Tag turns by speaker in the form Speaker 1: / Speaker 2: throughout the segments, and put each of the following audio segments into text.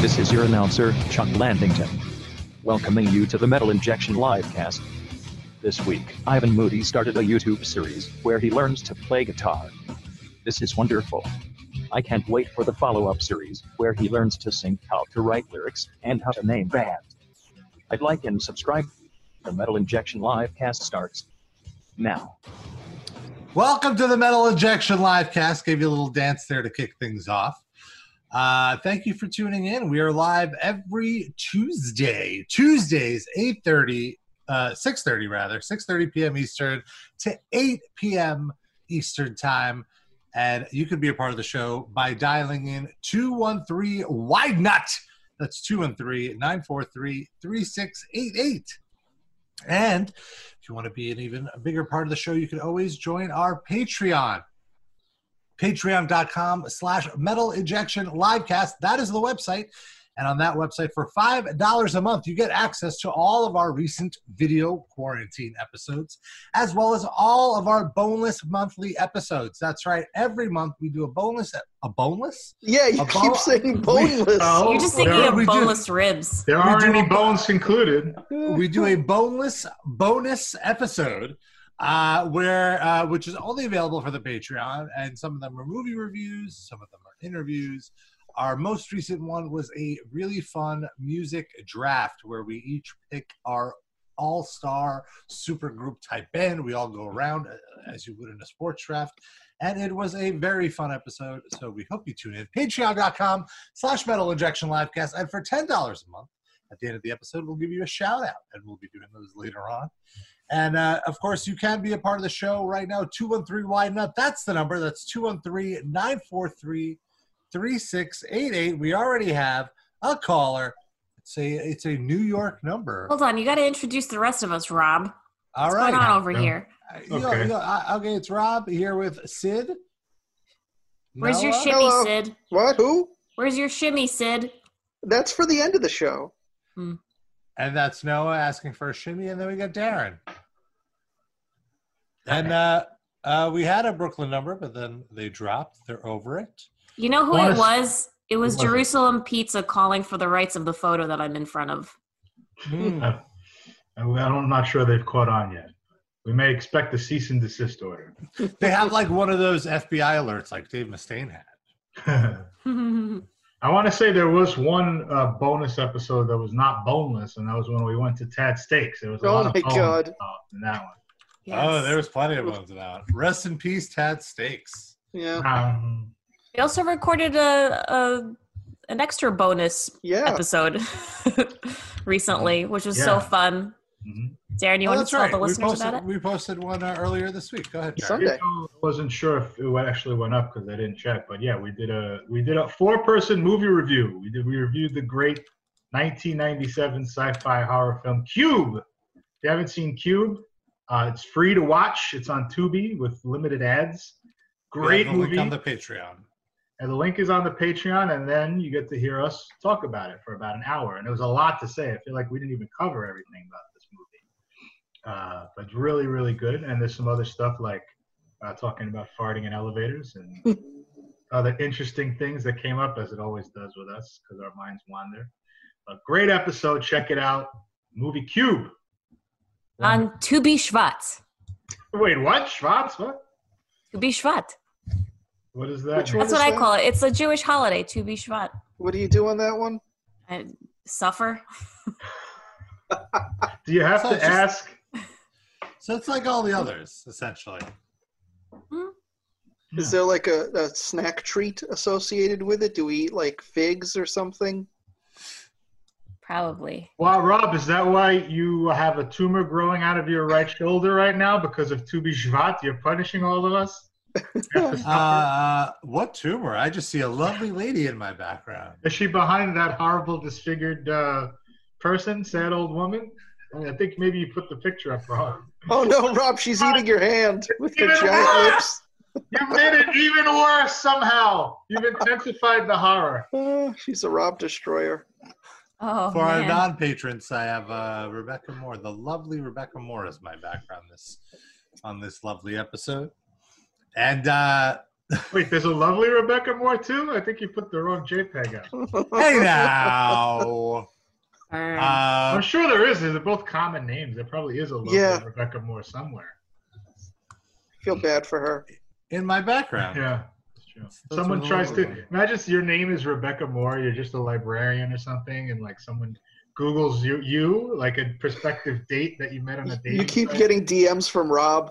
Speaker 1: This is your announcer, Chuck Landington, welcoming you to the Metal Injection Livecast. This week, Ivan Moody started a YouTube series where he learns to play guitar. This is wonderful. I can't wait for the follow up series where he learns to sing, how to write lyrics, and how to name bands. I'd like and subscribe. The Metal Injection Livecast starts now.
Speaker 2: Welcome to the Metal Injection Livecast. Gave you a little dance there to kick things off. Uh, thank you for tuning in. We are live every Tuesday, Tuesdays, 8.30, uh, 6.30 rather, 6.30 p.m. Eastern to 8 p.m. Eastern time. And you can be a part of the show by dialing in 213-WIDE NUT. That's 213-943-3688. And if you want to be an even bigger part of the show, you can always join our Patreon. Patreon.com slash metal injection livecast. That is the website. And on that website, for $5 a month, you get access to all of our recent video quarantine episodes, as well as all of our boneless monthly episodes. That's right. Every month we do a boneless, a boneless?
Speaker 3: Yeah, you
Speaker 2: A
Speaker 3: keep
Speaker 2: bone-
Speaker 3: saying boneless.
Speaker 4: Oh.
Speaker 5: You're just
Speaker 4: Well,
Speaker 5: thinking
Speaker 4: there-
Speaker 2: we
Speaker 5: of
Speaker 2: do-
Speaker 5: boneless ribs.
Speaker 4: There
Speaker 2: We
Speaker 4: aren't
Speaker 2: do a
Speaker 4: any
Speaker 2: bo-
Speaker 4: bones included.
Speaker 2: we do a boneless bonus episode uh, where uh, which is only available for the patreon and some of them are movie reviews some of them are interviews our most recent one was a really fun music draft where we each pick our all-star super group type band we all go around uh, as you would in a sports draft and it was a very fun episode so we hope you tune in patreon.com slash metal injection livecast and for $10 a month at the end of the episode, we'll give you a shout out, and we'll be doing those later on. And uh, of course, you can be a part of the show right now. 213 Why Not? That's the number. That's 213 943 3688. We already have a caller. It's a, it's a New York number.
Speaker 5: Hold on, you got to introduce the rest of us, Rob.
Speaker 2: All
Speaker 5: What's
Speaker 2: right.
Speaker 5: going on over
Speaker 4: Yeah.
Speaker 5: here?
Speaker 2: Uh, you know-
Speaker 4: Okay.
Speaker 2: you know, I- okay, it's Rob here with Sid.
Speaker 5: Where's your
Speaker 2: Noah?
Speaker 5: shimmy,
Speaker 3: Uh, Hello.
Speaker 5: Sid?
Speaker 3: What? Who?
Speaker 5: Where's your shimmy, Sid?
Speaker 3: That's for the end of the show.
Speaker 2: And that's Noah asking for a shimmy, and then we got Darren. And uh, uh, we had a Brooklyn number, but then they dropped. They're over it.
Speaker 5: You know who
Speaker 4: Honest-
Speaker 5: it was? It was
Speaker 4: Who was it?
Speaker 5: Jerusalem Pizza calling for the rights of the photo that I'm in front of.
Speaker 2: Hmm.
Speaker 4: I- I'm I'm not sure they've caught on yet. We may expect a cease and desist order.
Speaker 2: they have like one of those FBI alerts, like Dave Mustaine had.
Speaker 4: I
Speaker 3: Oh,
Speaker 4: want to say there was one uh, bonus episode that was not boneless, and that was when we went to Tad Steaks. There was a
Speaker 3: Oh
Speaker 4: lot of
Speaker 3: my
Speaker 4: bones
Speaker 3: God.
Speaker 4: involved in that one.
Speaker 2: Oh, there
Speaker 5: Yes.
Speaker 2: was plenty of ones about. it. Rest in peace, Tad Oh, Steaks.
Speaker 3: Yeah. Oh,
Speaker 4: Um,
Speaker 5: They also recorded a, a an extra bonus
Speaker 3: Yeah.
Speaker 5: episode recently, which was so
Speaker 4: Yeah.
Speaker 5: fun.
Speaker 4: mhm.
Speaker 5: Darren, you
Speaker 2: Oh,
Speaker 5: want to tell the
Speaker 2: We
Speaker 5: listeners
Speaker 2: posted,
Speaker 5: about it?
Speaker 2: we posted one uh, earlier this week. Go ahead, Jared.
Speaker 3: Sunday. Okay.
Speaker 4: I wasn't sure if it actually went up because I didn't check, but yeah, we did a we did a four person movie review. We did we reviewed the great 1997 sci-fi horror film Cube. If you haven't seen Cube, uh, it's free to watch. It's on Tubi with limited ads.
Speaker 2: We
Speaker 4: Great
Speaker 2: have the link
Speaker 4: movie,
Speaker 2: on the Patreon.
Speaker 4: and the link is on the Patreon, and then you get to hear us talk about it for about an hour. And there was a lot to say. I feel like we didn't even cover everything about this movie. Uh, but it's really, really good. And there's some other stuff like uh, talking about farting in elevators and other interesting things that came up, as it always does with us, because our minds wander. But great episode. Check it out. Movie Cube.
Speaker 5: On Tubi Schwat.
Speaker 4: Wait, what? Schwartz? What?
Speaker 5: Tubi Schwat.
Speaker 4: What is that?
Speaker 3: Which one?
Speaker 4: mean?
Speaker 5: That's
Speaker 3: is
Speaker 5: what I
Speaker 3: that?
Speaker 5: call it. It's a Jewish holiday, Tubi Schwat.
Speaker 3: What do you do on that one?
Speaker 5: I suffer.
Speaker 4: Do you have
Speaker 2: So
Speaker 4: to
Speaker 2: it's just-
Speaker 4: ask?
Speaker 2: So it's like all the others, essentially.
Speaker 3: Is there like a, a snack treat associated with it? Do we eat like figs or something?
Speaker 5: Probably.
Speaker 4: Wow, Rob, is that why you have a tumor growing out of your right shoulder right now? Because of Tubi Shvat, you're punishing all of us? After supper?
Speaker 2: Uh, what tumor? I just see a lovely lady in my background.
Speaker 4: is she behind that horrible, disfigured uh, person, sad old woman? I, mean, I think maybe you put the picture up wrong.
Speaker 3: Oh no, Rob, she's eating your hand with her
Speaker 4: Even
Speaker 3: giant
Speaker 4: worse!
Speaker 3: lips.
Speaker 4: You made it even worse somehow. You've intensified the horror.
Speaker 3: Oh, she's a Rob destroyer.
Speaker 5: Oh,
Speaker 2: For our
Speaker 5: man.
Speaker 2: non patrons, I have uh, Rebecca Moore. The lovely Rebecca Moore is my background this on this lovely episode, and uh,
Speaker 4: Wait, there's a lovely Rebecca Moore too. I think you put the wrong JPEG up.
Speaker 2: Hey now.
Speaker 4: I'm
Speaker 2: Uh,
Speaker 4: sure there is. They're both common names. There probably is a lovely
Speaker 3: Yeah.
Speaker 4: Rebecca Moore somewhere.
Speaker 3: Feel bad for her.
Speaker 2: in my background.
Speaker 4: Yeah. that's true.
Speaker 2: That's
Speaker 4: someone
Speaker 2: another
Speaker 4: tries to
Speaker 2: one.
Speaker 4: imagine your name is Rebecca Moore. You're just a librarian or something, and like someone Google's you, you like a prospective date that you met on a date.
Speaker 3: You keep getting DMs from Rob.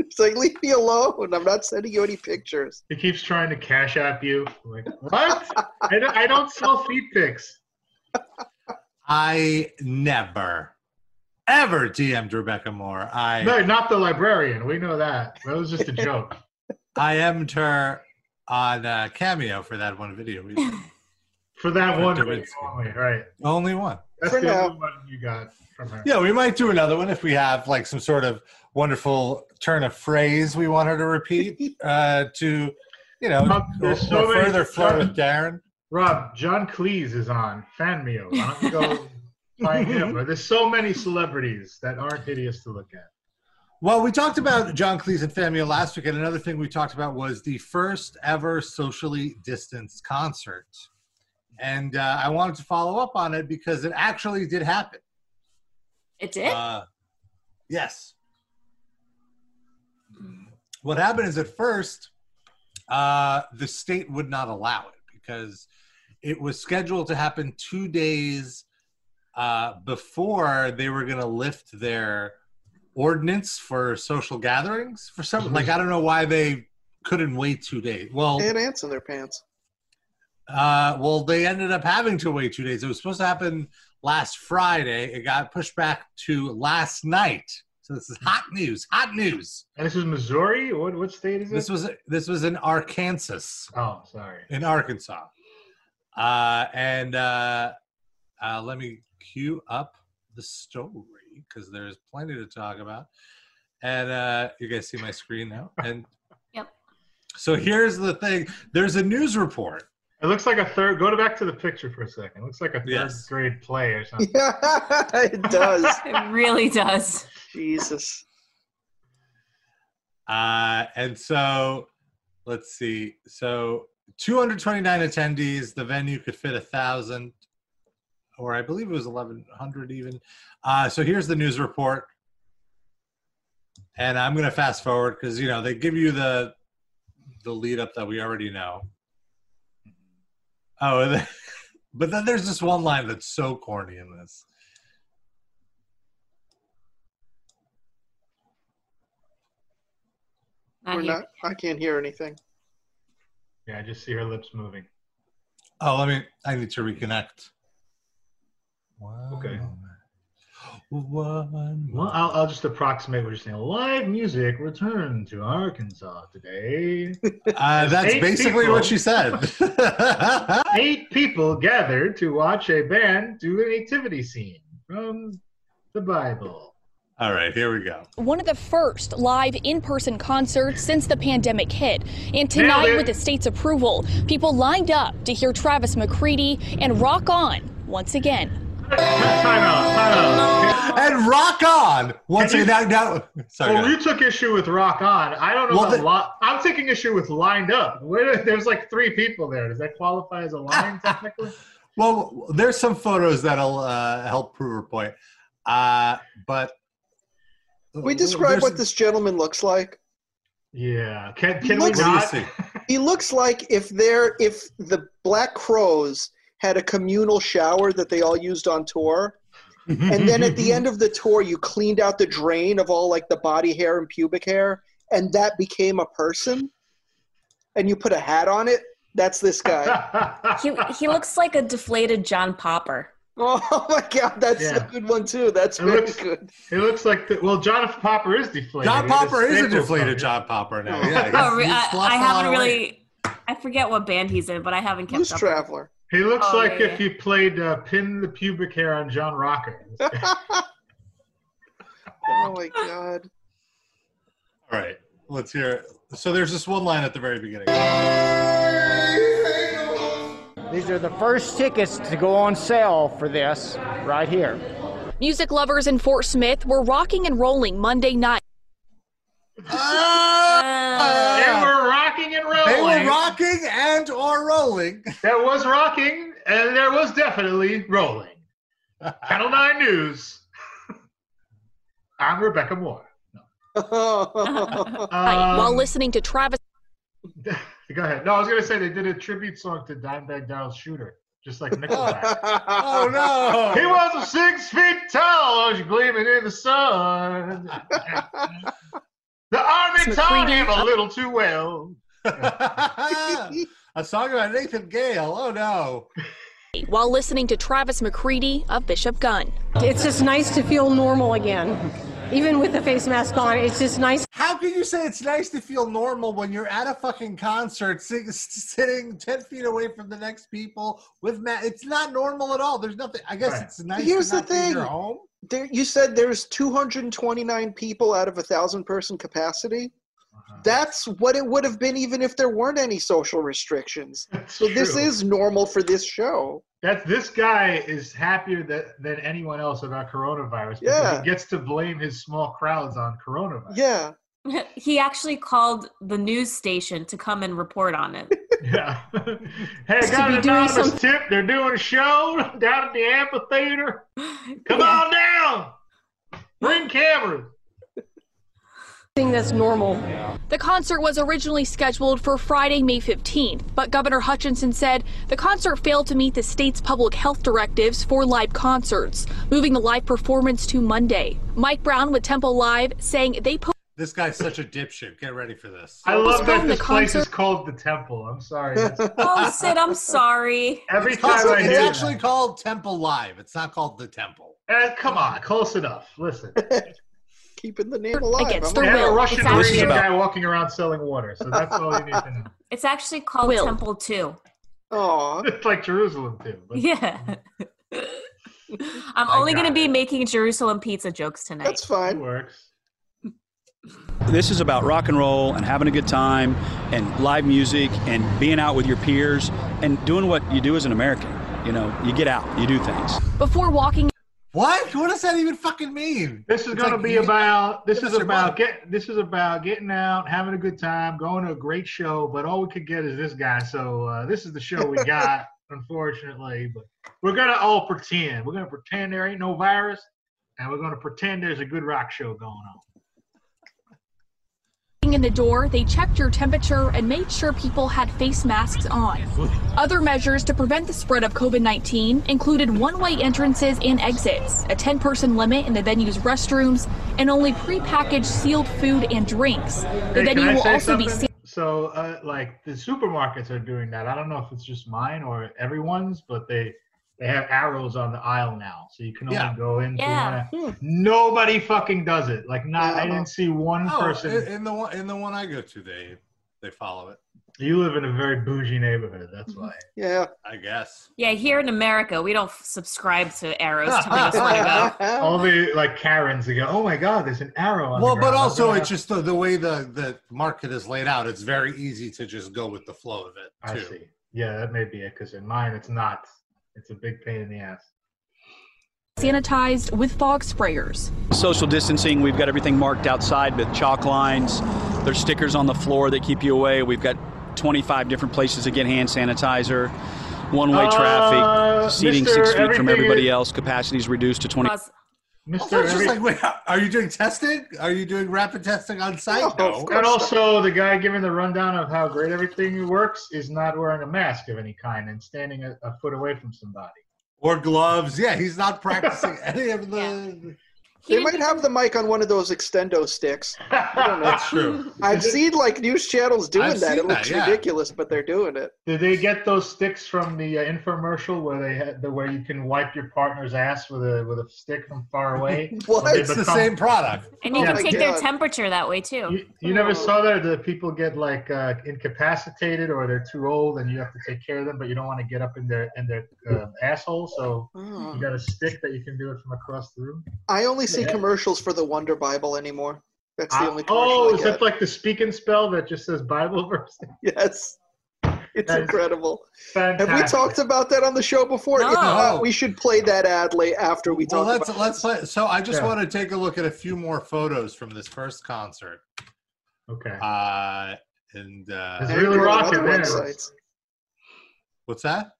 Speaker 3: It's like, leave me alone. I'm not sending you any pictures.
Speaker 4: he keeps trying to cash app you. Like what? I, don't, I don't sell feed pics.
Speaker 2: I never, ever DM'd Rebecca Moore. I
Speaker 4: No, not the librarian. We know that. That was just a joke.
Speaker 2: I DM'd her on uh, Cameo for that one video. We did.
Speaker 4: For that
Speaker 2: For
Speaker 4: one
Speaker 2: doing
Speaker 4: video only, right?
Speaker 2: Only one.
Speaker 4: That's
Speaker 3: For
Speaker 4: the
Speaker 3: now.
Speaker 4: only one you got from her.
Speaker 2: Yeah, we might do another one if we have like some sort of wonderful turn of phrase we want her to repeat uh, to, you know,
Speaker 4: Um,
Speaker 2: or,
Speaker 4: there's so
Speaker 2: or
Speaker 4: many-
Speaker 2: further flirt with Darren.
Speaker 4: Rob, John Cleese is on Fanmeo. Why don't you go find him? Or There's so many celebrities that aren't hideous to look at.
Speaker 2: Well, we talked about John Cleese and Famio last week, and another thing we talked about was the first ever socially distanced concert. And uh, I wanted to follow up on it because it actually did happen.
Speaker 5: It did?
Speaker 2: Uh, yes. What happened is at first, uh, the state would not allow it because it was scheduled to happen two days uh, before they were going to lift their ordinance for social gatherings. For some, like I don't know why they couldn't wait two days. Well,
Speaker 3: And ants in their pants.
Speaker 2: uh, well, they ended up having to wait two days. It was supposed to happen last Friday. It got pushed back to last night. So this is hot news. Hot news.
Speaker 4: And this is Missouri? What, what state is it?
Speaker 2: This was this was in Arkansas,
Speaker 4: oh, sorry.
Speaker 2: in Arkansas, uh, and uh, uh, let me cue up the story because there's plenty to talk about. And uh, you guys see my screen now. And
Speaker 5: Yep.
Speaker 2: So here's the thing. There's a news report.
Speaker 4: It looks like a third. Go to back to the picture for a second. It looks like a third
Speaker 2: Yes.
Speaker 4: grade play or something.
Speaker 3: Yeah, it does.
Speaker 5: it really does.
Speaker 3: Jesus.
Speaker 2: Uh, and so let's see. So 229 attendees. The venue could fit a thousand, or I believe it was 1100 even. Uh, so here's the news report. And I'm going to fast forward because you know they give you the the lead up that we already know. Oh, and then- but then there's this one line that's so corny in this.
Speaker 5: Not
Speaker 3: We're
Speaker 5: here.
Speaker 3: not, I can't hear anything.
Speaker 4: Yeah, I just see her lips moving.
Speaker 2: Oh, let me. I need to reconnect. One
Speaker 4: Okay.
Speaker 2: moment. One.
Speaker 4: Well,
Speaker 2: moment.
Speaker 4: I'll, I'll just approximate what you're saying. Live music returned to Arkansas today.
Speaker 2: Uh, that's
Speaker 4: Eight
Speaker 2: basically
Speaker 4: people.
Speaker 2: what she said.
Speaker 4: Eight people gathered to watch a band do a nativity scene from the Bible.
Speaker 2: All right, here we go.
Speaker 6: one of the first live in-person concerts since the pandemic hit. And
Speaker 4: Nailed it.
Speaker 6: tonight, with the state's approval, people lined up to hear Travis McCready and Rock On once again.
Speaker 4: Time out, time out.
Speaker 2: And rock on once
Speaker 4: Can you-
Speaker 2: again. Now, now, sorry.
Speaker 4: Well,
Speaker 2: guys.
Speaker 4: you took issue with Rock On. I don't know.
Speaker 2: Well,
Speaker 4: about
Speaker 2: the-
Speaker 4: li- I'm taking issue with Lined Up. Where, there's like three people there. Does that qualify as a line technically?
Speaker 2: Well, there's some photos that'll uh, help prove her point. Uh, but
Speaker 3: We describe
Speaker 2: There's-
Speaker 3: what this gentleman looks like.
Speaker 4: Yeah. Can,
Speaker 3: He
Speaker 4: can we
Speaker 3: looks-
Speaker 2: What do you see?
Speaker 4: not?
Speaker 3: He looks like if there, if the Black Crows had a communal shower that they all used on
Speaker 7: Mm-hmm,
Speaker 3: tour,
Speaker 8: Mm-hmm,
Speaker 3: and then at the end of the tour, you cleaned out the drain of all like the body hair and pubic hair, and that became a person, and you put a hat on it. That's this guy.
Speaker 5: He, he looks like a deflated John Popper.
Speaker 3: oh my god, that's
Speaker 4: Yeah.
Speaker 3: a good one too. That's
Speaker 4: It
Speaker 3: very
Speaker 4: looks-
Speaker 3: good.
Speaker 4: it looks like the, well, John F. Popper is deflated.
Speaker 2: John
Speaker 4: He just
Speaker 2: Popper is a
Speaker 4: stapled
Speaker 2: deflated John
Speaker 4: something.
Speaker 2: Popper now.
Speaker 3: Oh.
Speaker 2: Yeah, he's-
Speaker 5: Oh, re-
Speaker 2: he's
Speaker 5: I,
Speaker 2: lost
Speaker 5: I
Speaker 2: a lot
Speaker 5: haven't
Speaker 2: of weight.
Speaker 5: really. I forget what band he's in, but I haven't kept
Speaker 3: Loose
Speaker 5: up.
Speaker 3: traveler.
Speaker 4: He looks
Speaker 5: Oh,
Speaker 4: like
Speaker 5: yeah,
Speaker 4: if you played uh, pin the pubic hair on John Rocker.
Speaker 3: oh my god.
Speaker 2: All right, let's hear. It. So there's this one line at the very beginning.
Speaker 9: These are the first tickets to go on sale for this right here.
Speaker 6: Music lovers in Fort Smith were rocking and rolling Monday night.
Speaker 5: Uh,
Speaker 2: rolling.
Speaker 4: There was rocking, and there was definitely rolling. Channel 9 News. I'm Rebecca Moore. No.
Speaker 6: Right, while
Speaker 4: Um,
Speaker 6: listening to Travis
Speaker 4: Go ahead. No, I was going to say they did a tribute song to Dimebag Darrell Shooter, just like Nickelback.
Speaker 2: oh no!
Speaker 4: he was six feet tall, gleaming in the sun. the army
Speaker 6: It's
Speaker 4: taught
Speaker 6: McCready.
Speaker 4: him a little too well.
Speaker 2: a song about Nathan Gale. Oh no!
Speaker 6: while listening to Travis McCready of Bishop Gunn.
Speaker 8: It's just nice to feel normal again. Even with the face mask on, it's just nice
Speaker 2: How can you say it's nice to feel normal when you're at a fucking concert, si- s- sitting ten feet away from the next people with Matt? It's not normal at all. There's nothing. I guess
Speaker 4: Right.
Speaker 2: it's nice.
Speaker 3: Here's
Speaker 2: to
Speaker 3: the
Speaker 2: not be in Your
Speaker 3: thing.
Speaker 2: home.
Speaker 3: there, you said there's 229 people out of a thousand person capacity. That's what it would have been even if there weren't any social restrictions.
Speaker 4: That's
Speaker 3: So this
Speaker 4: true.
Speaker 3: is normal for this show.
Speaker 4: That's this guy is happier that, than anyone else about coronavirus. because
Speaker 3: Yeah.
Speaker 4: he gets to blame his small crowds on coronavirus.
Speaker 3: Yeah.
Speaker 5: he actually called the news station to come and report on it.
Speaker 4: Yeah. hey, I
Speaker 8: Should
Speaker 4: got
Speaker 8: be
Speaker 4: an
Speaker 8: doing
Speaker 4: anonymous
Speaker 8: something-
Speaker 4: tip. They're doing a show down at the amphitheater. Come on down. Bring cameras.
Speaker 8: thing that's normal.
Speaker 6: The concert was originally scheduled for Friday, May 15th, but Governor Hutchinson said the concert failed to meet the state's public health directives for live concerts, moving the live performance to Monday. Mike Brown with Temple Live saying they po-
Speaker 2: This guy's such a dipshit. Get ready for this.
Speaker 4: I love that
Speaker 6: filmed the
Speaker 4: this place is
Speaker 6: concert-
Speaker 4: called the Temple. I'm sorry. That's-
Speaker 5: oh, Sid, I'm sorry.
Speaker 4: Every
Speaker 2: It's also-
Speaker 4: time I
Speaker 2: it's
Speaker 4: hear
Speaker 2: actually
Speaker 4: that,
Speaker 2: called Temple Live. It's not called the Temple.
Speaker 4: Eh, come on, close enough. Listen,
Speaker 3: Keeping the name alive.
Speaker 6: Against
Speaker 3: I'm
Speaker 4: they
Speaker 6: the
Speaker 3: like,
Speaker 4: have a
Speaker 6: will.
Speaker 4: Russian
Speaker 6: It's actually-
Speaker 4: Iranian guy walking around selling water, so that's all you need to know.
Speaker 5: It's actually called
Speaker 6: Will.
Speaker 5: Temple 2.
Speaker 3: aw.
Speaker 4: It's like Jerusalem too. But
Speaker 5: Yeah. I'm
Speaker 4: I
Speaker 5: only
Speaker 4: got
Speaker 5: going to be
Speaker 4: it.
Speaker 5: making Jerusalem pizza jokes tonight.
Speaker 3: That's
Speaker 4: it
Speaker 3: fine.
Speaker 4: works.
Speaker 10: This is about rock and roll and having a good time and live music and being out with your peers and doing what you do as an American. You know, you get out, you do things.
Speaker 6: before walking
Speaker 2: What? What does that even fucking mean?
Speaker 4: This is
Speaker 2: It's
Speaker 4: going
Speaker 2: like
Speaker 4: to be
Speaker 2: you-
Speaker 4: about. This
Speaker 2: give
Speaker 4: is
Speaker 2: us your
Speaker 4: about
Speaker 2: money.
Speaker 4: get. This is about getting out, having a good time, going to a great show. But all we could get is this guy. So uh, this is the show we got, unfortunately. But we're gonna all pretend. We're gonna pretend there ain't no virus, and we're gonna pretend there's a good rock show going on.
Speaker 6: in the door, they checked your temperature and made sure people had face masks on. Other measures to prevent the spread of COVID 19 included one way entrances and exits, a 10 person limit in the venue's restrooms, and only prepackaged sealed food and drinks. The
Speaker 4: Hey, can
Speaker 6: venue
Speaker 4: I
Speaker 6: will
Speaker 4: say
Speaker 6: also be
Speaker 4: something? So, uh, like the supermarkets are doing that. I don't know if it's just mine or everyone's, but they they have arrows on the aisle now, so you can only
Speaker 2: Yeah.
Speaker 4: go into.
Speaker 5: Yeah.
Speaker 4: One. Nobody fucking does it. Like, not. I didn't see one
Speaker 2: Oh,
Speaker 4: person.
Speaker 2: in, in the one in the one I go to, they they follow it. Mm-hmm.
Speaker 4: you live in a very bougie neighborhood. That's why.
Speaker 3: Yeah.
Speaker 2: I guess.
Speaker 5: yeah, here in America, we don't f- subscribe to arrows telling us where to go.
Speaker 4: All the like Karens, they go, "Oh my God, there's an arrow." On
Speaker 2: Well,
Speaker 4: the
Speaker 2: but
Speaker 4: ground. I'm
Speaker 2: also
Speaker 4: gonna
Speaker 2: it's
Speaker 4: have-"
Speaker 2: just the, the way the the market is laid out. It's very easy to just go with the flow of
Speaker 4: I
Speaker 2: it too.
Speaker 4: see. Yeah, that may be it. Because in mine, it's not. It's a big pain in the ass.
Speaker 6: sanitized with fog sprayers.
Speaker 10: Social distancing, we've got everything marked outside with chalk lines. There's stickers on the floor that keep you away. We've got 25 different places to get hand sanitizer, one way
Speaker 4: Uh,
Speaker 10: traffic, seating
Speaker 4: Mr.
Speaker 10: six feet from
Speaker 4: Everything
Speaker 10: everybody
Speaker 4: is-
Speaker 10: else, capacity's reduced to 20.
Speaker 5: Pause.
Speaker 4: Mister,
Speaker 2: Also, it's just like, wait, are you doing testing? Are you doing rapid testing on site?
Speaker 3: No,
Speaker 2: No.
Speaker 3: of course.
Speaker 4: And also, the guy giving the rundown of how great everything works is not wearing a mask of any kind and standing a, a foot away from somebody.
Speaker 2: Or gloves? Yeah, he's not practicing any of the.
Speaker 3: They might have the mic on one of those extendo sticks.
Speaker 2: That's true.
Speaker 3: I've seen like news channels doing
Speaker 2: I've
Speaker 3: that. It
Speaker 2: seen that,
Speaker 3: looks
Speaker 2: yeah.
Speaker 3: ridiculous, but they're doing it.
Speaker 4: Did they get those sticks from the uh, infomercial where they had the where you can wipe your partner's ass with a with a stick from far away?
Speaker 3: What?
Speaker 4: When they
Speaker 2: It's the
Speaker 4: become-
Speaker 2: same product.
Speaker 5: And you
Speaker 4: Oh
Speaker 5: can
Speaker 4: my
Speaker 5: take their
Speaker 3: God.
Speaker 5: temperature that way too.
Speaker 4: You, you never saw that? Or the people get like uh, incapacitated or they're too old and you have to take care of them, but you don't want to get up in their in their uh, asshole. So you got a stick that you can do it from across the room.
Speaker 3: Mm. I only see
Speaker 4: Yeah.
Speaker 3: commercials for the Wonder Bible anymore. That's the
Speaker 4: Ah,
Speaker 3: only commercial.
Speaker 4: oh,
Speaker 3: I
Speaker 4: is
Speaker 3: get.
Speaker 4: that like the speak and spell that just says Bible verse?
Speaker 3: yes. It's
Speaker 4: That is-
Speaker 3: incredible. Have
Speaker 4: Fantastic.
Speaker 3: we talked about that on the show before? If
Speaker 5: No.
Speaker 3: not, we should play that ad late after we
Speaker 2: Well,
Speaker 3: talk
Speaker 2: let's
Speaker 3: about
Speaker 2: let's play. So I just
Speaker 4: Yeah.
Speaker 2: want to take a look at a few more photos from this first concert.
Speaker 4: Okay.
Speaker 2: Uh, and uh,
Speaker 4: Is
Speaker 3: it.
Speaker 4: really
Speaker 3: Or on
Speaker 4: rocking
Speaker 3: other
Speaker 4: there.
Speaker 3: websites.
Speaker 2: What's that?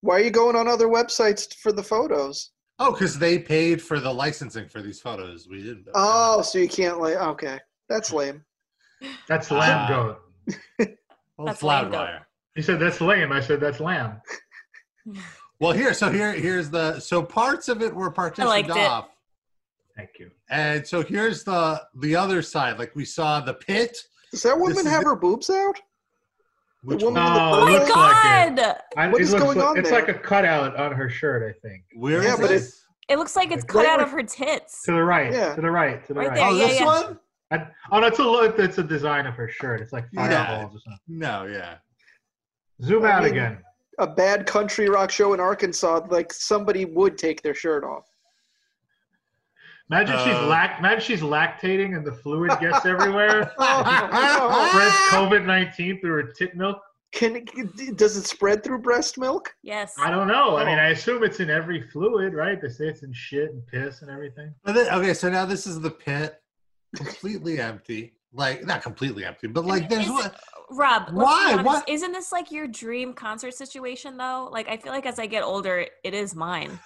Speaker 3: Why are you going on other websites for the photos?
Speaker 2: Oh, because they paid for the licensing for these photos. We didn't.
Speaker 3: Oh, so you can't like okay. That's lame.
Speaker 4: That's lamb
Speaker 2: Ah.
Speaker 4: goat.
Speaker 2: well,
Speaker 5: That's
Speaker 2: it's
Speaker 5: lame, though.
Speaker 2: Loudwire.
Speaker 4: He said that's lame. I said that's lamb.
Speaker 2: Well, here, so here, here's the so parts of it were partitioned
Speaker 5: liked it.
Speaker 2: off,
Speaker 4: Thank you.
Speaker 2: and so here's the the other side. Like we saw the pit.
Speaker 3: Does that
Speaker 2: This
Speaker 3: woman
Speaker 2: is
Speaker 3: have
Speaker 2: it.
Speaker 3: her boobs out?
Speaker 2: Which
Speaker 3: woman-
Speaker 2: one?
Speaker 4: No,
Speaker 5: Oh
Speaker 4: it
Speaker 5: my
Speaker 4: looks like it.
Speaker 5: god!
Speaker 4: I-
Speaker 3: What
Speaker 4: it
Speaker 3: is
Speaker 4: looks
Speaker 3: going
Speaker 4: like-
Speaker 3: on
Speaker 4: It's
Speaker 3: there?
Speaker 4: like a cutout on her shirt, I think.
Speaker 2: Where is
Speaker 3: Yeah, but it-
Speaker 2: this?
Speaker 5: It looks like it's
Speaker 3: Right,
Speaker 5: cut out
Speaker 3: right.
Speaker 5: of her tits.
Speaker 4: To the right.
Speaker 3: Yeah.
Speaker 4: To the right. To the
Speaker 5: Right
Speaker 4: right.
Speaker 5: there.
Speaker 2: oh,
Speaker 5: yeah,
Speaker 2: this
Speaker 5: yeah.
Speaker 2: one?
Speaker 4: I, oh, that's a look. That's a design of her shirt. It's like
Speaker 2: Yeah.
Speaker 4: fireballs or something.
Speaker 2: No, yeah.
Speaker 4: Zoom
Speaker 3: I
Speaker 4: out
Speaker 3: mean-
Speaker 4: again.
Speaker 3: A bad country rock show in Arkansas, like somebody would take their shirt off.
Speaker 4: Imagine she's
Speaker 2: Uh,
Speaker 4: lact. Imagine she's lactating and the fluid gets everywhere.
Speaker 3: Oh,
Speaker 4: Spreads COVID nineteen through her tit milk.
Speaker 3: Can it- does it spread through breast milk?
Speaker 5: Yes.
Speaker 4: I don't know.
Speaker 5: Oh.
Speaker 4: I mean, I assume it's in every fluid, right? They say it's in shit and piss and everything.
Speaker 2: But then- okay, so now this is the pit, completely empty. Like not completely empty, but like
Speaker 5: And
Speaker 2: there's
Speaker 5: is
Speaker 2: one.
Speaker 5: it- Rob, let's be
Speaker 2: Why?
Speaker 5: honest,
Speaker 2: What?
Speaker 5: Isn't this like your dream concert situation though? Like I feel like as I get older, it is mine.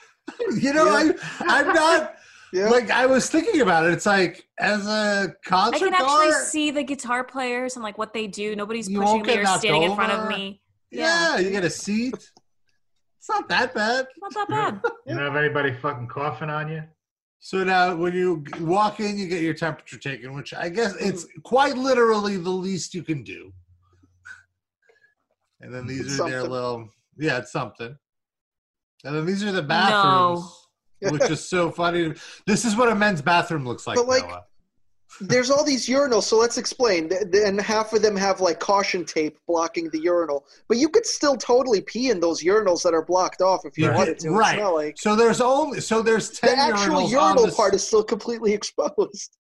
Speaker 2: You know,
Speaker 3: Yeah.
Speaker 2: I, I'm not
Speaker 3: Yeah.
Speaker 2: like I was thinking about it. It's like as a concert
Speaker 5: I can actually
Speaker 2: goer,
Speaker 5: see the guitar players and like what they do. Nobody's
Speaker 2: You
Speaker 5: pushing
Speaker 2: won't
Speaker 5: me
Speaker 2: get
Speaker 5: or
Speaker 2: knocked
Speaker 5: standing in front of
Speaker 2: over.
Speaker 5: me.
Speaker 2: Yeah, you get a seat. It's not that bad.
Speaker 5: Not that bad.
Speaker 4: You don't have anybody fucking coughing on you.
Speaker 2: So now, when you g- walk in, you get your temperature taken, which I guess it's quite literally the least you can do. And then these
Speaker 3: It's
Speaker 2: are their
Speaker 3: something.
Speaker 2: little, yeah, it's something. And then these are the bathrooms, which is so funny. to- This is what a men's bathroom looks like.
Speaker 3: But, like,
Speaker 2: Noah.
Speaker 3: There's all these urinals, so let's explain. Th- th- And half of them have like caution tape blocking the urinal, but you could still totally pee in those urinals that are blocked off if you
Speaker 2: You
Speaker 3: wanted
Speaker 2: could-
Speaker 3: to.
Speaker 2: right.
Speaker 3: It's not like
Speaker 2: so there's only so there's ten
Speaker 3: the
Speaker 2: urinals
Speaker 3: actual
Speaker 2: on
Speaker 3: urinal
Speaker 2: this,
Speaker 3: part is still completely exposed.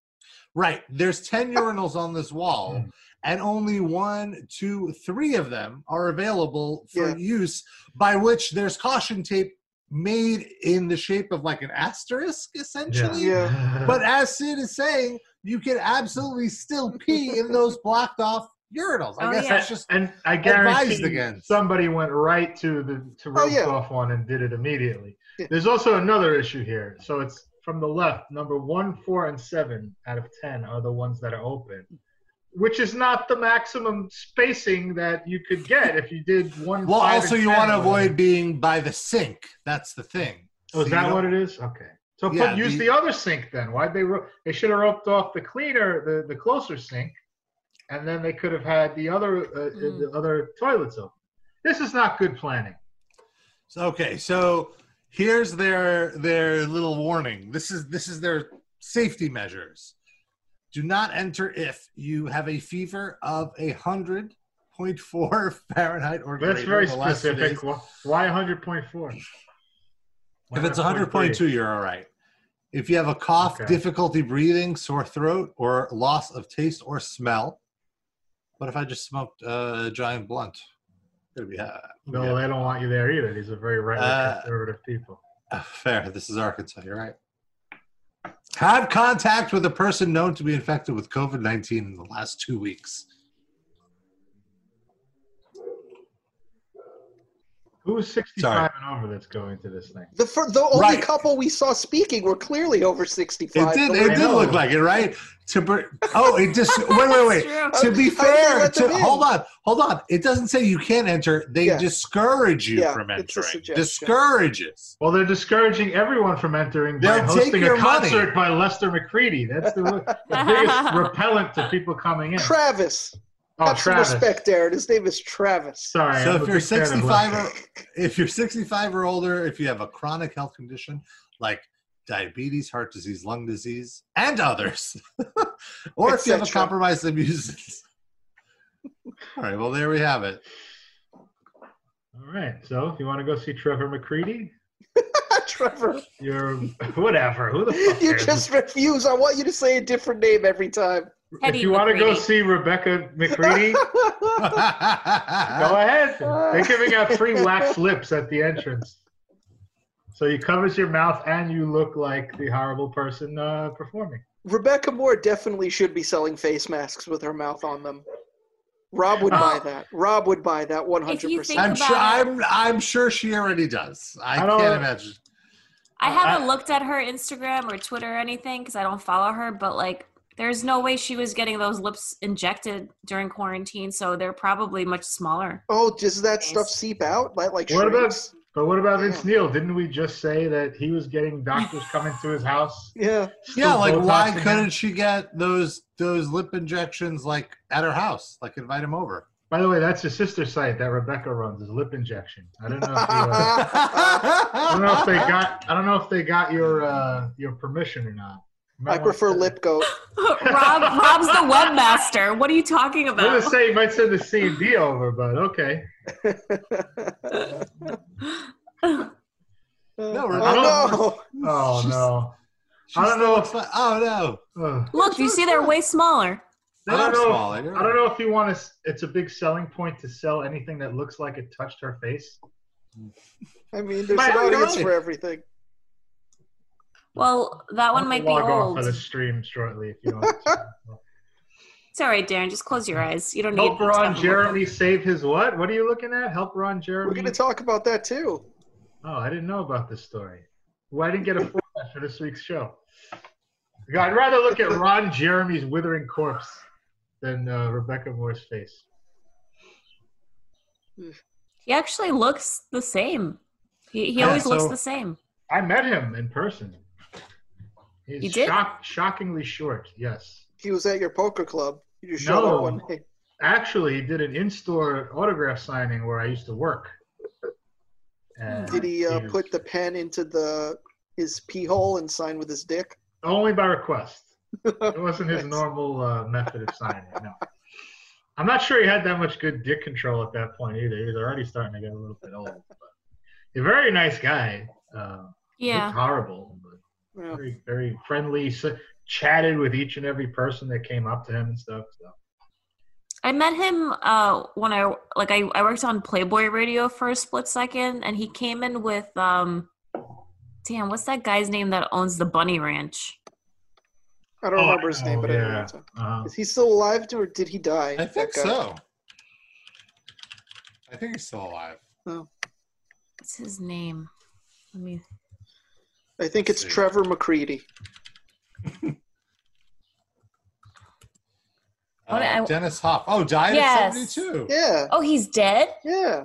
Speaker 2: right. There's ten urinals on this wall, and only one, two, three of them are available for
Speaker 3: Yeah.
Speaker 2: use. By which there's caution tape made in the shape of like an asterisk, essentially.
Speaker 3: Yeah.
Speaker 2: But as Sid is saying, you can absolutely still pee in those blocked off urinals. I
Speaker 5: Oh,
Speaker 2: guess
Speaker 5: yeah.
Speaker 2: that's just
Speaker 4: and I
Speaker 2: Advised
Speaker 4: guarantee
Speaker 2: against.
Speaker 4: somebody went right to the to
Speaker 3: Oh,
Speaker 4: roast
Speaker 3: yeah.
Speaker 4: off one and did it immediately.
Speaker 3: Yeah.
Speaker 4: There's also another issue here. So it's from the left, number one, four, and seven out of ten are the ones that are open, which is not the maximum spacing that you could get if you did one.
Speaker 2: well.
Speaker 4: five,
Speaker 2: Also,
Speaker 4: and
Speaker 2: you
Speaker 4: 10
Speaker 2: want to
Speaker 4: or
Speaker 2: avoid being by the sink. That's the thing.
Speaker 4: Oh,
Speaker 2: So
Speaker 4: is
Speaker 2: you
Speaker 4: that
Speaker 2: don't-
Speaker 4: what it is? Okay. So
Speaker 2: Yeah,
Speaker 4: put, use
Speaker 2: the-
Speaker 4: the, other sink then. Why'd they ro- they should have roped off the cleaner, the, the closer sink, and then they could have had the other uh,
Speaker 5: Mm.
Speaker 4: the other toilets open. This is not good planning.
Speaker 2: So, Okay, so here's their their little warning. This is this is their safety measures. Do not enter if you have a fever of a hundred point four Fahrenheit or
Speaker 4: That's
Speaker 2: greater
Speaker 4: very
Speaker 2: in the last two
Speaker 4: specific.
Speaker 2: days.
Speaker 4: Why why 100.4?
Speaker 2: If it's hundred point two, you're all right. If you have a cough,
Speaker 4: Okay.
Speaker 2: difficulty breathing, sore throat, or loss of taste or smell. What if I just smoked uh, a giant blunt? Could be, uh,
Speaker 4: No,
Speaker 2: yeah.
Speaker 4: they don't want you there either. These are very right
Speaker 2: Uh,
Speaker 4: conservative people.
Speaker 2: Uh, Fair. This is Arkansas. You're right. Had contact with a person known to be infected with COVID 19 in the last two weeks.
Speaker 4: Who's 65 and over that's going to this thing?
Speaker 3: The fir- the only
Speaker 2: Right.
Speaker 3: couple we saw speaking were clearly over
Speaker 2: It
Speaker 3: sixty-five.
Speaker 2: did.
Speaker 3: The-
Speaker 2: It did
Speaker 4: know.
Speaker 2: look like it, right? To br- oh, it just wait, wait, wait.
Speaker 5: That's
Speaker 2: To be
Speaker 3: How did they
Speaker 2: fair,
Speaker 3: let
Speaker 2: to,
Speaker 3: them in?
Speaker 2: hold on, hold on. It doesn't say you can't enter. They
Speaker 3: Yeah.
Speaker 2: discourage you
Speaker 3: Yeah,
Speaker 2: from
Speaker 3: it's a
Speaker 2: entering.
Speaker 3: suggestion.
Speaker 2: Discourages.
Speaker 4: Well, they're discouraging everyone from entering by
Speaker 2: They'll take
Speaker 4: hosting
Speaker 2: your
Speaker 4: a
Speaker 2: money.
Speaker 4: concert by Lester McCready. That's the, the biggest repellent to people coming in.
Speaker 3: Travis.
Speaker 4: oh,
Speaker 3: Have
Speaker 4: Travis.
Speaker 3: some respect, Darren. His name is Travis.
Speaker 4: Sorry.
Speaker 2: so
Speaker 4: I'm a
Speaker 2: if you're uh,
Speaker 4: big fan
Speaker 2: 65
Speaker 4: of
Speaker 2: or
Speaker 4: Lester.
Speaker 2: if you're 65 or older if you have a chronic health condition like diabetes heart disease lung disease and others or if you have a
Speaker 3: Etc.
Speaker 2: compromised immune system all right well there we have it
Speaker 4: All right. So if you want to go see Trevor McCready,
Speaker 3: Trevor.
Speaker 4: you're whatever. Who the fuck
Speaker 3: You
Speaker 4: cares?
Speaker 3: just refuse. I want you to say a different name every time.
Speaker 4: if
Speaker 5: Teddy
Speaker 4: you want to go
Speaker 5: McCready.
Speaker 4: see Rebecca McCready, Go ahead. They're giving out free wax lips at the entrance. So you covers your mouth and you look like the horrible person uh, performing.
Speaker 3: Rebecca Moore definitely should be selling face masks with her mouth on them. Rob would
Speaker 5: Oh.
Speaker 3: buy that. Rob would buy that 100%.
Speaker 5: think-
Speaker 2: I'm
Speaker 5: about
Speaker 2: sure.
Speaker 5: it.
Speaker 2: I'm. I'm sure she already does. I,
Speaker 4: I don't-
Speaker 2: can't imagine.
Speaker 5: I
Speaker 4: Uh,
Speaker 5: haven't
Speaker 4: I-
Speaker 5: looked at her Instagram or Twitter or anything because I don't follow her, but like there's no way she was getting those lips injected during quarantine, so they're probably much smaller.
Speaker 3: oh, does that stuff seep out? Like, like
Speaker 4: What about-
Speaker 3: shrinks?
Speaker 4: But what about
Speaker 3: Yeah.
Speaker 4: Vince Neil? Didn't we just say that he was getting doctors coming to his house?
Speaker 3: Yeah.
Speaker 2: Yeah,
Speaker 4: still
Speaker 2: like why
Speaker 4: Botoxing him?
Speaker 2: couldn't she get those those lip injections like at her house? Like invite him over.
Speaker 4: By the way, that's his sister site that Rebecca runs. Is lip injection. I don't know. If you, uh, I don't know if they got. I don't know if they got your uh, your permission or not. You might
Speaker 3: I
Speaker 4: wanna
Speaker 3: prefer
Speaker 4: say-
Speaker 3: lip goat.
Speaker 5: Rob, Rob's the webmaster. What are you talking
Speaker 4: I
Speaker 5: about?
Speaker 4: was gonna say you might send the C and D over, but okay.
Speaker 2: No, we're-
Speaker 3: oh,
Speaker 4: Oh
Speaker 2: She's-
Speaker 4: no.
Speaker 2: she
Speaker 4: I don't
Speaker 2: still
Speaker 4: know
Speaker 2: looks like- oh no,
Speaker 4: Ugh.
Speaker 5: Look, do you see they're way smaller?
Speaker 2: they
Speaker 4: I don't
Speaker 2: are
Speaker 4: know.
Speaker 2: smaller. You're
Speaker 4: I don't
Speaker 2: right.
Speaker 4: know if you want to. It's a big selling point to sell anything that looks like it touched her face.
Speaker 3: no. I mean, there's
Speaker 4: Might
Speaker 3: an
Speaker 4: be
Speaker 3: audience
Speaker 2: right.
Speaker 3: for everything.
Speaker 5: Well, that one
Speaker 4: I'll
Speaker 5: might be
Speaker 4: log off of the
Speaker 5: old.
Speaker 4: stream shortly if you want.
Speaker 5: It's all right, Darren. Just close your eyes. You don't need.
Speaker 4: Help
Speaker 5: to
Speaker 4: Ron
Speaker 5: have a
Speaker 4: Jeremy save his what? What are you looking at? Help Ron Jeremy.
Speaker 3: We're going to talk about that too.
Speaker 4: oh, I didn't know about this story. Well, I didn't get a format for this week's show. God, I'd rather look at Ron Jeremy's withering corpse than uh, Rebecca Moore's face.
Speaker 5: He actually looks the same. He, he
Speaker 4: Yeah,
Speaker 5: always looks
Speaker 4: so-
Speaker 5: the same.
Speaker 4: I met him in person. He's
Speaker 5: You did?
Speaker 4: shock- shockingly short. Yes.
Speaker 3: He was at your poker club. You just showed
Speaker 4: No.
Speaker 3: up one day.
Speaker 4: actually he did an in-store autograph signing where I used to work. And
Speaker 3: Did he uh,
Speaker 4: was-
Speaker 3: put the pen into the his pee hole and sign with his dick?
Speaker 4: only by request? It wasn't his
Speaker 3: Nice.
Speaker 4: normal uh, method of signing. No, I'm not sure he had that much good dick control at that point either. He was already starting to get a little bit old. But a very nice guy. Uh,
Speaker 5: Yeah.
Speaker 4: looked horrible, but
Speaker 3: Yeah.
Speaker 4: very very friendly. So, chatted with each and every person that came up to him and stuff. So.
Speaker 5: I met him uh, when I like I, I worked on Playboy Radio for a split second, and he came in with um, damn, what's that guy's name that owns the Bunny Ranch?
Speaker 3: I don't
Speaker 4: Oh,
Speaker 3: remember his name,
Speaker 4: oh,
Speaker 3: but I
Speaker 4: yeah.
Speaker 3: remember him.
Speaker 4: Uh,
Speaker 3: Is he still alive, or did he die?
Speaker 2: I think
Speaker 3: that guy?
Speaker 2: so. I think he's still alive.
Speaker 5: What's his name? Let me.
Speaker 3: I think it's
Speaker 2: Let's see.
Speaker 3: Trevor McCready.
Speaker 2: Uh,
Speaker 5: What I-
Speaker 2: Dennis Hoff. Oh, died
Speaker 5: Yes.
Speaker 2: at 72.
Speaker 3: Yeah,
Speaker 5: Oh, he's dead.
Speaker 3: yeah.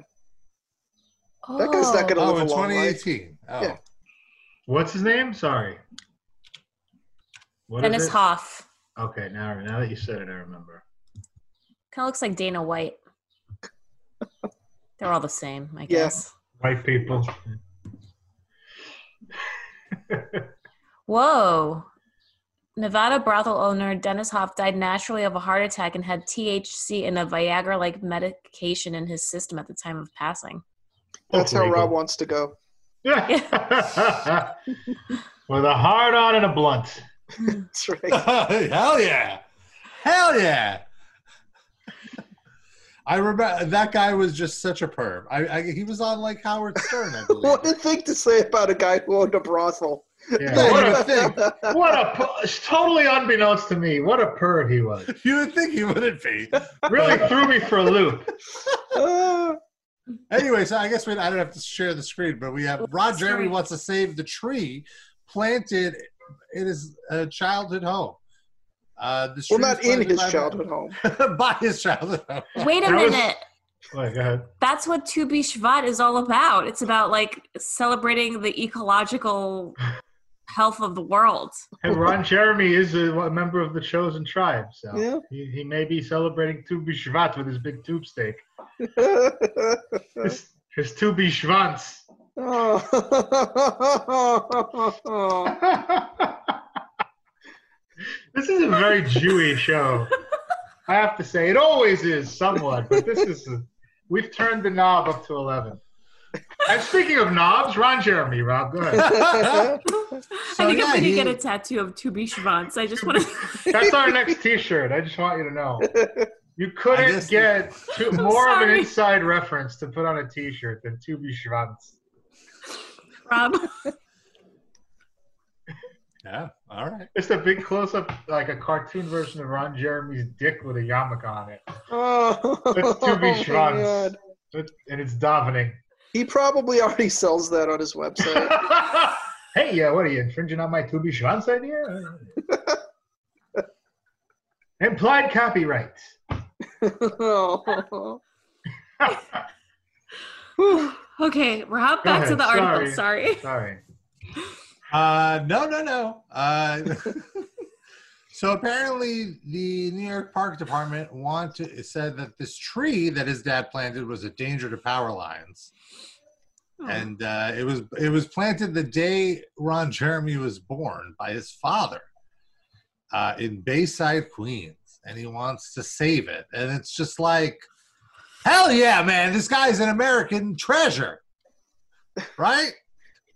Speaker 5: Oh.
Speaker 3: That guy's not gonna
Speaker 2: Oh,
Speaker 3: live
Speaker 2: in
Speaker 3: a long life.
Speaker 2: 2018. Oh,
Speaker 3: Yeah.
Speaker 4: what's his name? Sorry. What is
Speaker 5: Dennis
Speaker 4: it?
Speaker 5: Hoff.
Speaker 4: Okay, now now that you said it, I remember.
Speaker 5: Kind of looks like Dana White. They're all the same, I guess.
Speaker 4: White people.
Speaker 5: Whoa. Nevada brothel owner Dennis Hoff died naturally of a heart attack and had THC and a Viagra like medication in his system at the time of passing.
Speaker 3: That's how
Speaker 4: legal.
Speaker 3: Rob wants to go.
Speaker 4: Yeah. With a hard on and a blunt.
Speaker 3: That's right.
Speaker 2: Hell yeah. Hell yeah. I remember that guy was just such a perv. I, I he was on like Howard Stern, I believe.
Speaker 3: what a thing to say about a guy who owned a brothel.
Speaker 4: Yeah.
Speaker 2: Yeah,
Speaker 4: What
Speaker 2: you
Speaker 4: a
Speaker 2: would think.
Speaker 4: what a pu- totally unbeknownst to me. What a perv he was.
Speaker 2: You would think he wouldn't be.
Speaker 4: Really threw me for a loop.
Speaker 3: Ah,
Speaker 2: Anyway, so I guess we I don't have to share the screen, but we have Rod Jeremy wants to save the tree planted in his uh, childhood home. Uh, the tree
Speaker 3: well,
Speaker 2: was
Speaker 3: not in
Speaker 2: planted
Speaker 3: his
Speaker 2: by-
Speaker 3: childhood home.
Speaker 2: by his childhood home.
Speaker 5: Wait a
Speaker 4: That was- Oh
Speaker 5: minute.
Speaker 4: Wait, go ahead.
Speaker 5: That's what Tu B'Shvat is all about. It's about like celebrating the ecological health of the world.
Speaker 4: Hey, Ron Jeremy is a, a member of the chosen tribe, so
Speaker 3: Yeah.
Speaker 4: he, he may be celebrating Tu B'Shvat with his big tube steak. His, his Tu B'Shvants.
Speaker 3: Oh.
Speaker 4: this is a very Jewy show. I have to say, it always is somewhat, but this is we've turned the knob up to eleven. And speaking of knobs, Ron Jeremy, Rob, go ahead.
Speaker 5: I think
Speaker 2: yeah,
Speaker 5: I'm going
Speaker 2: he-
Speaker 5: to get a tattoo of Tu B'Shvat. I just want to.
Speaker 4: That's our next T-shirt. I just want you to know. You
Speaker 2: I
Speaker 4: couldn't
Speaker 2: guess-
Speaker 4: get two, more of an
Speaker 5: sorry.
Speaker 4: inside reference to put on a T-shirt than Tubi Schwanz.
Speaker 5: Rob.
Speaker 2: Yeah. All right.
Speaker 4: It's a big close up, like a cartoon version of Ron Jeremy's dick with a yarmulke on it.
Speaker 3: Oh,
Speaker 4: It's to be
Speaker 3: my
Speaker 4: shrunk.
Speaker 3: God.
Speaker 4: It- And it's Dominic.
Speaker 3: He probably already sells that on his website.
Speaker 4: hey, yeah, what are you infringing on my to be Schwanz idea? Implied copyright.
Speaker 3: Oh.
Speaker 5: Okay, we're hop
Speaker 4: Go
Speaker 5: back to
Speaker 4: ahead,
Speaker 5: the article. Sorry.
Speaker 4: Sorry.
Speaker 2: Uh, no, no, no. Uh, so apparently, the New York Park Department want to, said that this tree that his dad planted was a danger to power lines,
Speaker 3: Oh.
Speaker 2: and uh, it was it was planted the day Ron Jeremy was born by his father uh, in Bayside, Queens, and he wants to save it. And it's just like, hell yeah, man! This guy's an American treasure, right?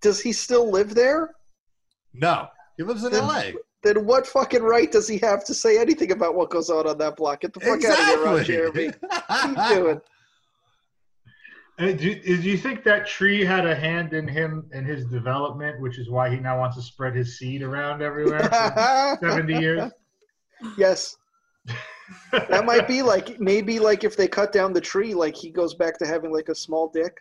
Speaker 3: Does he still live there?
Speaker 2: No, he lives in
Speaker 3: Then-
Speaker 2: L.A.
Speaker 3: Then what fucking right does he have to say anything about what goes on on that block? Get the fuck out of here, Ron Jeremy. What are you doing?
Speaker 4: Uh, do, is- do you think that tree had a hand in him and his development, which is why he now wants to spread his seed around everywhere for 70 years?
Speaker 3: yes, that might be like maybe like if they cut down the tree, like he goes back to having like a small dick.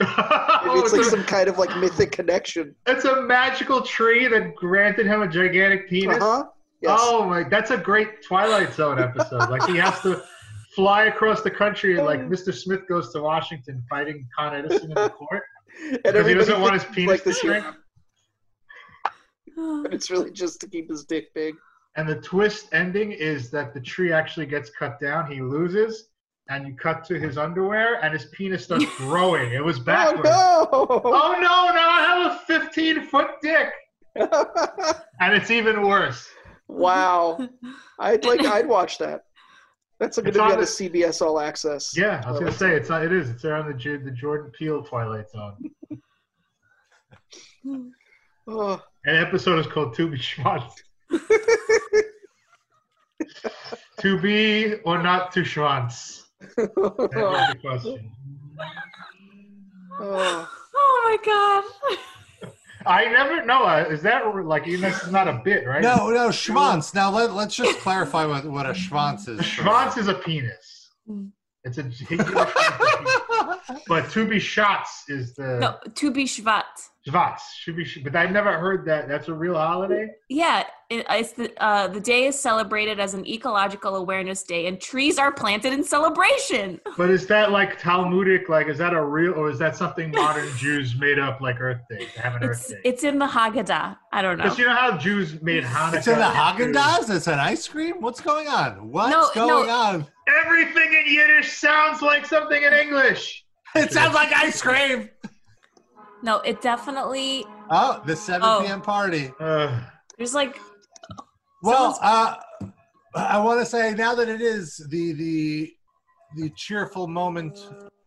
Speaker 3: Maybe
Speaker 4: Oh,
Speaker 3: it's like some kind of like mythic connection.
Speaker 4: It's a magical tree that granted him a gigantic penis.
Speaker 3: Uh huh. Yes.
Speaker 4: Oh my! That's a great Twilight Zone episode. like he has to fly across the country, and like Mr. Smith goes to Washington fighting Con Edison in the court
Speaker 3: and
Speaker 4: because he
Speaker 3: everybody
Speaker 4: doesn't want his
Speaker 3: thinks
Speaker 4: penis
Speaker 3: like
Speaker 4: to
Speaker 3: this
Speaker 4: shrink.
Speaker 3: but it's really just to keep his dick big.
Speaker 4: And the twist ending is that the tree actually gets cut down. He loses, and you cut to his underwear, and his penis starts growing. It was backwards.
Speaker 3: Oh
Speaker 4: Oh, no, Now I have a 15 foot dick,
Speaker 3: no!
Speaker 4: and it's even worse.
Speaker 3: wow, I'd like I'd watch that. That's going
Speaker 4: It's
Speaker 3: to be
Speaker 4: on
Speaker 3: on
Speaker 4: the-
Speaker 3: a CBS All Access.
Speaker 4: Yeah, I was
Speaker 3: Oh.
Speaker 4: gonna say it's not, it is. It's there on the Ju- the Jordan Peele Twilight Zone.
Speaker 3: Oh,
Speaker 4: An episode is called To Be Schwanz. to be or not to Schwanz? That was the question.
Speaker 3: oh.
Speaker 5: Oh my
Speaker 4: I never know. uh, Is that like even this is not a bit, right?
Speaker 2: No, Oh, no, schwanz. Now let, let's just clarify what, what a schwanz is.
Speaker 4: Schwanz is a penis.
Speaker 3: Mm.
Speaker 4: It's a but to be shots is the
Speaker 5: god. No, to be Shvat.
Speaker 4: Schwanz. Should be, but I never heard that. That's a real holiday.
Speaker 5: Yeah, it, it's the uh, the day is celebrated as an ecological awareness day, and trees are planted in celebration.
Speaker 4: But is that like Talmudic? Like, is that a real, or is that something modern Jews made up, like Earth Day? To have an Earth
Speaker 5: It's
Speaker 4: Day.
Speaker 5: it's in the Haggadah. I don't know.
Speaker 4: Because you know how Jews made Hanukkah.
Speaker 2: It's in the Haagen
Speaker 4: into-
Speaker 2: Dazs. It's an ice cream. What's going on? What's
Speaker 5: No, no.
Speaker 2: going on?
Speaker 4: Everything in Yiddish sounds like something in English.
Speaker 2: It sounds like ice cream.
Speaker 5: No, it definitely
Speaker 2: Oh, the 7
Speaker 5: Oh.
Speaker 2: p.m. party.
Speaker 4: Ugh.
Speaker 5: there's like
Speaker 2: Well, uh, I want to say now that it is the the the cheerful moment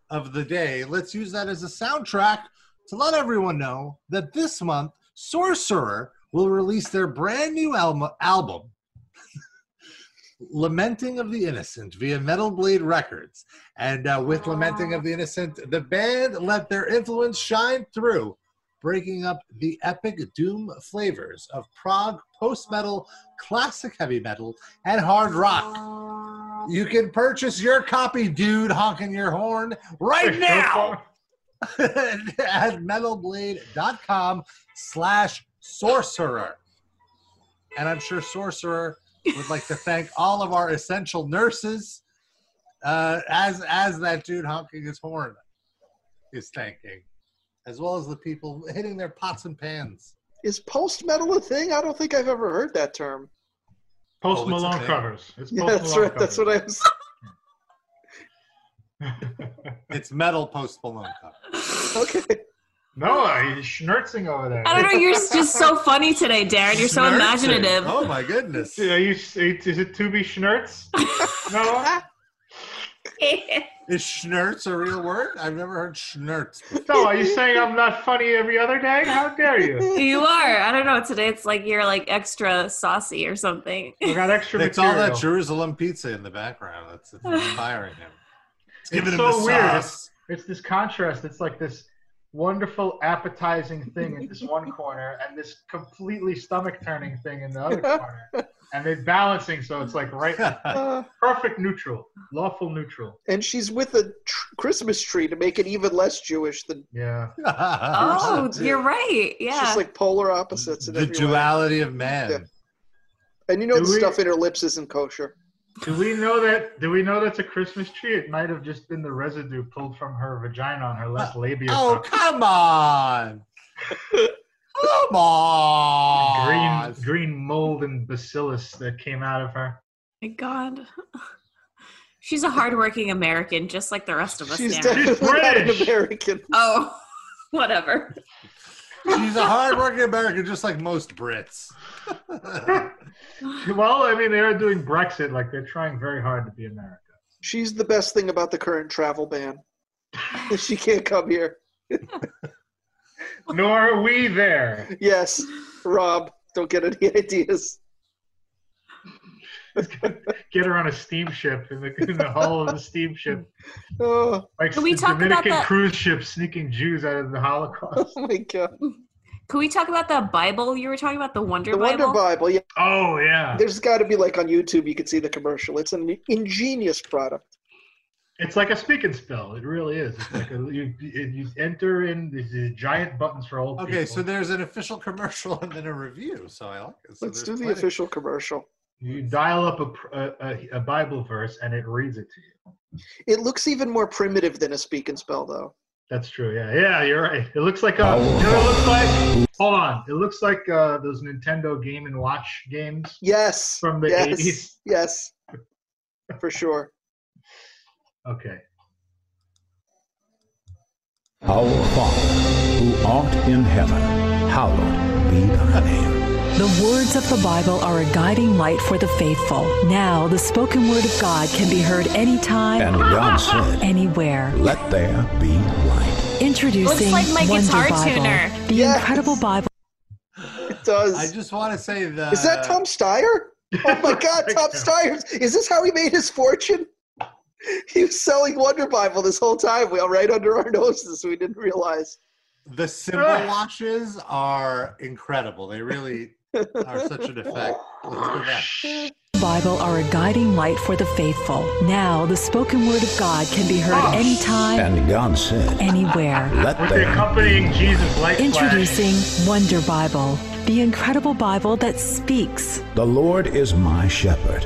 Speaker 2: of the day, let's use that as a soundtrack to let everyone know that this month Sorcerer will release their brand new al- album, "Lamenting of the Innocent" via Metal Blade Records, and uh, with "Lamenting of the Innocent," the band let their influence shine through. Breaking up the epic doom flavors of prog, post metal, classic heavy metal, and hard rock. You can purchase your copy, dude, honking your horn right now at metalblade.com slash sorcerer. And I'm sure Sorcerer would like to thank all of our essential nurses uh, as as that dude honking his horn is thanking, as well as the people hitting their pots and pans.
Speaker 3: Is post metal a thing? I don't think I've ever heard that term.
Speaker 2: Oh,
Speaker 4: Post
Speaker 2: it's
Speaker 4: Malone
Speaker 2: okay.
Speaker 4: covers. It's
Speaker 3: Yeah,
Speaker 4: Post
Speaker 3: that's
Speaker 4: Malone
Speaker 3: right. That's what
Speaker 4: covers.
Speaker 3: I was.
Speaker 2: It's metal post Malone cover.
Speaker 3: Okay.
Speaker 4: Noah, he's schnitzing over there.
Speaker 5: I don't know. You're just so funny today, Darren. You're so
Speaker 4: Snarky.
Speaker 5: imaginative.
Speaker 2: Oh my goodness.
Speaker 4: Are you, is it to be schnurts? no,
Speaker 2: Is schnurts a real word? I've never heard schnurts.
Speaker 4: no. Are you saying I'm not funny every other day? How dare you?
Speaker 5: you are. I don't know. Today it's like you're like extra saucy or something.
Speaker 4: We got extra
Speaker 2: It's all
Speaker 4: material.
Speaker 2: that Jerusalem pizza in the background. That's it's inspiring him. It's giving
Speaker 4: It's
Speaker 2: him
Speaker 4: so
Speaker 2: the
Speaker 4: weird.
Speaker 2: sauce.
Speaker 4: It's this contrast. It's like this wonderful appetizing thing in this one corner and this completely stomach turning thing in the other corner. And they're balancing, so it's like right
Speaker 3: Uh,
Speaker 4: perfect neutral, lawful neutral.
Speaker 3: and she's with a tr- Christmas tree to make it even less Jewish than
Speaker 4: Yeah.
Speaker 5: Oh,
Speaker 3: Too.
Speaker 5: you're right.
Speaker 3: it's
Speaker 5: Yeah.
Speaker 3: just like polar opposites. In
Speaker 2: the
Speaker 3: every way.
Speaker 2: duality of man.
Speaker 3: Yeah. And you know
Speaker 4: Do
Speaker 3: the
Speaker 4: we-
Speaker 3: stuff in her lips isn't kosher.
Speaker 4: Do we know that? Do we know that's a Christmas tree? It might have just been the residue pulled from her vagina on her left labia.
Speaker 2: Oh, come on. come on.
Speaker 4: green, green mold and bacillus that came out of her.
Speaker 5: My God. She's a hardworking American, just like the rest of us.
Speaker 3: She's
Speaker 5: Darren.
Speaker 3: definitely not an
Speaker 4: British.
Speaker 3: American.
Speaker 5: oh, whatever.
Speaker 2: She's a hardworking American, just like most Brits.
Speaker 4: Well, I mean, they are doing Brexit. Like they're trying very hard to be America.
Speaker 3: She's the best thing about the current travel ban. she can't come here.
Speaker 4: Nor are we there.
Speaker 3: Yes, Rob, don't get any ideas.
Speaker 4: Get her on a steamship in the, in the hull of the steamship,
Speaker 3: Oh,
Speaker 4: like
Speaker 5: Can we
Speaker 4: the
Speaker 5: talk about
Speaker 4: Dominican
Speaker 5: that-
Speaker 4: cruise ship sneaking Jews out of the
Speaker 3: oh
Speaker 4: Holocaust.
Speaker 3: my God.
Speaker 5: Can we talk about that Bible you were talking about, the Wonder
Speaker 3: The
Speaker 5: Bible?
Speaker 3: Wonder Bible. Yeah,
Speaker 4: Oh yeah,
Speaker 3: there's got to be like on YouTube, you can see the commercial. It's an ingenious product.
Speaker 4: it's like a speak and spell. It really is. It's like a, you, you enter in these these giant buttons for old
Speaker 2: Okay,
Speaker 4: people.
Speaker 2: so there's an official commercial and then a review. So I like it. So
Speaker 3: Let's
Speaker 2: there's
Speaker 3: do the
Speaker 2: plenty.
Speaker 3: official commercial.
Speaker 4: You dial up a, pr- a, a, a Bible verse and it reads it to you.
Speaker 3: It looks even more primitive than a speak and spell, though.
Speaker 4: That's true. Yeah, yeah, you're right. It looks like a. You know, what it looks like. Hold on. It looks like uh, those Nintendo Game and Watch games
Speaker 3: Yes.
Speaker 4: from the
Speaker 3: yes.
Speaker 4: 80s.
Speaker 3: Yes. For sure.
Speaker 4: Okay.
Speaker 11: Our Father, who art in heaven, hallowed be thy name.
Speaker 12: The words of the Bible are a guiding light for the faithful. Now, the spoken word of God can be heard anytime,
Speaker 11: And God said,
Speaker 12: anywhere.
Speaker 11: Let there be light.
Speaker 12: Introducing
Speaker 5: Looks like my
Speaker 12: Wonder
Speaker 5: guitar
Speaker 12: Bible,
Speaker 5: tuner.
Speaker 12: the
Speaker 3: Yes.
Speaker 12: incredible Bible.
Speaker 3: It does.
Speaker 2: I just want to say that.
Speaker 3: Is
Speaker 4: Uh,
Speaker 3: that Tom Steyer? Oh my God, Tom Steyer! Is this how he made his fortune? He was selling Wonder Bible this whole time, we all right under our noses. We didn't realize.
Speaker 2: The symbol
Speaker 4: Ah.
Speaker 2: watches are incredible. They really are such an effect. Let's go back.
Speaker 12: Bible are a guiding light for the faithful. Now, the spoken word of God can be heard
Speaker 5: Oh.
Speaker 12: anytime,
Speaker 11: And God said,
Speaker 12: anywhere.
Speaker 11: Let
Speaker 4: With the
Speaker 11: there
Speaker 4: accompanying Jesus light flash.
Speaker 12: Introducing Wonder Bible, the incredible Bible that speaks.
Speaker 11: the Lord is my shepherd.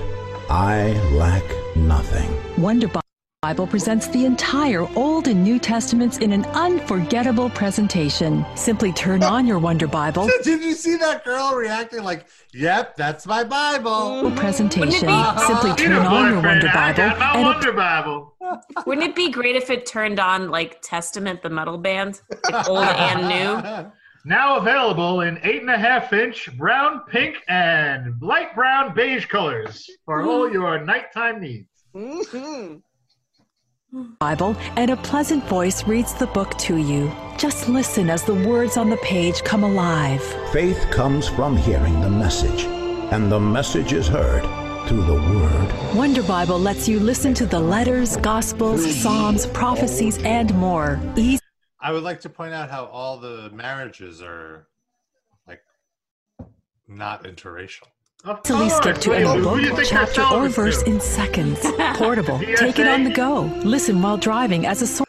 Speaker 11: I lack nothing.
Speaker 12: Wonder Bi- Bible presents the entire Old and New Testaments in an unforgettable presentation. Simply turn on your Wonder Bible
Speaker 2: Did you see that girl reacting like, yep, that's my Bible?
Speaker 12: presentation.
Speaker 5: Wouldn't it be-
Speaker 12: Simply
Speaker 4: You
Speaker 12: turn
Speaker 4: know,
Speaker 12: on your
Speaker 4: boyfriend,
Speaker 12: Wonder
Speaker 4: I
Speaker 12: Bible
Speaker 4: got my
Speaker 12: and it
Speaker 4: Wonder Bible.
Speaker 5: Wouldn't it be great if it turned on like Testament, the metal band, like old and new?
Speaker 4: Now available in eight and a half inch brown, pink, and light brown beige colors for all your nighttime needs.
Speaker 3: hmm
Speaker 12: Bible and a pleasant voice reads the book to you. Just listen as the words on the page come alive.
Speaker 11: Faith comes from hearing the message, and the message is heard through the word.
Speaker 12: Wonder Bible lets you listen to the letters, gospels, psalms, prophecies, and more. Easy
Speaker 2: I would like to point out how all the marriages are like not interracial.
Speaker 4: Of
Speaker 12: Easily skip
Speaker 4: course.
Speaker 12: to
Speaker 4: Wait,
Speaker 12: any
Speaker 4: who do you
Speaker 12: book,
Speaker 4: think we're
Speaker 12: chapter,
Speaker 4: selling
Speaker 12: or
Speaker 4: this to? eh?
Speaker 12: verse in seconds. Portable.
Speaker 4: The
Speaker 12: Take it on
Speaker 4: DSA?
Speaker 12: the go. Listen while driving as a source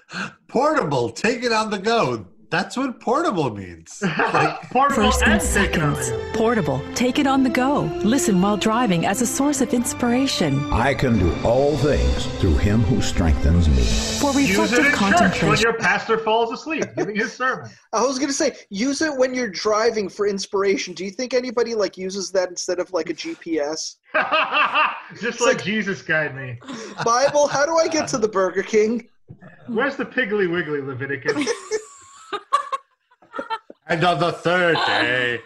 Speaker 2: Portable, take it on the go. That's what portable means. Like,
Speaker 4: Portable
Speaker 12: First in
Speaker 4: and taken on
Speaker 12: seconds.
Speaker 4: the go.
Speaker 12: Portable. Take it on the go. Listen while driving as a source of inspiration
Speaker 11: I can do all things through him who strengthens me.
Speaker 12: for
Speaker 4: Use it
Speaker 12: reflective
Speaker 4: in church when
Speaker 12: contemplation.
Speaker 4: your pastor falls asleep giving his sermon.
Speaker 3: I was gonna say, use it when you're driving for inspiration. Do you think anybody like uses that instead of like a GPS?
Speaker 4: Just like, Jesus guide me.
Speaker 3: Bible, how do I get to the Burger King?
Speaker 4: Where's the Piggly Wiggly Leviticus?
Speaker 2: and on the third day,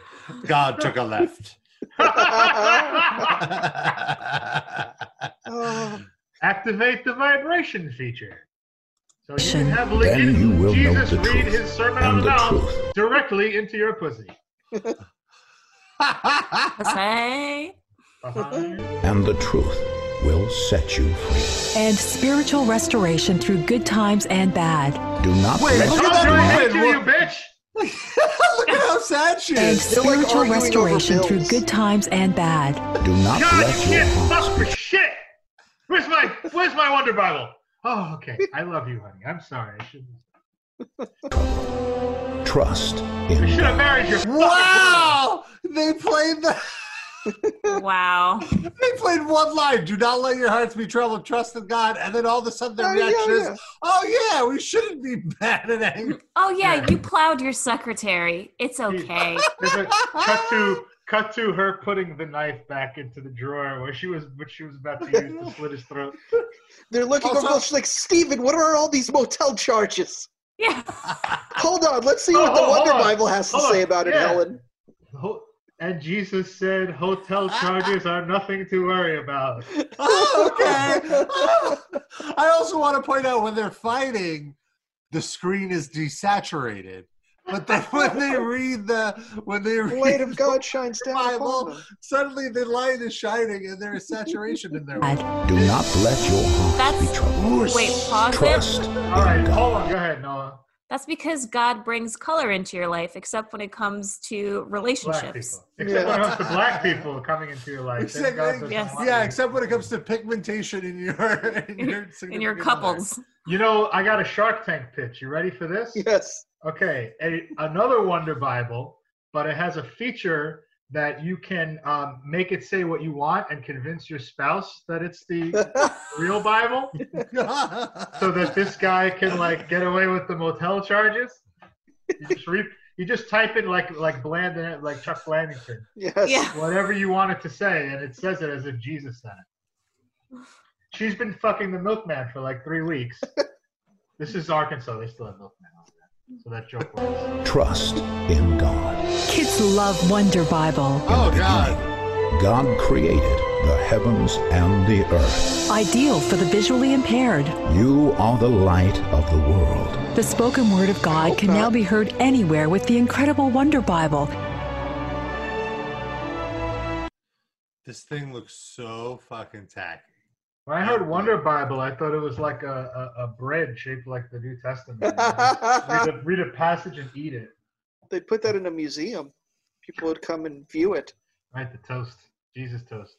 Speaker 2: God took a left.
Speaker 3: Oh,
Speaker 4: Activate the vibration feature. So you can have li-
Speaker 11: Then you will know
Speaker 4: Jesus
Speaker 11: the
Speaker 4: read
Speaker 11: truth
Speaker 4: his sermon
Speaker 11: and
Speaker 4: on the,
Speaker 11: the
Speaker 4: mount
Speaker 11: truth.
Speaker 4: directly into your pussy.
Speaker 5: That's right.
Speaker 4: Behind
Speaker 11: And the truth will set you free.
Speaker 12: and spiritual restoration through good times and bad.
Speaker 11: Do not
Speaker 12: Wait,
Speaker 11: let
Speaker 12: look at
Speaker 11: the
Speaker 12: that
Speaker 11: night-
Speaker 12: woman!
Speaker 4: you, bitch.
Speaker 2: Look at how sad she
Speaker 12: And
Speaker 2: is.
Speaker 12: spiritual restoration through good times and bad.
Speaker 11: Do not
Speaker 4: God,
Speaker 11: let
Speaker 4: you
Speaker 11: your
Speaker 4: can't
Speaker 11: heart
Speaker 4: stop for shit. Where's my Where's my Wonder Bible? Oh, okay. I love you, honey. I'm sorry. I shouldn't.
Speaker 11: trust
Speaker 4: I
Speaker 11: in
Speaker 4: should have
Speaker 11: God.
Speaker 4: married your. fucking-
Speaker 2: Wow! They played the.
Speaker 5: Wow.
Speaker 2: They played one line: "Do not let your hearts be troubled. Trust in God." And then all of a sudden, their
Speaker 3: Oh, yeah,
Speaker 2: reaction
Speaker 3: yeah.
Speaker 2: is, "Oh yeah, we shouldn't be mad and angry."
Speaker 5: Oh yeah, you plowed your secretary. It's okay.
Speaker 4: There's a cut to cut to her putting the knife back into the drawer where she was, which she was about to use to slit his throat.
Speaker 3: They're looking
Speaker 2: Also-
Speaker 3: over. She's like, Steven, what are all these motel charges?
Speaker 5: yeah.
Speaker 3: Hold on, let's see
Speaker 4: Oh,
Speaker 3: what the
Speaker 4: hold-
Speaker 3: Wonder
Speaker 4: hold on.
Speaker 3: Bible has to
Speaker 4: Hold
Speaker 3: say
Speaker 4: on.
Speaker 3: about it,
Speaker 4: Yeah.
Speaker 3: Helen.
Speaker 4: Ho- And Jesus said, "Hotel charges are nothing to worry about."
Speaker 2: Oh, okay. Oh. I also want to point out when they're fighting, the screen is desaturated. But then when they read the when they
Speaker 3: The
Speaker 2: read
Speaker 3: light of God shines down upon
Speaker 2: Bible,
Speaker 3: them.
Speaker 2: suddenly the light is shining and there is saturation in there.
Speaker 11: Do not let your heart be
Speaker 5: That's
Speaker 11: troubled.
Speaker 5: wait, pause
Speaker 11: Trust
Speaker 5: it.
Speaker 4: All right, hold on. Go ahead, Noah.
Speaker 5: That's because God brings color into your life, except when it comes to
Speaker 4: Black
Speaker 5: relationships.
Speaker 4: people, except when it comes to
Speaker 2: Yeah.
Speaker 4: black people coming into your life. Then
Speaker 2: Except,
Speaker 4: God doesn't
Speaker 5: Yes.
Speaker 4: want
Speaker 2: Yeah,
Speaker 4: you.
Speaker 2: except when it comes to pigmentation in your in your,
Speaker 5: In your
Speaker 2: significant
Speaker 5: couples.
Speaker 4: You know, I got a Shark Tank pitch. You ready for this?
Speaker 3: Yes.
Speaker 4: Okay, a, another Wonder Bible, but it has a feature that you can um, make it say what you want and convince your spouse that it's the real Bible,
Speaker 2: other.
Speaker 4: so that this guy can like get away with the motel charges. You just, re- you just type in like like Bland like Chuck Blandington,
Speaker 3: yes.
Speaker 5: Yeah.
Speaker 4: whatever you want it to say, and it says it as if Jesus said it. She's been fucking the milkman for like three weeks. this is Arkansas. They still have milkman. over there. So that joke works.
Speaker 11: Trust in God.
Speaker 12: Kids love Wonder Bible.
Speaker 2: oh god.
Speaker 11: God created the heavens and the earth.
Speaker 12: Ideal for the visually impaired.
Speaker 11: You are the light of the world.
Speaker 12: The spoken word of God can now be heard anywhere with the incredible Wonder Bible.
Speaker 2: This thing looks so fucking tacky.
Speaker 4: When I heard Wonder Bible, I thought it was like a, a, a bread shaped like the New Testament. read, a, read a passage and eat it.
Speaker 3: they put that in a museum. People would come and view it.
Speaker 4: Right, the toast. Jesus toast.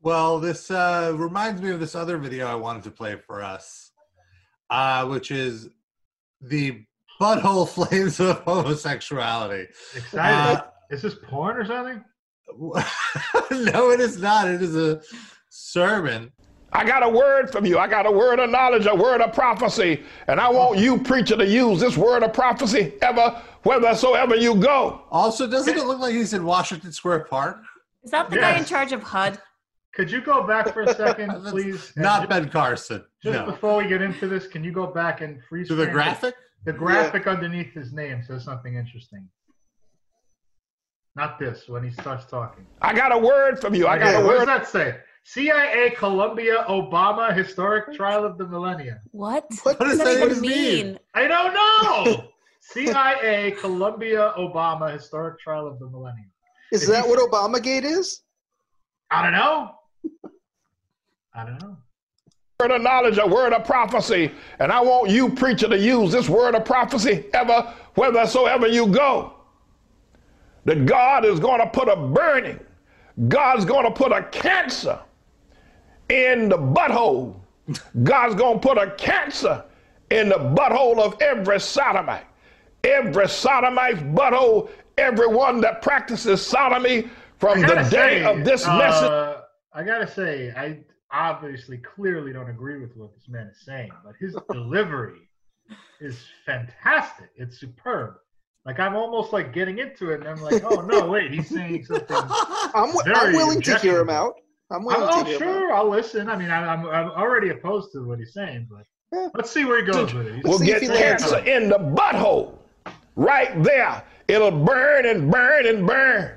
Speaker 2: Well, this uh, reminds me of this other video I wanted to play for us, uh, which is the butthole flames of homosexuality. Uh,
Speaker 4: Excited. is this porn or something?
Speaker 2: no, it is not. It is a sermon.
Speaker 7: I got a word from you. I got a word of knowledge, a word of prophecy. And I want you, preacher, to use this word of prophecy ever, whithersoever you go.
Speaker 2: Also, doesn't it look like he's in Washington Square Park?
Speaker 5: Is that the guy in
Speaker 4: Yes.
Speaker 5: charge of HUD?
Speaker 4: Could you go back for a second,
Speaker 2: That's
Speaker 4: please? And
Speaker 2: Not
Speaker 4: ju-
Speaker 2: Ben Carson.
Speaker 4: Just
Speaker 2: no.
Speaker 4: before we get into this, can you go back and freeze
Speaker 2: To the
Speaker 4: frame
Speaker 2: graphic?
Speaker 4: The graphic underneath his name says something interesting. Not this, when he starts talking.
Speaker 7: I got a word from you. I got
Speaker 4: Okay,
Speaker 7: a
Speaker 4: what does
Speaker 7: word.
Speaker 4: that say? CIA, Columbia, Obama, historic trial of the millennia.
Speaker 5: What?
Speaker 3: What
Speaker 2: does
Speaker 5: does
Speaker 2: that
Speaker 5: that even
Speaker 2: even
Speaker 5: mean?
Speaker 4: I don't know. CIA, Columbia, Obama, historic trial of the millennium.
Speaker 3: Is
Speaker 4: If you
Speaker 3: that what Obamagate is?
Speaker 4: I don't know. I don't know.
Speaker 7: word of knowledge, a word of prophecy, and I want you, preacher, to use this word of prophecy ever, whithersoever you go. That God is going to put a burning, God's going to put a cancer in the butthole. God's going to put a cancer in the butthole of every sodomite. Every sodomite's butthole, everyone that practices sodomy from
Speaker 4: I
Speaker 7: the
Speaker 4: gotta
Speaker 7: day
Speaker 4: say,
Speaker 7: of this
Speaker 4: uh,
Speaker 7: message.
Speaker 4: I gotta say, I obviously clearly don't agree with what this man is saying, but his delivery is fantastic. It's superb. Like I'm almost like getting into it, and I'm like, oh no, wait, he's saying something.
Speaker 3: I'm, wi-
Speaker 4: Very
Speaker 3: I'm willing to hear him
Speaker 4: objectionable.
Speaker 3: out. I'm
Speaker 4: I'm,
Speaker 3: willing
Speaker 4: oh,
Speaker 3: to hear him out.
Speaker 4: sure, I'll listen. I mean, I, I'm, I'm already opposed to what he's saying, but
Speaker 3: Yeah.
Speaker 4: let's see where he goes with it. He's-
Speaker 7: will
Speaker 3: see if
Speaker 7: get
Speaker 3: he lands
Speaker 7: cancer in the butthole right there. It'll burn and burn and burn.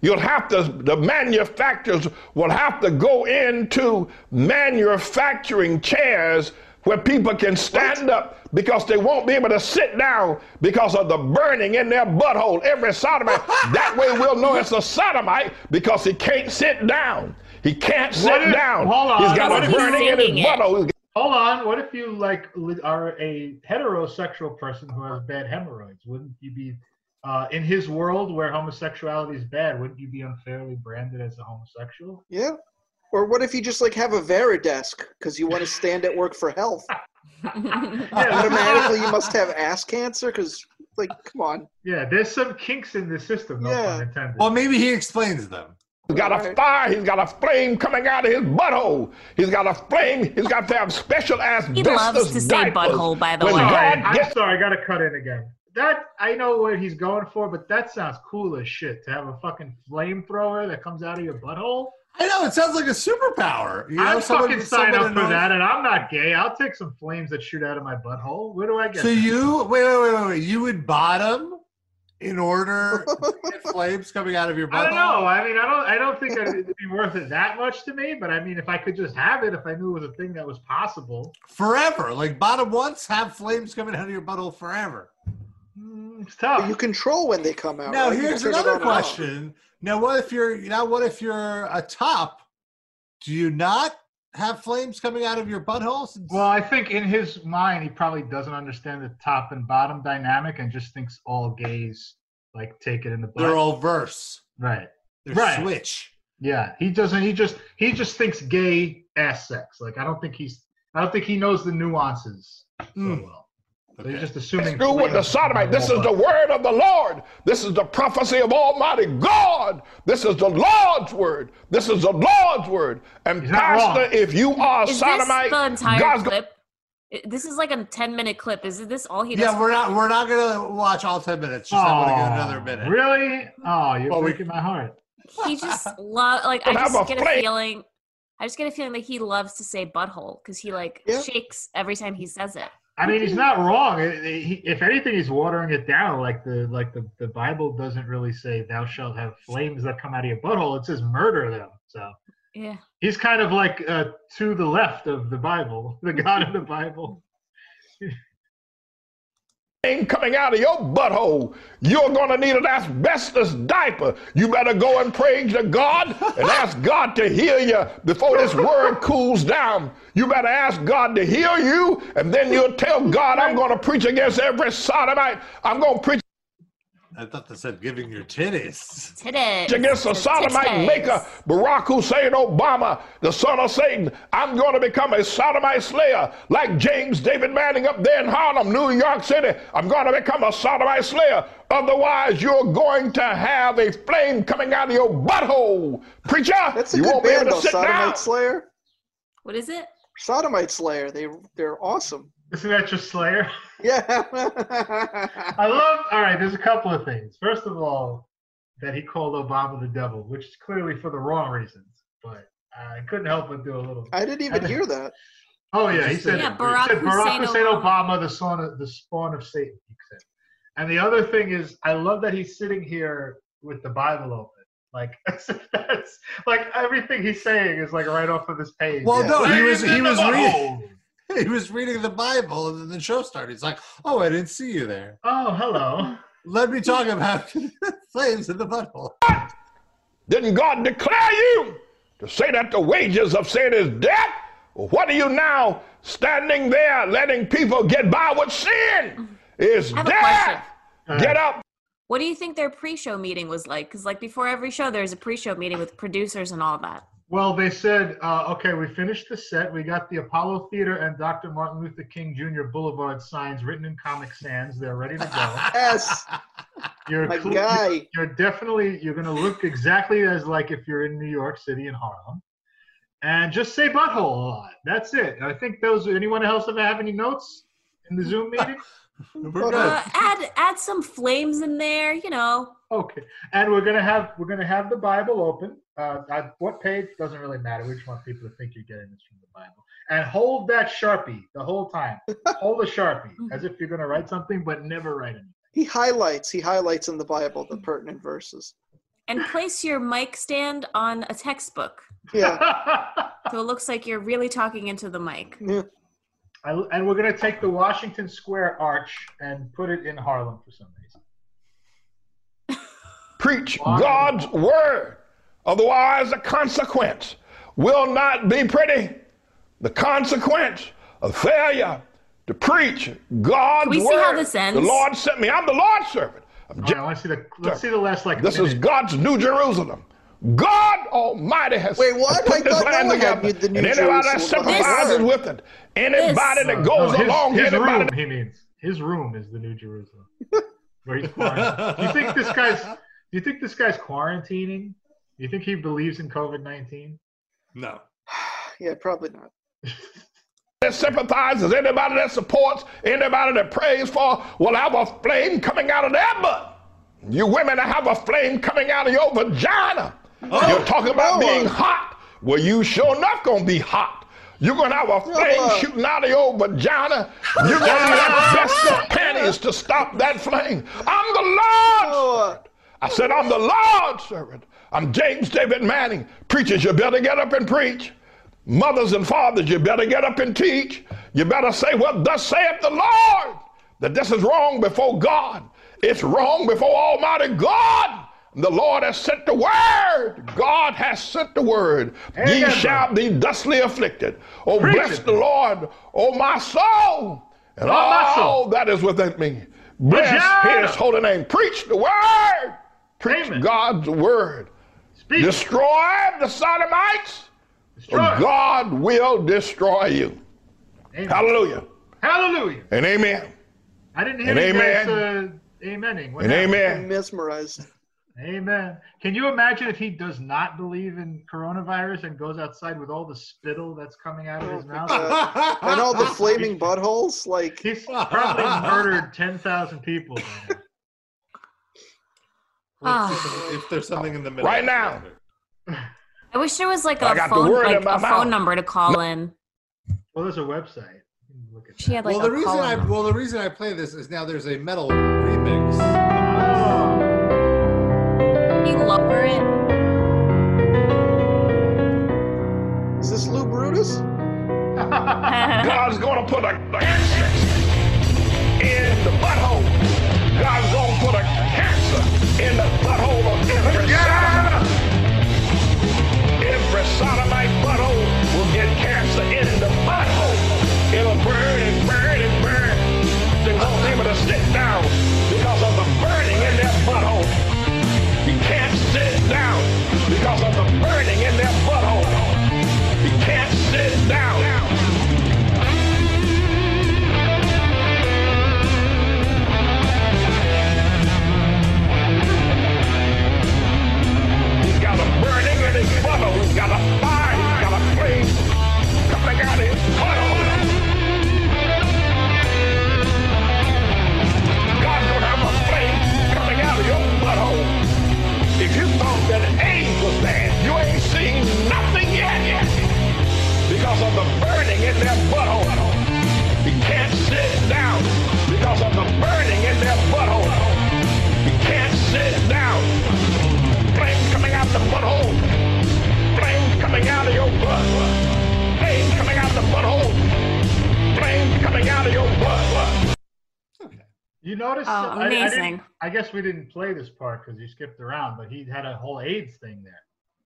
Speaker 7: You'll have to, the manufacturers will have to go into manufacturing chairs where people can stand up because they won't be able to sit down because of the burning in their butthole. Every sodomite, that way we'll know it's a sodomite because he can't sit down. He can't sit
Speaker 4: What if-
Speaker 7: down.
Speaker 4: Hold on.
Speaker 7: He's got a burning in his butthole.
Speaker 4: Hold on. What if you like li- are a heterosexual person who has bad hemorrhoids? Wouldn't you be uh, in his world where homosexuality is bad? Wouldn't you be unfairly branded as a homosexual?
Speaker 3: Yeah. Or what if you just like have a Veridesk because you want to stand at work for health? Automatically, you must have ass cancer because, like, come on.
Speaker 4: Yeah, there's some kinks in the system. No
Speaker 3: Yeah.
Speaker 4: pun intended.
Speaker 2: Well, maybe he explains them.
Speaker 7: He's got a fire. He's got a flame coming out of his butthole. He's got a flame. He's got to have special ass.
Speaker 4: He loves
Speaker 7: business
Speaker 4: to say
Speaker 7: diapers.
Speaker 4: butthole, by the
Speaker 7: When
Speaker 4: way.
Speaker 7: God
Speaker 4: I'm
Speaker 7: gets-
Speaker 4: sorry, I gotta cut in again. That I know what he's going for, but that sounds cool as shit to have a fucking flamethrower that comes out of your butthole.
Speaker 2: I know it sounds like a superpower. You know,
Speaker 4: I'm
Speaker 2: someone-
Speaker 4: fucking sign up
Speaker 2: someone
Speaker 4: for
Speaker 2: annoys-
Speaker 4: that, and I'm not gay. I'll take some flames that shoot out of my butthole. Where do I get?
Speaker 2: So
Speaker 4: that?
Speaker 2: you wait, wait, wait, wait, wait. You would bottom in order to get flames coming out of your butthole.
Speaker 4: I don't know. I mean, I don't. I don't think it'd be worth it that much to me. But I mean, if I could just have it, if I knew it was a thing that was possible.
Speaker 2: Forever, like bottom once, have flames coming out of your butthole forever.
Speaker 4: It's tough.
Speaker 3: You control when they come out.
Speaker 2: Now
Speaker 3: right? You
Speaker 2: here's
Speaker 3: turn it
Speaker 2: another
Speaker 3: on and off.
Speaker 2: question. Now what if you're now what if you're a top? Do you not have flames coming out of your buttholes?
Speaker 4: Well, I think in his mind, he probably doesn't understand the top and bottom dynamic, and just thinks all gays like take it in the. Butt.
Speaker 2: They're all verse.
Speaker 4: Right.
Speaker 2: They're
Speaker 4: Right.
Speaker 2: switch.
Speaker 4: Yeah, he doesn't. He just he just thinks gay ass sex. Like I don't think he's. I don't think he knows the nuances.
Speaker 2: Hmm.
Speaker 4: So well. They're just assuming.
Speaker 7: Do with the
Speaker 4: flames come out
Speaker 7: sodomite.
Speaker 4: of
Speaker 7: This
Speaker 4: all
Speaker 7: is the
Speaker 4: butts.
Speaker 7: word of the Lord. This is the prophecy of Almighty God. This is the Lord's word. This is the Lord's word. And
Speaker 4: not wrong.
Speaker 7: Pastor, if you
Speaker 4: Oh,
Speaker 7: are
Speaker 5: Is
Speaker 7: sodomite,
Speaker 5: this the entire
Speaker 7: God's
Speaker 5: clip? I- This is like a ten-minute clip. Is this all he does?
Speaker 2: Yeah, we're not we're not gonna watch all ten minutes. Just I'm gonna go
Speaker 4: Ah.
Speaker 2: another minute.
Speaker 4: Really? Oh, you're
Speaker 2: Well, we-
Speaker 4: breaking my heart.
Speaker 5: He just love like I
Speaker 2: Don't have
Speaker 5: just
Speaker 2: a
Speaker 5: get a
Speaker 2: flame.
Speaker 5: feeling. I just get a feeling that he loves to say butthole because he like shakes every time he says it.
Speaker 4: I mean, he's not wrong. It- it- he- If anything, he's watering it down. Like the like the, the Bible doesn't really say "Thou shalt have flames that come out of your butthole." It says "murder them." So
Speaker 5: Yeah.
Speaker 4: he's kind of like uh, to the left of the Bible, the God of the Bible.
Speaker 7: thing coming out of your butthole. You're going to need an asbestos diaper. You better go and pray to God and ask God to heal you before this word cools down. You better ask God to heal you, and then you'll tell God, I'm going to preach against every sodomite. I'm going to preach
Speaker 2: I thought they said giving your titties.
Speaker 5: Today.
Speaker 7: against the sodomite maker, Barack Hussein Obama, the son of Satan. I'm going to become a sodomite slayer like James David Manning up there in Harlem, New York City. I'm going to become a sodomite slayer. Otherwise, you're going to have a flame coming out of your butthole. Preacher,
Speaker 3: That's a
Speaker 7: you
Speaker 3: good
Speaker 7: won't
Speaker 3: band,
Speaker 7: be able
Speaker 3: though.
Speaker 7: to sit
Speaker 3: Sodomite
Speaker 7: down.
Speaker 3: Slayer.
Speaker 5: What is it?
Speaker 3: Sodomite Slayer. They they're awesome.
Speaker 4: Isn't that just Slayer?
Speaker 3: Yeah.
Speaker 4: I love. All right, there's a couple of things. First of all, that he called Obama the devil, which is clearly for the wrong reasons. But I couldn't help but do a little.
Speaker 3: I didn't even hear that.
Speaker 4: Oh yeah, he said,
Speaker 5: Yeah,
Speaker 4: it.
Speaker 5: Barack
Speaker 4: he said Barack
Speaker 5: Hussein
Speaker 4: Hussein Obama, the son of the spawn of Satan. He said. And the other thing is, I love that he's sitting here with the Bible open, like as if that's like everything he's saying is like right off of this page.
Speaker 2: Well, no, he was
Speaker 4: Flames
Speaker 2: he
Speaker 4: in the
Speaker 2: was
Speaker 4: butthole.
Speaker 2: reading he was reading the Bible, and then the show started. He's like, "Oh, I didn't see you there.
Speaker 4: Oh, hello.
Speaker 2: Let me talk about flames in the butthole."
Speaker 7: Didn't God declare you to say that the wages of sin is death? Well, what are you now standing there letting people get by with sin? Is
Speaker 5: I have a
Speaker 7: death. Get up.
Speaker 5: What do you think their pre-show meeting was like? Because like before every show, there's a pre-show meeting with producers and all that.
Speaker 4: Well, they said, uh, okay, we finished the set. We got the Apollo Theater and Dr. Martin Luther King Jr. Boulevard signs written in Comic Sans. They're ready to go.
Speaker 3: yes.
Speaker 4: You're
Speaker 3: My
Speaker 4: cle-
Speaker 3: guy.
Speaker 4: You're definitely you're gonna look exactly as like if you're in New York City in Harlem, and just say butthole a lot. That's it. I think those. Anyone else ever have any notes in the Zoom meeting?
Speaker 2: We're
Speaker 5: Uh, add add some flames in there, you know.
Speaker 4: Okay, and we're gonna have we're gonna have the Bible open. Uh, at what page doesn't really matter. We just want people to think you're getting this from the Bible. And hold that sharpie the whole time. hold a sharpie as if you're gonna write something, but never write anything.
Speaker 3: He highlights. He highlights in the Bible the pertinent verses.
Speaker 5: And place your mic stand on a textbook.
Speaker 3: Yeah.
Speaker 5: So it looks like you're really talking into the mic.
Speaker 4: I, and we're gonna take the Washington Square Arch and put it in Harlem for some reason.
Speaker 7: Preach God's word. Otherwise, the consequence will not be pretty. The consequence of failure to preach God's
Speaker 5: Can we see
Speaker 7: word.
Speaker 5: how this ends?
Speaker 7: The Lord sent me. I'm the Lord's servant. I'm
Speaker 4: All right, I want to see the let's see the last like.
Speaker 7: this is God's New Jerusalem. God Almighty has,
Speaker 4: Wait, what?
Speaker 7: has
Speaker 4: I
Speaker 7: put this
Speaker 4: thought
Speaker 7: land
Speaker 4: Noah had
Speaker 7: together.
Speaker 4: the New
Speaker 7: and anybody that
Speaker 4: Jerusalem. This-
Speaker 7: sympathizes with it, anybody that goes
Speaker 4: No, his,
Speaker 7: along,
Speaker 4: his
Speaker 7: anybody
Speaker 4: room. He means his room is the New Jerusalem. Where he's quarantined. do you think this guy's? Do you think this guy's quarantining? Do you think he believes in COVID nineteen?
Speaker 2: No.
Speaker 3: Yeah, probably not.
Speaker 7: that sympathizes, anybody that supports, anybody that prays for will have a flame coming out of their butt. You women that have a flame coming out of your vagina. You're talking about being hot. Well, you sure enough gonna be hot. You're gonna have a flame shooting out of your vagina. You're gonna have best of panties to stop that flame. I'm the Lord's servant. I said, I'm the Lord's servant. I'm James David Manning. Preachers, you better get up and preach. Mothers and fathers, you better get up and teach. You better say what thus saith the Lord, that this is wrong before God. It's wrong before Almighty God. The Lord has sent the word. God has sent the word. Ye
Speaker 4: Amen.
Speaker 7: shall be thusly afflicted. Oh,
Speaker 4: Preach
Speaker 7: bless
Speaker 4: it.
Speaker 7: the Lord, oh my soul, and
Speaker 4: Oh, my soul.
Speaker 7: all that is within me. Bless
Speaker 4: Vagina.
Speaker 7: his holy name. Preach the word. Preach God's word. Destroy the sodomites. or God will destroy you.
Speaker 4: Amen.
Speaker 7: Hallelujah.
Speaker 4: Hallelujah.
Speaker 7: And amen.
Speaker 4: I didn't hear
Speaker 7: And
Speaker 4: you
Speaker 7: amen.
Speaker 4: guys uh, amening. What
Speaker 7: And
Speaker 4: happened?
Speaker 7: amen. I'm
Speaker 3: mesmerized.
Speaker 4: Amen. Can you imagine if he does not believe in coronavirus and goes outside with all the spittle that's coming out of his mouth?
Speaker 3: Uh, and all the flaming buttholes, like
Speaker 4: he's Probably murdered 10,000 people.
Speaker 2: if there's something in the middle.
Speaker 7: Right now.
Speaker 5: I wish there was like
Speaker 4: I
Speaker 5: a
Speaker 4: got the
Speaker 5: phone,
Speaker 4: word in
Speaker 5: like,
Speaker 4: my
Speaker 5: a
Speaker 4: mouth.
Speaker 5: phone number to call in.
Speaker 4: Well, there's a website.
Speaker 5: She had like
Speaker 2: well, the
Speaker 5: a
Speaker 2: reason
Speaker 5: call
Speaker 2: I
Speaker 5: in number.
Speaker 2: well the reason I play this is now there's a metal remix. Oh,
Speaker 5: Can you lower it.
Speaker 3: is this Lou Brutus?
Speaker 7: God's gonna put a cancer in the butthole. God's gonna put a cancer in the butthole of every sodomite. Every sodomite butthole will get cancer in the butthole. It'll burn and burn and burn. They won't be able to sit down because of the burning in their butthole. You can't sit down because of the burning in their butthole. You can't sit down. He's got a burning in his funnel. He's got a fire. He's got a flame coming out of his funnel. God's gonna have a flame coming out of your butthole. If you thought that AIDS was bad, you ain't seen nothing yet, yet. Because of the burning in their butthole. He can't sit down because of the burning in their butthole. He can't sit down. Flame coming out the butthole. Flame coming out of your butt. Flame coming out the butthole. Flame coming out of your butt.
Speaker 4: You notice?
Speaker 5: Oh,
Speaker 4: I- I didn't-
Speaker 5: amazing.
Speaker 4: I, guess we didn't play this part because you skipped around, but he had a whole AIDS thing there.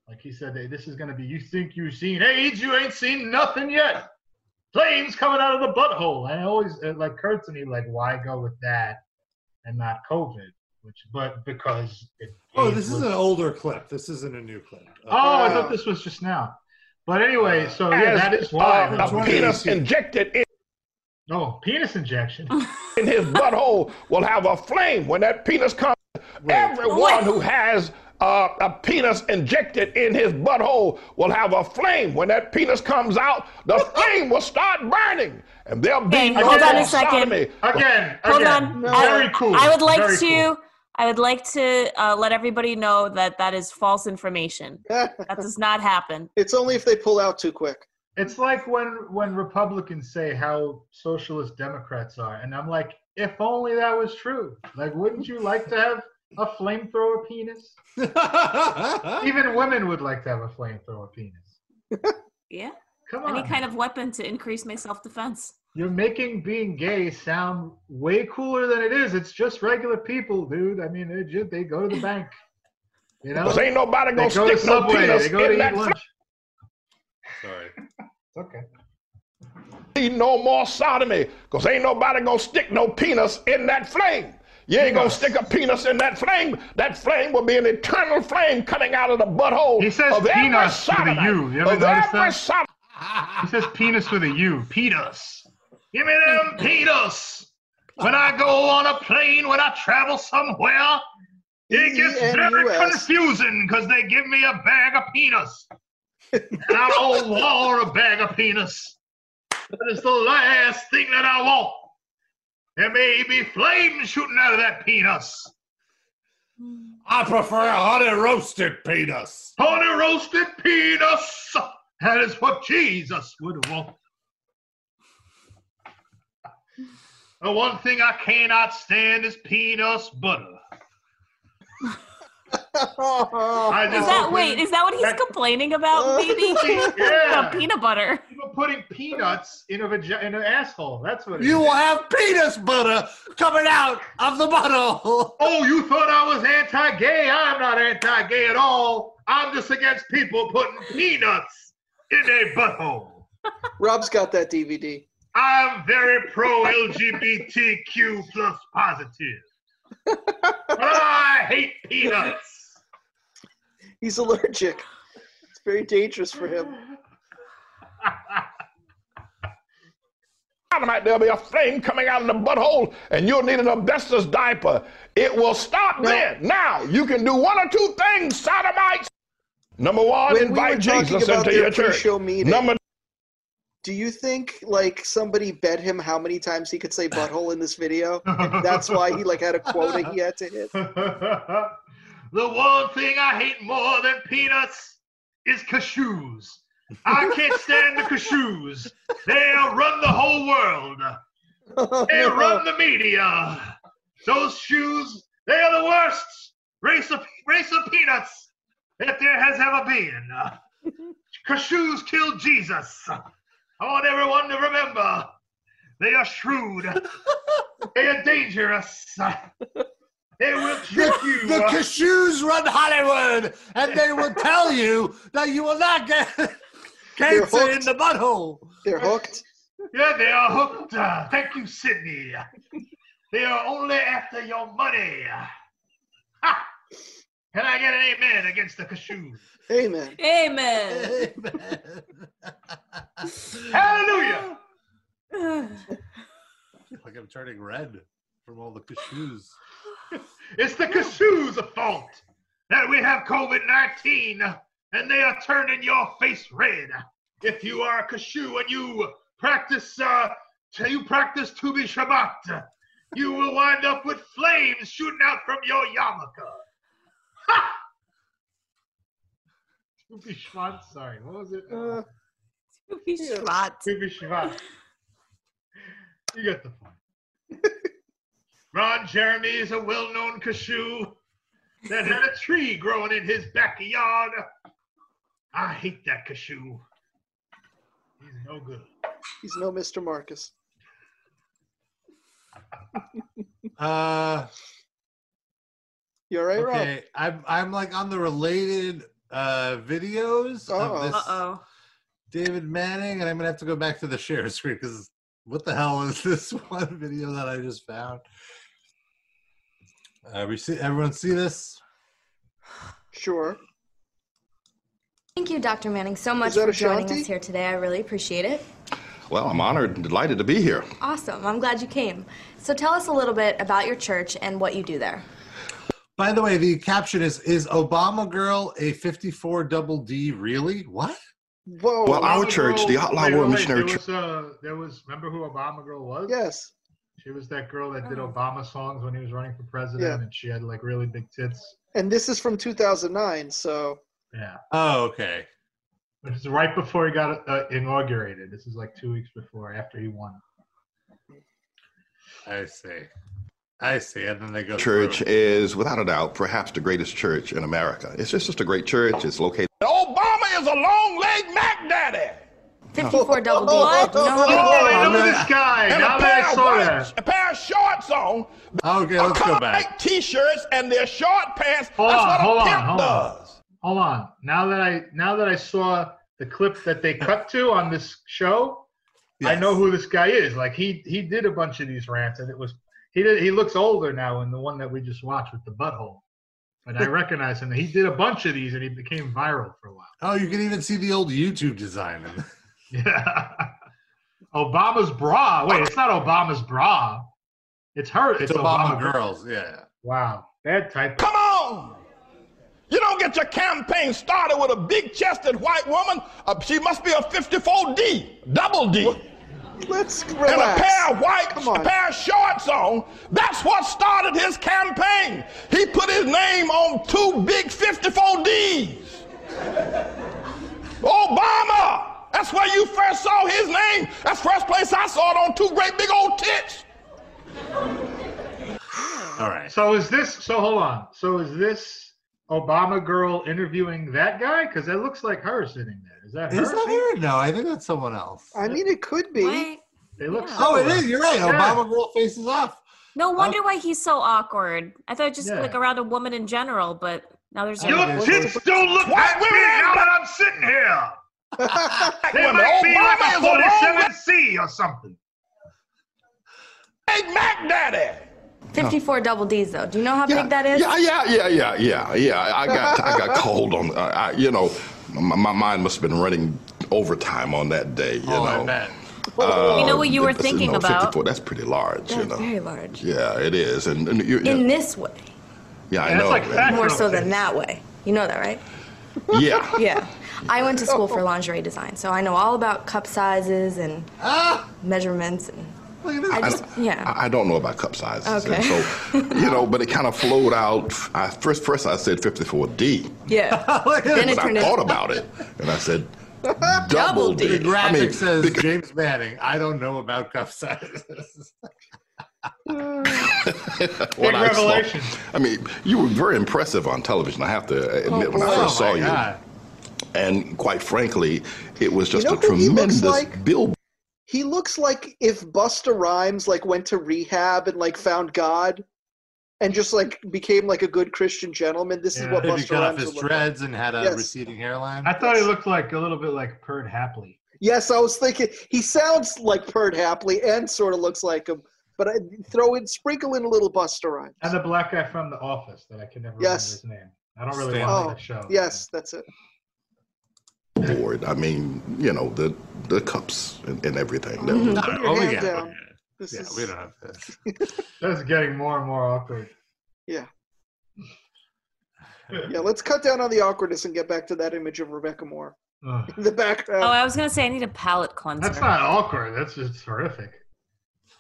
Speaker 4: Like he said, "Hey, this is going to be, you think you've seen AIDS, you ain't seen nothing yet. Flames coming out of the butthole. And it always, it like, occurred to me, like, why go with that and not COVID? Which, but because it,
Speaker 2: Oh,
Speaker 4: AIDS
Speaker 2: this is
Speaker 4: was-
Speaker 2: an older clip. This isn't a new clip.
Speaker 4: Oh, I thought this was just now. But anyway, so yeah,
Speaker 7: As
Speaker 4: that is why.
Speaker 7: a
Speaker 4: Oh, That's why-
Speaker 7: penis injected in,
Speaker 4: No, penis injection.
Speaker 7: in his butthole will have a flame when that penis comes. Everyone
Speaker 5: What?
Speaker 7: who has uh, a penis injected in his butthole will have a flame when that penis comes out. The flame will start burning, and there'll be
Speaker 5: Okay,
Speaker 7: no
Speaker 5: hold on a
Speaker 7: more
Speaker 5: second.
Speaker 7: sodomy.
Speaker 4: Again,
Speaker 5: Hold
Speaker 4: again.
Speaker 5: on.
Speaker 4: Very
Speaker 5: I,
Speaker 4: cool.
Speaker 5: I would like
Speaker 4: Very
Speaker 5: to.
Speaker 4: cool.
Speaker 5: I would like to uh, let everybody know that that is false information. that does not happen.
Speaker 3: It's only if they pull out too quick.
Speaker 4: It's like when when Republicans say how socialist Democrats are, and I'm like, if only that was true. Like, wouldn't you like to have a flamethrower penis? Even women would like to have a flamethrower penis.
Speaker 5: Yeah.
Speaker 4: Come on.
Speaker 5: Any kind of weapon to increase my self defense.
Speaker 4: You're making being gay sound way cooler than it is. It's just regular people, dude. I mean, they just they go to the bank. You know,
Speaker 7: Because ain't nobody
Speaker 4: They
Speaker 7: gonna
Speaker 4: go to
Speaker 7: stick no
Speaker 4: Subway,
Speaker 7: penis
Speaker 4: they go to
Speaker 7: in
Speaker 4: eat
Speaker 7: that
Speaker 4: lunch.
Speaker 8: Sorry. It's okay.
Speaker 7: Need no more sodomy, because ain't nobody gonna stick no penis in that flame. You ain't gonna stick a penis in that flame. That flame will be an eternal flame coming out of the butthole. He
Speaker 8: says
Speaker 7: of every
Speaker 8: penis with a
Speaker 7: sodomite,
Speaker 8: U. You ever
Speaker 7: of
Speaker 8: notice
Speaker 7: every
Speaker 8: that?
Speaker 7: sodom-
Speaker 8: He says penis with a U. Petus. Give me them petus. When I go on a plane, when I travel somewhere, it gets very
Speaker 3: E-N-U-S.
Speaker 8: confusing because they give me a bag of penis. and I don't want a bag of penis. That is the last thing that I want. There may be flames shooting out of that penis.
Speaker 2: I prefer a honey roasted penis.
Speaker 8: Honey roasted penis. That is what Jesus would want. The one thing I cannot stand is peanuts butter. I
Speaker 5: Is
Speaker 8: just
Speaker 5: that
Speaker 8: hope
Speaker 5: wait?
Speaker 8: that-
Speaker 5: Is that what he's complaining about? Oh, Maybe
Speaker 8: Yeah.
Speaker 5: the peanut butter.
Speaker 8: People putting peanuts in a vagi- in an asshole. That's what it
Speaker 2: You
Speaker 8: is.
Speaker 2: will have penis butter coming out of the butthole.
Speaker 8: Oh, you thought I was anti-gay? I'm not anti-gay at all. I'm just against people putting peanuts in a butthole.
Speaker 3: Rob's got that DVD.
Speaker 8: I'm very pro LGBTQ plus positive. But I hate peanuts.
Speaker 3: He's allergic. It's very dangerous for him.
Speaker 7: sodomite. There'll be a flame coming out of the butthole, and you'll need an asbestos diaper. It will stop then. Now you can do one or two things, sodomites. Number one,
Speaker 3: When we were
Speaker 7: invite
Speaker 3: talking
Speaker 7: Jesus
Speaker 3: about
Speaker 7: into
Speaker 3: their
Speaker 7: your church.
Speaker 3: pre-show meeting,
Speaker 7: Number
Speaker 3: Do you think like somebody bet him how many times he could say butthole in this video? And that's why he like had a quota he had to hit.
Speaker 8: the one thing I hate more than peanuts is cashews. I can't stand the cashews. They run the whole world. They run the media. Those shoes, they are the worst race of, race of peanuts that there has ever been. Cashews killed Jesus. I want everyone to remember they are shrewd, they are dangerous. They will
Speaker 2: The,
Speaker 8: trick you.
Speaker 2: the cashews run Hollywood, and they will tell you that you will not get cancer in the butthole.
Speaker 3: They're hooked.
Speaker 8: Yeah, they are hooked. Uh, Thank you, Sydney. They are only after your money. Ha! Can I get an amen against the cashews?
Speaker 3: Amen.
Speaker 5: Amen.
Speaker 8: Hallelujah.
Speaker 2: Like I'm turning red from all the cashews.
Speaker 8: It's the cashews' fault that we have COVID 19 and they are turning your face red. If you are a cashew and you practice, uh, t- you practice to be Shabbat, you will wind up with flames shooting out from your yarmulke. Ha! Tubi Shvat, sorry, what was it? Uh,
Speaker 5: Tubi Shvat.
Speaker 8: Tubi Shvat. You get the point. Ron Jeremy is a well known cashew that had a tree growing in his backyard. I hate that cashew. He's no good.
Speaker 3: He's no Mr. Marcus.
Speaker 2: Uh,
Speaker 3: You all right, Rob?
Speaker 2: okay, I'm I'm like on the related uh, videos
Speaker 3: Uh-oh.
Speaker 2: of this
Speaker 5: Uh
Speaker 2: David Manning, and I'm gonna have to go back to the share screen because what the hell is this one video that I just found? Uh, we see everyone see this.
Speaker 3: Sure.
Speaker 13: Thank you, Dr. Manning, so much
Speaker 3: that
Speaker 13: for
Speaker 3: a
Speaker 13: joining
Speaker 3: shanty?
Speaker 13: us here today. I really appreciate it.
Speaker 14: Well, I'm honored and delighted to be here.
Speaker 13: Awesome. I'm glad you came. So tell us a little bit about your church and what you do there.
Speaker 2: By the way, the caption is "Is Obama girl a 54 double D really?" What?
Speaker 3: Whoa.
Speaker 14: Well, our church, the Outlaw
Speaker 8: Wait, wait,
Speaker 14: World
Speaker 8: wait,
Speaker 14: Missionary
Speaker 8: there
Speaker 14: Church.
Speaker 8: Was, uh, there was, remember who Obama Girl was?
Speaker 3: Yes.
Speaker 8: She was that girl that did Obama songs when he was running for president,
Speaker 3: Yeah.
Speaker 8: and she had like really big tits.
Speaker 3: And this is from 2009, so
Speaker 8: Yeah.
Speaker 2: Oh, okay.
Speaker 8: But it's right before he got uh, inaugurated. This is like two weeks before, after he won.
Speaker 2: I see. I see. And then they go
Speaker 14: Church is, without a doubt, perhaps the greatest church in America. It's just, just a great church. It's located.
Speaker 7: Obama is a long leg Mac Daddy.
Speaker 13: 54 double D.
Speaker 7: What?
Speaker 13: No,
Speaker 7: Oh,
Speaker 13: no,
Speaker 7: I know this
Speaker 8: guy.
Speaker 7: And
Speaker 8: Now
Speaker 7: a
Speaker 8: that I
Speaker 7: pair of
Speaker 8: saw
Speaker 7: white- A pair of shorts on.
Speaker 2: "Oh, Okay,
Speaker 7: let's go back. T-shirts and their short pants.
Speaker 8: Hold
Speaker 4: Oh,
Speaker 7: That's
Speaker 8: on,
Speaker 7: what
Speaker 8: hold
Speaker 7: a
Speaker 8: on,
Speaker 7: pimp
Speaker 8: hold on.
Speaker 7: does.
Speaker 8: Hold on. Now that I now that I saw
Speaker 4: the clip that they cut to on this show, I know who this guy is. Like he he did a bunch of these rants, and it was he did, he looks older now in the one that we just watched with the butthole. But I recognize him. He did a bunch of these, and he became viral for a while.
Speaker 2: Oh, you can even see the old YouTube design.
Speaker 4: yeah. Obama's bra. Wait, it's not Obama's bra. It's her.
Speaker 2: It's Obama girls, yeah.
Speaker 4: Wow. Bad type.
Speaker 7: Come on! You don't get your campaign started with a big chested white woman. Uh, she must be a 54D, double D.
Speaker 3: Let's
Speaker 7: And a
Speaker 3: relax.
Speaker 7: pair of white, a pair of shorts on. That's what started his campaign. He put his name on two big 54Ds. Obama! That's where you first saw his name. That's first place I saw it on two great big old tits.
Speaker 4: All right. So is this? So hold on. So is this Obama girl interviewing that guy? Because it looks like her sitting there. Is that her?
Speaker 2: Is that her? No, I think that's someone else.
Speaker 3: I mean, it could be.
Speaker 4: They look.
Speaker 2: Oh, it is. You're right.
Speaker 4: Yeah.
Speaker 2: Obama girl faces off. Uh,
Speaker 5: No wonder why he's so awkward. I thought just
Speaker 2: Yeah.
Speaker 5: like around a woman in general, but now there's
Speaker 4: Your tits don't look
Speaker 7: White
Speaker 4: that big
Speaker 7: women ain't
Speaker 4: now
Speaker 7: got-
Speaker 4: that I'm sitting here. they
Speaker 7: When
Speaker 4: might be
Speaker 7: Obama is alone,
Speaker 4: like a 47C or something.
Speaker 7: Big Mac Daddy.
Speaker 13: 54 double D's though. Do you know how big that is?
Speaker 14: Yeah, yeah, yeah, yeah, yeah, yeah. I got I got cold on. I, I you know, my, my mind must have been running overtime on that day. You
Speaker 5: Oh, I
Speaker 14: know. Uh,
Speaker 5: bet. You know what you were
Speaker 14: it's-
Speaker 5: thinking
Speaker 14: no,
Speaker 5: about?
Speaker 14: 54, that's pretty large. you
Speaker 13: That's
Speaker 14: know.
Speaker 13: very large.
Speaker 14: Yeah, it is, and, and you,
Speaker 13: In this way,
Speaker 14: yeah, I
Speaker 13: That's
Speaker 14: know.
Speaker 13: like
Speaker 14: man.
Speaker 13: more so than that way. You know that, right?
Speaker 14: Yeah.
Speaker 13: Yeah. I went to school for lingerie design, so I know all about cup sizes and
Speaker 14: Ah!
Speaker 13: measurements and I just yeah.
Speaker 14: I, I don't know about cup sizes. and
Speaker 13: Okay.
Speaker 14: so, you know, but it kind of flowed out. I, first, first I said 54D.
Speaker 13: Yeah.
Speaker 14: But I thought about it, and I said, Double D.
Speaker 2: The
Speaker 14: I
Speaker 2: graphic
Speaker 14: mean,
Speaker 2: says James Manning. I don't know about cuff sizes.
Speaker 14: what I saw.
Speaker 2: revelation.
Speaker 14: I mean, you were very impressive on television. I have to admit, when I
Speaker 2: Oh,
Speaker 14: first
Speaker 2: my
Speaker 14: saw you,
Speaker 2: God.
Speaker 14: and quite frankly, it was just
Speaker 3: know
Speaker 14: a
Speaker 3: who he looks
Speaker 14: tremendous
Speaker 3: like?
Speaker 14: billboard.
Speaker 3: He looks like if Busta Rhymes like went to rehab and like found God, and just like became like a good Christian gentleman. This is what
Speaker 2: If he
Speaker 3: Busta
Speaker 2: cut off
Speaker 3: Rhymes
Speaker 2: his
Speaker 3: would look like.
Speaker 2: dreads and had a
Speaker 3: Yes.
Speaker 2: receding hairline.
Speaker 4: I thought he looked like a little bit like Perd Hapley.
Speaker 3: Yes, I was thinking he sounds like Perd Hapley and sort of looks like him, but I, throw in sprinkle in a little Busta Rhymes.
Speaker 4: And the black guy from The Office that I can never
Speaker 3: Yes.
Speaker 4: remember his name. I don't really
Speaker 3: Stanley.
Speaker 4: watch
Speaker 3: Oh,
Speaker 4: that show.
Speaker 3: Yes, that's it.
Speaker 14: I mean, you know, the the cups and, and everything. That
Speaker 3: Mhm.
Speaker 14: was-
Speaker 3: Put your
Speaker 2: oh, we
Speaker 3: hand
Speaker 2: got it,
Speaker 3: down. This
Speaker 2: Yeah,
Speaker 3: is
Speaker 2: we don't have this.
Speaker 4: That's getting more and more awkward.
Speaker 3: yeah. Yeah, let's cut down on the awkwardness and get back to that image of Rebecca Moore
Speaker 4: Ugh.
Speaker 3: in the uh, background.
Speaker 5: Oh, I was gonna say I need a palate cleanser.
Speaker 4: That's not awkward. That's just horrific.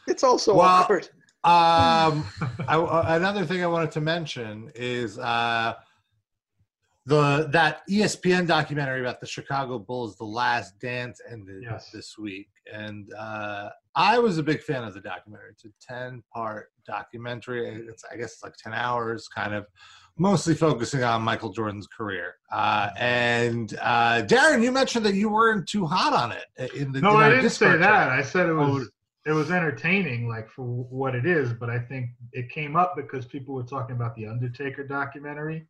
Speaker 3: It's also
Speaker 2: Well,
Speaker 3: awkward.
Speaker 2: Um, I, uh, another thing I wanted to mention is uh, the that E ESPN documentary about the Chicago Bulls, The Last Dance, ended this week, and uh, I was a big fan of the documentary. It's a ten-part documentary. It's I guess it's like ten hours, kind of mostly focusing on Michael Jordan's career. Uh, and uh, Darren, you mentioned that you weren't too hot on it in the
Speaker 4: No,
Speaker 2: in our
Speaker 4: I didn't say
Speaker 2: Discord
Speaker 4: that.
Speaker 2: chat.
Speaker 4: I said it
Speaker 2: Oh,
Speaker 4: was it was entertaining, like for what it is. But I think it came up because people were talking about the Undertaker documentary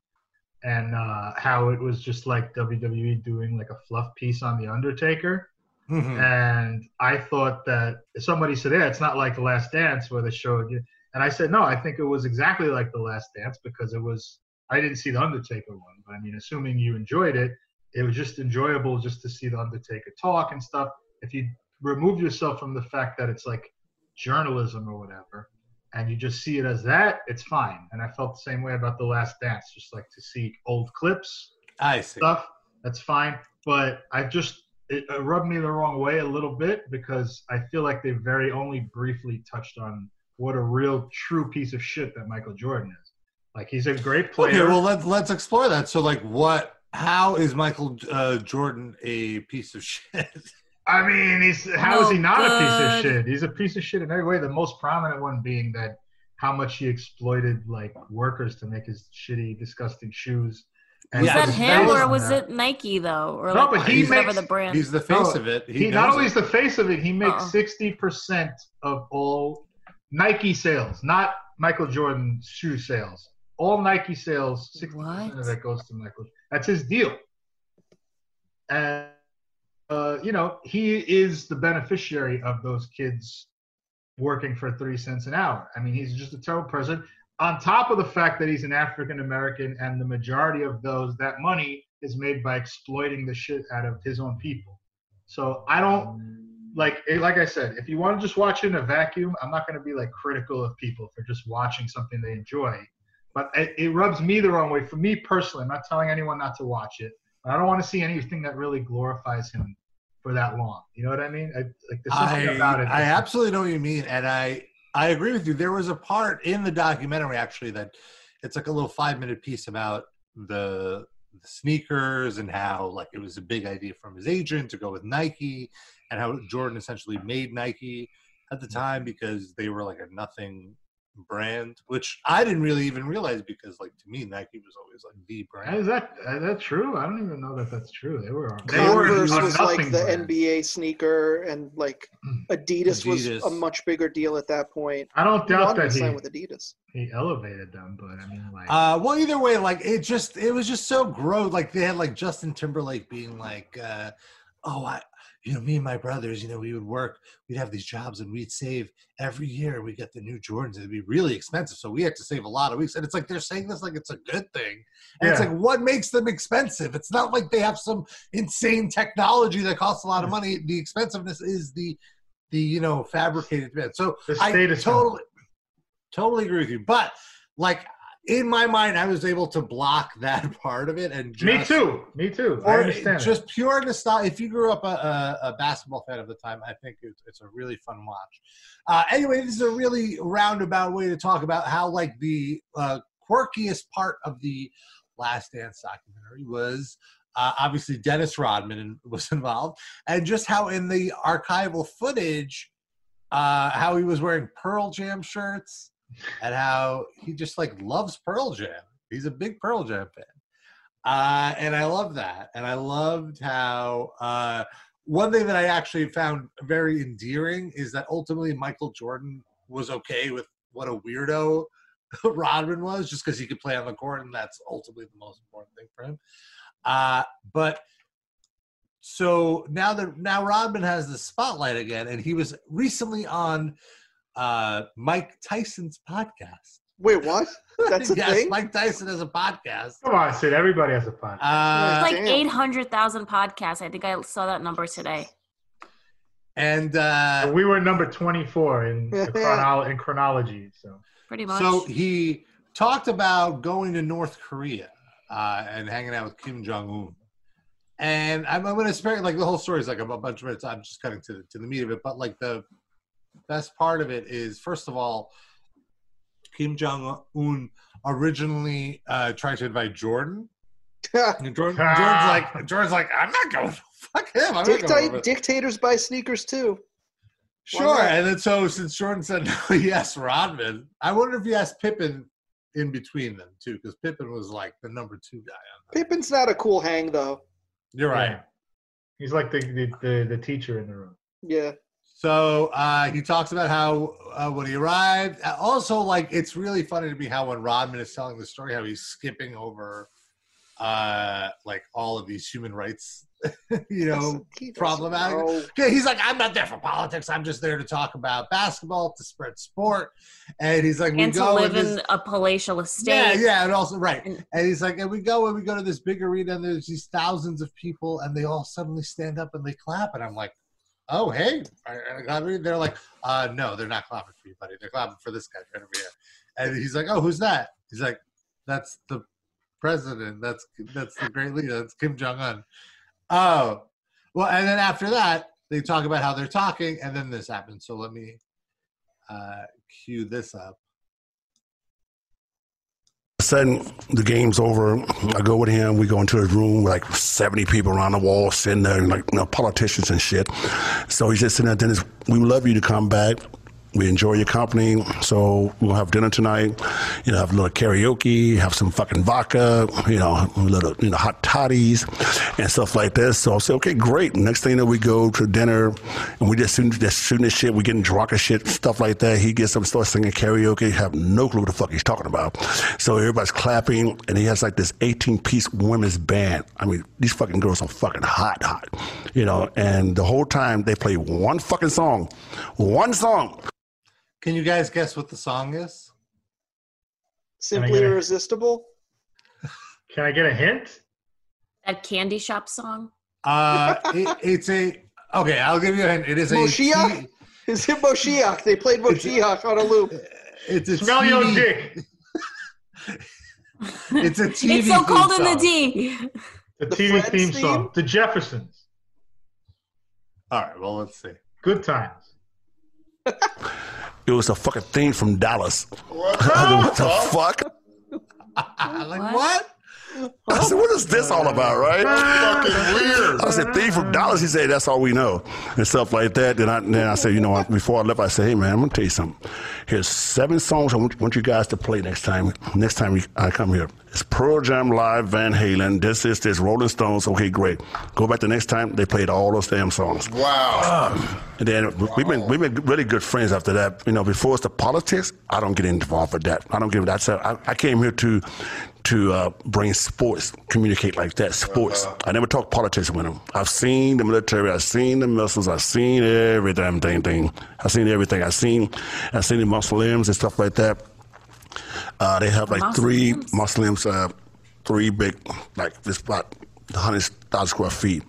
Speaker 4: and uh, how it was just like WWE doing like a fluff piece on the Undertaker.
Speaker 2: Mhm.
Speaker 4: And I thought that somebody said, "Yeah, it's not like The Last Dance where they showed you." And I said, "No, I think it was exactly like The Last Dance because it was." I didn't see the Undertaker one, but I mean, assuming you enjoyed it, it was just enjoyable just to see the Undertaker talk and stuff. If you remove yourself from the fact that it's like journalism or whatever, and you just see it as that, it's fine. And I felt the same way about The Last Dance, just like to see old clips
Speaker 2: I see.
Speaker 4: stuff. That's fine, but I just it, it rubbed me the wrong way a little bit because I feel like they very only briefly touched on what a real true piece of shit that Michael Jordan is. Like he's a great player.
Speaker 2: Okay, well let's let's explore that. So like, what? How is Michael uh, Jordan a piece of shit?
Speaker 4: I mean, he's how is he
Speaker 2: No
Speaker 4: not a piece
Speaker 2: good.
Speaker 4: of shit? He's a piece of shit in every way. The most prominent one being that how much he exploited like workers to make his shitty, disgusting shoes.
Speaker 5: Was
Speaker 4: put
Speaker 5: that
Speaker 4: his
Speaker 5: him
Speaker 4: face
Speaker 5: or
Speaker 4: on
Speaker 5: was
Speaker 4: that.
Speaker 5: it Nike though, or
Speaker 4: No,
Speaker 5: like
Speaker 4: but he
Speaker 5: whatever
Speaker 4: makes- Oh.
Speaker 5: the brand?
Speaker 2: He's the face
Speaker 4: No,
Speaker 2: of it.
Speaker 4: He,
Speaker 2: He,
Speaker 4: not
Speaker 2: knows
Speaker 4: only
Speaker 2: it.
Speaker 4: is the face of it, he
Speaker 5: Uh-uh.
Speaker 4: makes sixty percent of all Nike sales, not Michael Jordan shoe sales. All Nike sales, sixty percent of that goes to Michael. That's his deal. And uh, you know, he is the beneficiary of those kids working for three cents an hour. I mean, he's just a terrible person. On top of the fact that he's an African American, and the majority of those that money is made by exploiting the shit out of his own people. So I don't like eh, like I said, if you want to just watch it in a vacuum, I'm not going to be like critical of people for just watching something they enjoy. But it, it rubs me the wrong way. For me personally, I'm not telling anyone not to watch it. But I don't want to see anything that really glorifies him for that long. You know what I mean? I, like there's something
Speaker 2: I,
Speaker 4: about it.
Speaker 2: I
Speaker 4: that's-
Speaker 2: absolutely know what you mean, and I I agree with you. There was a part in the documentary actually that it's like a little five minute piece about the, the sneakers and how like it was a big idea from his agent to go with Nike and how Jordan essentially made Nike at the time because they were like a nothing brand, which I didn't really even realize because like to me Nike was always like the brand.
Speaker 4: Is that is that true? I don't even know that that's true. They were they were
Speaker 3: Converse
Speaker 4: a
Speaker 3: was like
Speaker 4: nothing
Speaker 3: the
Speaker 4: brand.
Speaker 3: NBA sneaker, and like Adidas, was
Speaker 4: Adidas.
Speaker 3: a much bigger deal at that point.
Speaker 4: I don't
Speaker 3: He
Speaker 4: doubt
Speaker 3: wanted
Speaker 4: that
Speaker 3: to sign
Speaker 4: he-
Speaker 3: with Adidas.
Speaker 4: He elevated them, but I mean, like,
Speaker 2: Uh, well, either way, like it just it was just so gross. Like they had like Justin Timberlake being like, uh, "Oh, I, you know, me and my brothers, you know, we would work, we'd have these jobs, and we'd save every year. We get the new Jordans, it'd be really expensive, so we had to save a lot of weeks." And it's like they're saying this like it's a good thing, and it's
Speaker 4: Yeah.
Speaker 2: like what makes them expensive? It's not like they have some insane technology that costs a lot of money. The expensiveness is the the you know fabricated bit. So
Speaker 4: The
Speaker 2: I
Speaker 4: status quo.
Speaker 2: totally totally agree with you, but like in my mind, I was able to block that part of it and
Speaker 4: me
Speaker 2: just,
Speaker 4: too, me too. I
Speaker 2: or
Speaker 4: understand. that.
Speaker 2: just pure nostalgia. If you grew up a, a, a basketball fan of the time, I think it's, it's a really fun watch. Uh, anyway, this is a really roundabout way to talk about how like the uh, quirkiest part of the Last Dance documentary was uh, obviously Dennis Rodman was involved, and just how in the archival footage, uh, how he was wearing Pearl Jam shirts, and how he just like loves Pearl Jam. He's a big Pearl Jam fan. Uh, and I love that. And I loved how uh, one thing that I actually found very endearing is that ultimately Michael Jordan was okay with what a weirdo Rodman was, just because he could play on the court, and that's ultimately the most important thing for him. Uh, but so now that now Rodman has the spotlight again, and he was recently on uh, Mike Tyson's podcast.
Speaker 3: Wait, what? That's a
Speaker 2: yes,
Speaker 3: thing?
Speaker 2: Mike Tyson has a podcast.
Speaker 4: Come on, Sid. Everybody has a podcast.
Speaker 2: Uh,
Speaker 3: Oh,
Speaker 5: It's like 800,000 podcasts. I think I saw that number today.
Speaker 2: and uh,
Speaker 4: we were number 24 in the chrono- in chronology. So
Speaker 5: Pretty much.
Speaker 2: So he talked about going to North Korea uh, and hanging out with Kim Jong Un. And I'm, I'm going to spare like the whole story is like a bunch of minutes. I'm just cutting to the, to the meat of it, but like the best part of it is first of all, Kim Jong Un originally uh, tried to invite Jordan. And Jordan, Jordan's like Jordan's like I'm not going. Fuck him. I'm not going over there."
Speaker 3: Dictate, dictators buy sneakers too. Why
Speaker 2: Sure.
Speaker 3: not?
Speaker 2: And then so since Jordan said no, he asked Rodman. I wonder if he asked Pippen in between them too, because Pippen was like the number two guy.
Speaker 3: Pippen's not a cool hang though.
Speaker 2: You're right.
Speaker 4: he's like the, the, the, the teacher in the room.
Speaker 3: Yeah.
Speaker 2: So uh, he talks about how uh, when he arrived. uh, Also, like it's really funny to me how when Rodman is telling the story, how he's skipping over uh, like all of these human rights, you know,
Speaker 3: He doesn't
Speaker 2: problematic.
Speaker 3: know.
Speaker 2: Yeah, he's like, I'm not there for politics. I'm just there to talk about basketball, to spread sport. And he's like, we
Speaker 5: and to
Speaker 2: go
Speaker 5: live
Speaker 2: this-
Speaker 5: in a palatial estate.
Speaker 2: Yeah, yeah, and also right. And he's like, and we go and we go to this big arena, and there's these thousands of people, and they all suddenly stand up and they clap, and I'm like, oh hey, are- are they clapping? they're like, uh, no, they're not clapping for you, buddy. They're clapping for this guy right over here. And he's like, oh, who's that? He's like, that's the president. That's that's the great leader. That's Kim Jong Un. Oh, well, and then after that, they talk about how they're talking, and then this happens. So let me uh, cue this up.
Speaker 15: sudden the game's over i go with him we go into his room with like 70 people around the wall sitting there and like you know, politicians and shit so he just sitting there dennis we would love you to come back We enjoy your company. So we'll have dinner tonight. You know, have a little karaoke, have some fucking vodka, you know, a little, you know, hot toddies and stuff like this. So I'll say, okay, great. Next thing that we go to dinner and we just shooting, just shooting this shit, we getting drunk and shit, stuff like that. He gets up, starts singing karaoke, have no clue what the fuck he's talking about. So everybody's clapping and he has like this 18 piece women's band. I mean, these fucking girls are fucking hot, hot, you know, and the whole time they play one fucking song, one song.
Speaker 2: Can you guys guess what the song is?
Speaker 3: Simply irresistible.
Speaker 4: Can I get a hint?
Speaker 5: That candy shop song.
Speaker 2: Uh, it, it's a okay. I'll give you a hint. It is a
Speaker 3: Moshiach? Is it Moshiach? They played Moshiach on a loop.
Speaker 2: It's a
Speaker 4: Smell your
Speaker 2: TV
Speaker 4: dick.
Speaker 2: It's a TV.
Speaker 5: it's so
Speaker 2: theme
Speaker 5: cold in the
Speaker 2: song.
Speaker 5: D.
Speaker 4: The,
Speaker 3: The
Speaker 4: TV
Speaker 3: Friends
Speaker 4: theme
Speaker 3: theme?
Speaker 4: song. The Jeffersons.
Speaker 2: All right. Well, let's see.
Speaker 4: Good times.
Speaker 15: It was a fucking thing from Dallas. what the fuck?
Speaker 2: like what?
Speaker 15: I said, what is this all about, right?
Speaker 14: Fucking weird.
Speaker 15: I said, thief from Dallas. He said, that's all we know, and stuff like that. Then I, then I said, you know, what? before I left, I said, hey man, I'm gonna tell you something. Here's seven songs I want, want you guys to play next time. Next time you, I come here, it's Pearl Jam live, Van Halen. This is this Rolling Stones. Okay, great. Go back the next time. They played all those damn songs.
Speaker 14: Wow.
Speaker 15: And then we've been we've been really good friends after that. You know, before it's the politics, I don't get involved with that. I don't give that. So I, I came here to to uh, bring sports, communicate like that. Sports. I never talk politics with them. I've seen the military. I've seen the missiles. I've seen every damn thing. thing. I've seen everything. I've seen I've seen the Muslims and stuff like that. Uh, they have like three Muslims, uh, three big, like this about 100,000 square feet.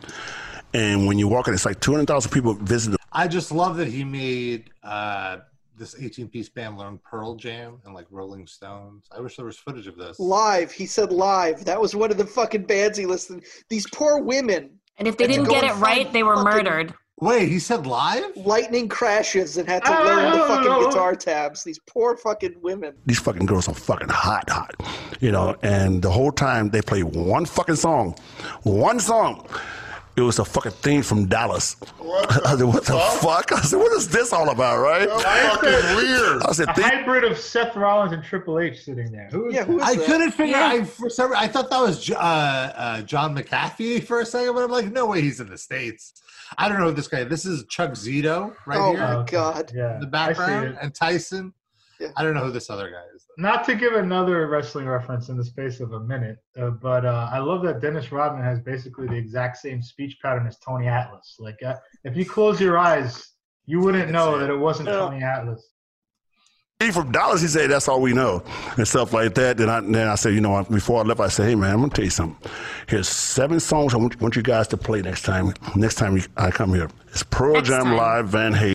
Speaker 15: And when you walk in, it's like 200,000 people visit the
Speaker 2: I just love that he made uh, this 18-piece band learn Pearl Jam and like Rolling Stones. I wish there was footage of this.
Speaker 3: Live. He said live. That was one of the fucking bands he listed. These poor women.
Speaker 5: And if they
Speaker 3: had to
Speaker 5: didn't
Speaker 3: go
Speaker 5: get
Speaker 3: and
Speaker 5: it right,
Speaker 3: find
Speaker 5: they were
Speaker 3: fucking
Speaker 5: murdered.
Speaker 2: Wait, he said live? Oh.
Speaker 3: Lightning crashes and had to
Speaker 4: Ah,
Speaker 3: learn the
Speaker 4: no,
Speaker 3: fucking
Speaker 4: no.
Speaker 3: guitar tabs. These poor fucking women.
Speaker 15: these fucking girls are fucking hot, hot, you know. And the whole time they play one fucking song, one song. It was a fucking thing from Dallas. I said, what the fuck? I said, what is this all about, right?
Speaker 14: fucking weird.
Speaker 15: I said,
Speaker 4: A
Speaker 15: think
Speaker 4: hybrid of Seth Rollins and Triple H sitting there. Who is
Speaker 3: Yeah, who is
Speaker 2: I
Speaker 3: that?
Speaker 2: couldn't figure.
Speaker 5: Yeah.
Speaker 2: I for some, I thought that was Jo- uh, uh, John McAfee for a second, but I'm like, no way, he's in the states. I don't know this guy. This is Chuck Zito right
Speaker 3: oh
Speaker 2: here
Speaker 3: my
Speaker 4: Okay.
Speaker 3: god.
Speaker 4: Yeah,
Speaker 2: in the
Speaker 4: I see
Speaker 2: background,
Speaker 4: it.
Speaker 2: and Tyson.
Speaker 3: Yeah.
Speaker 2: I don't know who this other guy is.
Speaker 4: Not to give another wrestling reference in the space of a minute, uh, but uh, I love that Dennis Rodman has basically the exact same speech pattern as Tony Atlas. Like, uh, if you close your eyes, you wouldn't know that it wasn't Tony Atlas.
Speaker 15: he from Dallas. He said, that's all we know, and stuff like that. Then I, then I said, you know, what? before I left, I said, hey man, I'm gonna tell you something. Here's seven songs I want, want you guys to play next time. Next time you, I come here, it's Pearl
Speaker 5: Next
Speaker 15: Jam
Speaker 5: time.
Speaker 15: Live, Van Halen.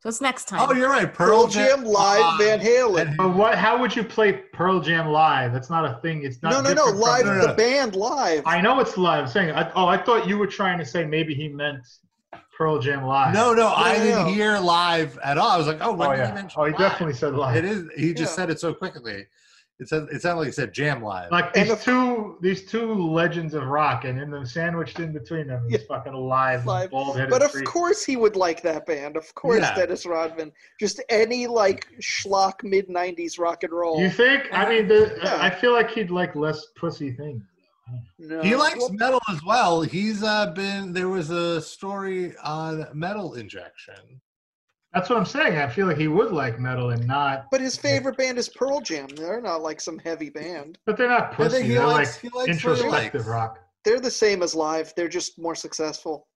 Speaker 5: So it's next time.
Speaker 2: Oh, you're right. Pearl,
Speaker 3: Pearl Jam live Van Halen.
Speaker 4: But what? How would you play Pearl Jam live? That's not a thing. It's not.
Speaker 3: No, no, no.
Speaker 4: different from-
Speaker 3: Live
Speaker 2: no,
Speaker 3: the
Speaker 2: no.
Speaker 3: band live.
Speaker 4: I know it's live. I'm saying, I, oh, I thought you were trying to say maybe he meant Pearl Jam live.
Speaker 2: No, no, I
Speaker 3: Yeah,
Speaker 2: didn't
Speaker 3: yeah.
Speaker 2: hear live at all. I was like, oh, when
Speaker 4: Oh
Speaker 2: did he
Speaker 4: yeah.
Speaker 2: mention
Speaker 4: Oh, he
Speaker 2: live?
Speaker 4: definitely said live.
Speaker 2: It is. He just
Speaker 3: Yeah.
Speaker 2: said it so quickly. It said it sounded like he said jam live.
Speaker 4: Like
Speaker 3: And
Speaker 4: these two, these two legends of rock, and then the sandwiched in between them is fucking alive,
Speaker 3: Live.
Speaker 4: bald headed.
Speaker 3: But of course he would like that band. Of course,
Speaker 2: Yeah.
Speaker 3: Dennis Rodman. Just any like schlock mid '90s rock and roll.
Speaker 4: you think? I mean, the,
Speaker 3: Yeah.
Speaker 4: I feel like he'd like less pussy things.
Speaker 3: No.
Speaker 2: he likes
Speaker 3: Well,
Speaker 2: metal as well. He's uh, been there was a story on metal injection.
Speaker 4: That's what I'm saying. I feel like he would like metal and not,
Speaker 3: but his favorite band is Pearl Jam. They're not like some heavy band.
Speaker 4: but they're not
Speaker 2: I think
Speaker 4: pussy.
Speaker 2: he
Speaker 4: They're
Speaker 2: likes-
Speaker 4: like
Speaker 2: he likes what he likes.
Speaker 4: introspective rock.
Speaker 3: They're the same as live. They're just more successful.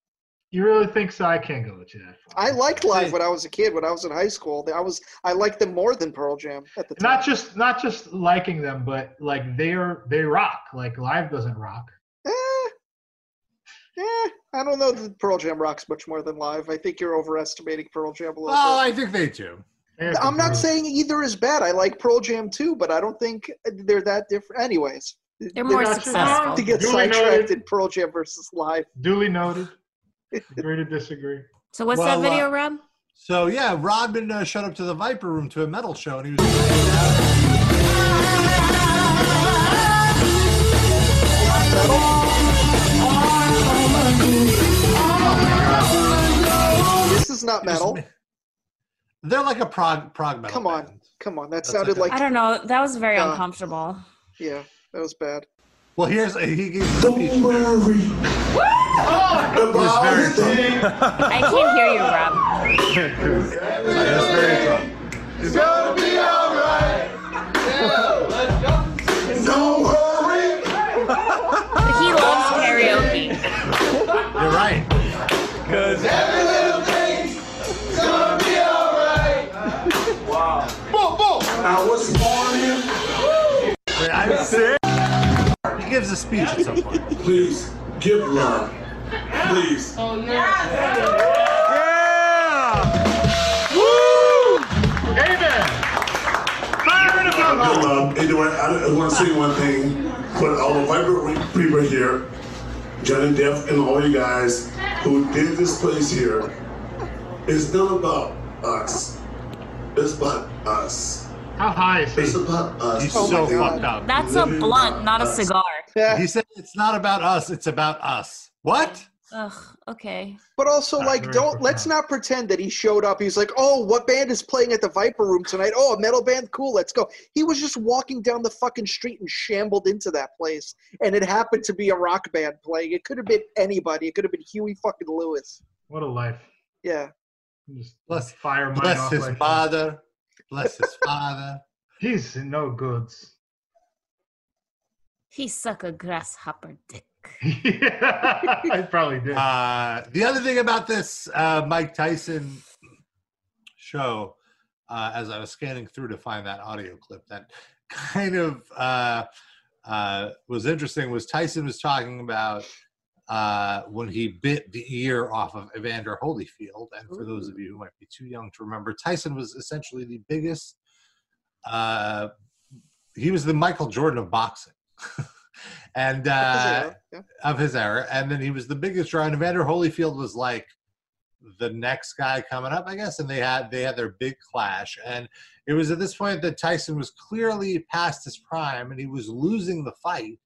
Speaker 4: You really think so? I can't go with you that far.
Speaker 3: I liked live when I was a kid. When I was in high school, I was I liked them more than Pearl Jam at the time.
Speaker 4: not just not just liking them, but like they're they rock. Like live doesn't rock.
Speaker 3: Eh, eh, I don't know that Pearl Jam rocks much more than live. I think you're overestimating Pearl Jam a little
Speaker 2: Oh, I
Speaker 3: bit.
Speaker 2: think they do.
Speaker 4: They're
Speaker 3: I'm not
Speaker 4: groovy.
Speaker 3: saying either is bad. I like Pearl Jam too, but I don't think they're that different. Anyways,
Speaker 5: They're more
Speaker 4: not-
Speaker 5: successful.
Speaker 3: to get
Speaker 4: Duly
Speaker 3: sidetracked
Speaker 4: noted.
Speaker 3: in Pearl Jam versus live.
Speaker 4: Duly noted. Agree to disagree.
Speaker 5: So what's
Speaker 2: Well,
Speaker 5: that video,
Speaker 2: uh,
Speaker 5: Rob?
Speaker 2: So yeah, Rodman uh, showed up to the Viper Room to a metal show, and he was.
Speaker 3: This is not metal.
Speaker 2: They're like a prog prog metal.
Speaker 3: Come on, come on. That
Speaker 2: That's
Speaker 3: sounded
Speaker 2: okay.
Speaker 3: like
Speaker 5: I don't know. That was very
Speaker 3: Uh,
Speaker 5: uncomfortable.
Speaker 3: Yeah, that was bad.
Speaker 2: Well, here's he gave
Speaker 7: Don't worry about a thing.
Speaker 5: I can't hear you, Rob.
Speaker 7: It's gonna be alright. Don't worry.
Speaker 5: He loves karaoke.
Speaker 2: You're right.
Speaker 7: Cause every little thing's gonna be alright. Wow. Boom, boom. I was born here.
Speaker 2: Wait, I'm sick. He gives a speech at some point.
Speaker 7: Please give love. Please.
Speaker 13: Oh, no.
Speaker 7: Woo!
Speaker 4: Amen.
Speaker 7: Fire in the
Speaker 16: love. Anyway, I want to say one thing for all the vibrant people here, Johnny Depp and all you guys who did this place here. It's not about us. It's about us.
Speaker 4: How high is he?
Speaker 16: It's about us.
Speaker 2: He's so fucked up.
Speaker 5: That's a blunt, not a cigar.
Speaker 2: He said it's not about us, it's about us. What?
Speaker 5: Ugh. Okay.
Speaker 3: But also, like,
Speaker 2: very
Speaker 3: don't let's not pretend that he showed up. He's like, "Oh, what band is playing at the Viper Room tonight? Oh, a metal band, cool, let's go." He was just walking down the fucking street and shambled into that place, and it happened to be a rock band playing. It could have been anybody. It could have been Huey fucking Lewis.
Speaker 4: What a life.
Speaker 3: Yeah,
Speaker 4: Just
Speaker 2: Bless-
Speaker 4: fire mine
Speaker 2: bless
Speaker 4: off
Speaker 2: his
Speaker 4: like
Speaker 2: father. Bless his father.
Speaker 4: He's no goods.
Speaker 5: He suck a grasshopper dick.
Speaker 4: I probably did.
Speaker 2: Uh, the other thing about this uh, Mike Tyson show, uh, as I was scanning through to find that audio clip, that kind of uh, uh, was interesting was Tyson was talking about uh, when he bit the ear off of Evander Holyfield. And for those of you who might be too young to remember, Tyson was essentially the biggest, uh, he was the Michael Jordan of boxing. and uh, of his era. And then he was the biggest draw. And Evander Holyfield was like the next guy coming up, I guess. And they had they had their big clash. And it was at this point that Tyson was clearly past his prime and he was losing the fight.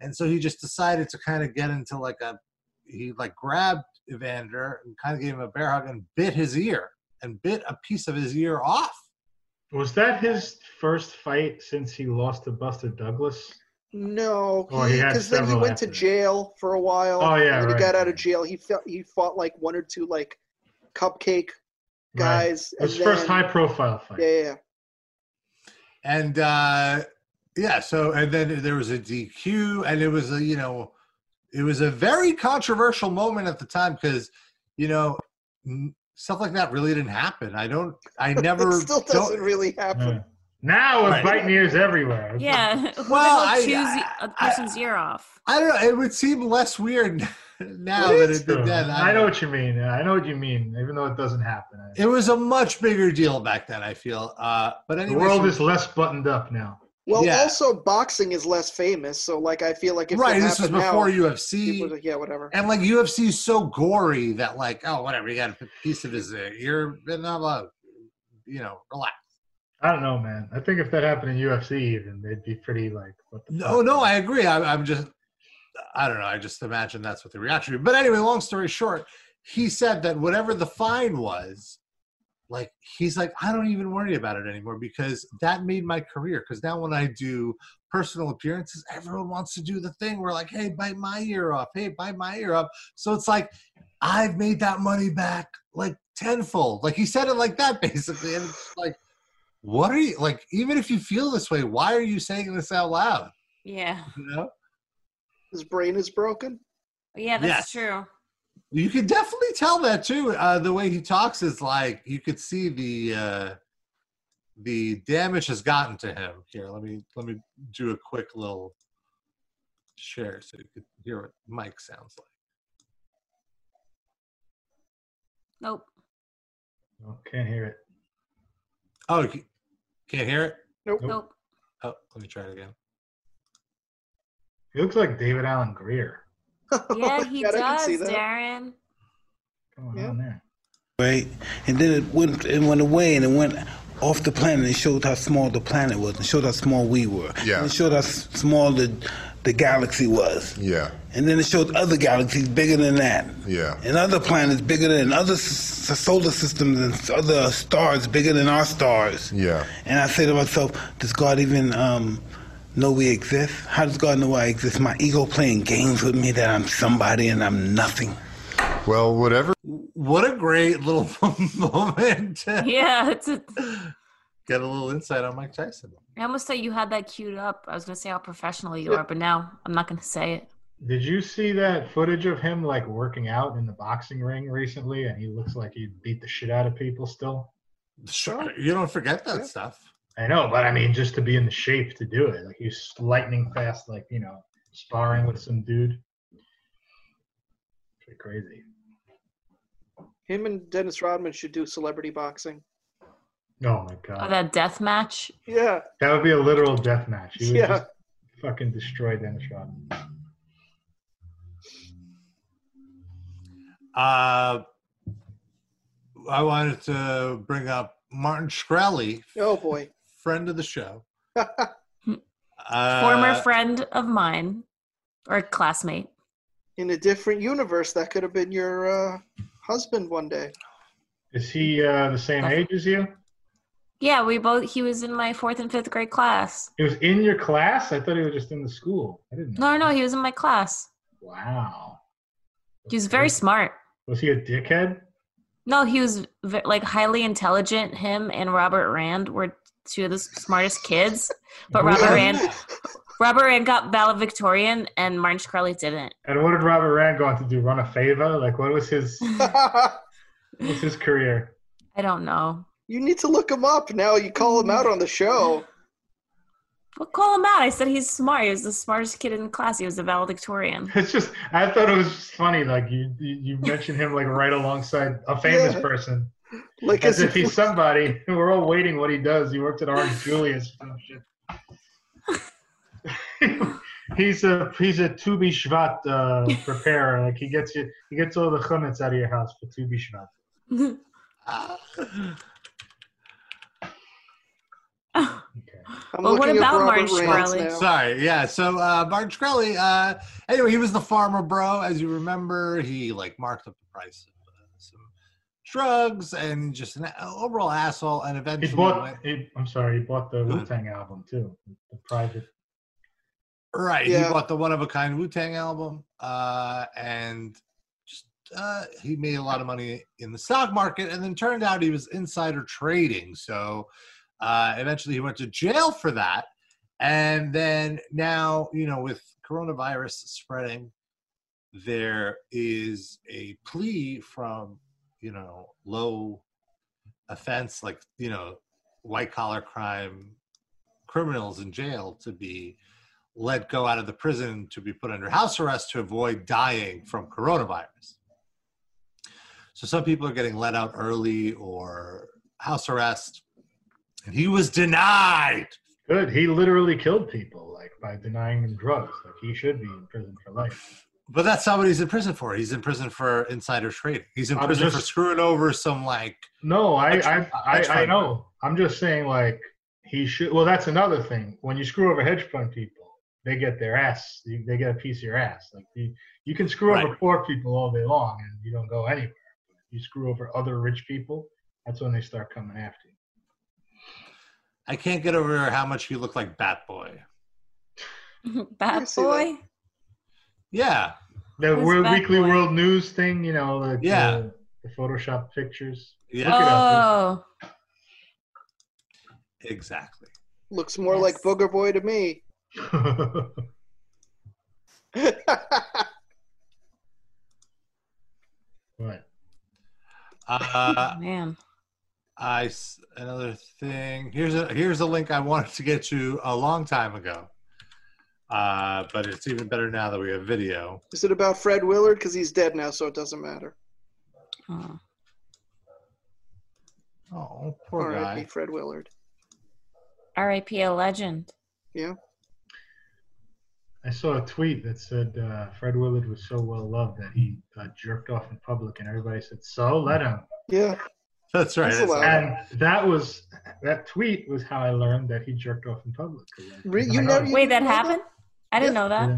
Speaker 2: And so he just decided to kind of get into like a he like grabbed Evander and kind of gave him a bear hug and bit his ear and bit a piece of his ear off.
Speaker 4: Was that his first fight since he lost to Buster Douglas?
Speaker 3: no,
Speaker 4: Oh, he had
Speaker 3: because then he
Speaker 4: several
Speaker 3: went to jail for a while.
Speaker 4: Oh, yeah,
Speaker 3: and when he
Speaker 4: right.
Speaker 3: got out of jail, he felt he fought like one or two like cupcake guys.
Speaker 4: His
Speaker 3: and
Speaker 4: first
Speaker 3: then-
Speaker 4: high profile fight.
Speaker 3: Yeah, yeah, yeah.
Speaker 2: and uh yeah so and then there was a dq and it was a you know it was a very controversial moment at the time because you know n- stuff like that really didn't happen i don't i never
Speaker 3: it still doesn't
Speaker 2: don't,
Speaker 3: really happen.
Speaker 4: Now with
Speaker 2: Right.
Speaker 4: biting ears everywhere.
Speaker 5: Yeah. Who
Speaker 2: Well,
Speaker 5: the hell
Speaker 2: I-
Speaker 5: chews a person's ear off?
Speaker 2: i don't know it would seem less weird now than it did then
Speaker 4: I, know what you mean. I know what you mean, even though it doesn't happen.
Speaker 2: it was a much bigger deal back then i feel uh but
Speaker 4: The
Speaker 2: anyway
Speaker 4: world
Speaker 2: so-
Speaker 4: is less buttoned up now.
Speaker 3: Well,
Speaker 2: Yeah.
Speaker 3: also boxing is less famous, so like I feel like if it
Speaker 2: right this was
Speaker 3: happened now,
Speaker 2: before ufc
Speaker 3: people would- yeah, whatever.
Speaker 2: And like UFC is so gory that like, oh whatever, you got a piece of his uh, ear, you're not allowed, you know, relax.
Speaker 4: I don't know, man. I think if that happened in UFC, even they'd be pretty like, what the
Speaker 2: No, no, I agree. I, I'm just, I don't know. I just imagine that's what the reaction. would be. But anyway, long story short, he said that whatever the fine was, like he's like, I don't even worry about it anymore because that made my career. Because now when I do personal appearances, everyone wants to do the thing. We're like, hey, bite my ear off. Hey, bite my ear up. So it's like, I've made that money back like tenfold. Like he said it like that basically, and it's like. What are you like? Even if you feel this way, why are you saying this out loud?
Speaker 5: Yeah.
Speaker 2: You know,
Speaker 3: His brain is broken.
Speaker 5: Yeah, that's true.
Speaker 2: you can definitely tell that too. Uh, the way he talks is like you could see the uh, the damage has gotten to him. Here, let me let me do a quick little share so you could hear what Mike sounds like.
Speaker 5: Nope.
Speaker 4: No, can't hear it.
Speaker 2: Oh, you ca- can't hear it.
Speaker 3: Nope.
Speaker 5: Nope.
Speaker 2: Oh, let me try it again.
Speaker 4: He looks like David Allen Greer.
Speaker 5: Yeah, he
Speaker 3: God, I can
Speaker 5: does,
Speaker 3: see that.
Speaker 5: Darren.
Speaker 4: Going on there.
Speaker 17: right? And then it went it went away and it went off the planet and it showed how small the planet was and showed how small we were. Yeah. And it showed how s- small the the galaxy was.
Speaker 14: Yeah.
Speaker 17: And then it showed other galaxies bigger than that,
Speaker 14: Yeah.
Speaker 17: and other planets bigger than other s- s- solar systems and other stars bigger than our stars.
Speaker 14: Yeah.
Speaker 17: And I say to myself, does God even um, know we exist? How does God know I exist? My ego playing games with me that I'm somebody and I'm nothing.
Speaker 14: Well, whatever.
Speaker 2: What a great little moment.
Speaker 5: Yeah, it's a,
Speaker 2: uh, Get a little insight on Mike Tyson.
Speaker 5: I almost thought you had that queued up. I was gonna say how professional you are, but now I'm not gonna say it.
Speaker 4: Did you see that footage of him like working out in the boxing ring recently? And he looks like he beat the shit out of people still.
Speaker 2: Sure, Uh, you don't forget that stuff.
Speaker 4: I know, but I mean, just to be in the shape to do it, like he's lightning fast, like you know, sparring with some dude. Pretty crazy.
Speaker 3: Him and Dennis Rodman should do celebrity boxing.
Speaker 4: Oh my god,
Speaker 2: Uh,
Speaker 5: Oh, that death match.
Speaker 3: Yeah.
Speaker 4: that would be a literal death match. He would
Speaker 3: Yeah.
Speaker 4: just fucking destroy Dennis Rodman.
Speaker 2: Uh, I wanted to bring up Martin Shkreli,
Speaker 3: Oh boy.
Speaker 2: friend of the show.
Speaker 5: Former
Speaker 2: Uh,
Speaker 5: friend of mine or classmate.
Speaker 3: In a different universe, that could have been your uh, husband one day.
Speaker 4: Is he uh, the same age as you?
Speaker 5: Yeah, we both. He was in my fourth and fifth grade class.
Speaker 4: He was in your class. I thought he was just in the school. I didn't. know.
Speaker 5: No, no, he was in my class.
Speaker 4: Wow.
Speaker 5: He was very smart.
Speaker 4: Was he a dickhead?
Speaker 5: No, he was v- like highly intelligent. Him and Robert Rand were two of the s- smartest kids, but Robert Rand, Robert Rand got valedictorian, and Martin Shkreli didn't.
Speaker 4: And what did Robert Rand go on to do? Run a favor? Like, what was his? what was his career?
Speaker 5: I don't know.
Speaker 3: You need to look him up now. You call him out on the show.
Speaker 5: Well, call him out. I said he's smart. He was the smartest kid in class. He was a valedictorian.
Speaker 4: It's just I thought it was just funny. Like you, you you mentioned him like right alongside a famous
Speaker 3: Yeah.
Speaker 4: person,
Speaker 3: Like
Speaker 4: as
Speaker 3: as
Speaker 4: if he's somebody. We're all waiting what he does. He worked at Orange Julius. or some shit. he's a he's a Tu B'Shvat uh, preparer. Like he gets you, he gets all the chummets out of your house for Tu B'Shvat.
Speaker 3: I'm
Speaker 5: Well, what
Speaker 3: looking up
Speaker 5: about
Speaker 3: Robert
Speaker 5: Martin
Speaker 3: Rand's
Speaker 5: Shkreli?
Speaker 3: now.
Speaker 2: Sorry, yeah. So uh, Martin Shkreli. Uh, anyway, he was the farmer bro, as you remember. He like marked up the price of uh, some drugs and just an uh, overall asshole. And
Speaker 4: He
Speaker 2: eventually,
Speaker 4: bought.
Speaker 2: went-
Speaker 4: He, I'm sorry. He bought the Wu Tang album too. The private.
Speaker 2: right,
Speaker 4: Yeah.
Speaker 2: he bought the one of a kind Wu Tang album, uh, and just uh, he made a lot of money in the stock market. And then turned out he was insider trading. So uh, eventually, he went to jail for that. And then now, you know, with coronavirus spreading, there is a plea from, you know, low offense, like, you know, white collar crime criminals in jail to be let go out of the prison to be put under house arrest to avoid dying from coronavirus. So some people are getting let out early or house arrest. And he was denied.
Speaker 4: Good. He literally killed people, like by denying them drugs. Like he should be in prison for life.
Speaker 2: But that's not what he's in prison for. He's in prison for insider trading. He's in
Speaker 4: I'm
Speaker 2: prison for
Speaker 4: just-
Speaker 2: screwing over some like
Speaker 4: No, I,
Speaker 2: Hedge-
Speaker 4: I,
Speaker 2: hedge
Speaker 4: I, I
Speaker 2: fund.
Speaker 4: know. I'm just saying, like he should. Well, that's another thing. When you screw over hedge fund people, they get their ass. you- They get a piece of your ass. Like you, you can screw over poor people all day long, and you don't go anywhere. You screw over other rich people. That's when they start coming after you.
Speaker 2: I can't get over how much he looked like Bat Boy.
Speaker 5: Bad boy.
Speaker 2: Yeah.
Speaker 4: The
Speaker 5: Who's
Speaker 4: World
Speaker 5: Bad
Speaker 4: Weekly
Speaker 5: Boy?
Speaker 4: World News thing, you know, like
Speaker 2: Yeah.
Speaker 4: the, the Photoshop pictures.
Speaker 2: Yeah.
Speaker 4: Look it up.
Speaker 5: Oh,
Speaker 2: Exactly.
Speaker 3: Looks more like Booger Boy to me.
Speaker 4: What?
Speaker 2: Uh,
Speaker 5: man.
Speaker 2: I s- another thing. Here's a here's a link I wanted to get you a long time ago. Uh, but it's even better now that we have video.
Speaker 3: Is it about Fred Willard? Because he's dead now, so it doesn't matter.
Speaker 2: Oh,
Speaker 5: poor
Speaker 3: R.I.P.
Speaker 5: guy.
Speaker 3: Fred Willard.
Speaker 5: R.I.P. A legend.
Speaker 3: Yeah.
Speaker 4: I saw a tweet that said uh, Fred Willard was so well loved that he uh, jerked off in public, and everybody said, "So let him."
Speaker 3: Yeah.
Speaker 2: That's right.
Speaker 3: That's allowed.
Speaker 4: and that was that tweet was how I learned that he jerked off in public. 'cause I-
Speaker 3: Re-
Speaker 4: I
Speaker 3: you
Speaker 4: know-
Speaker 3: never- you
Speaker 5: Wait, that
Speaker 3: didn't know
Speaker 5: happened? I didn't know that.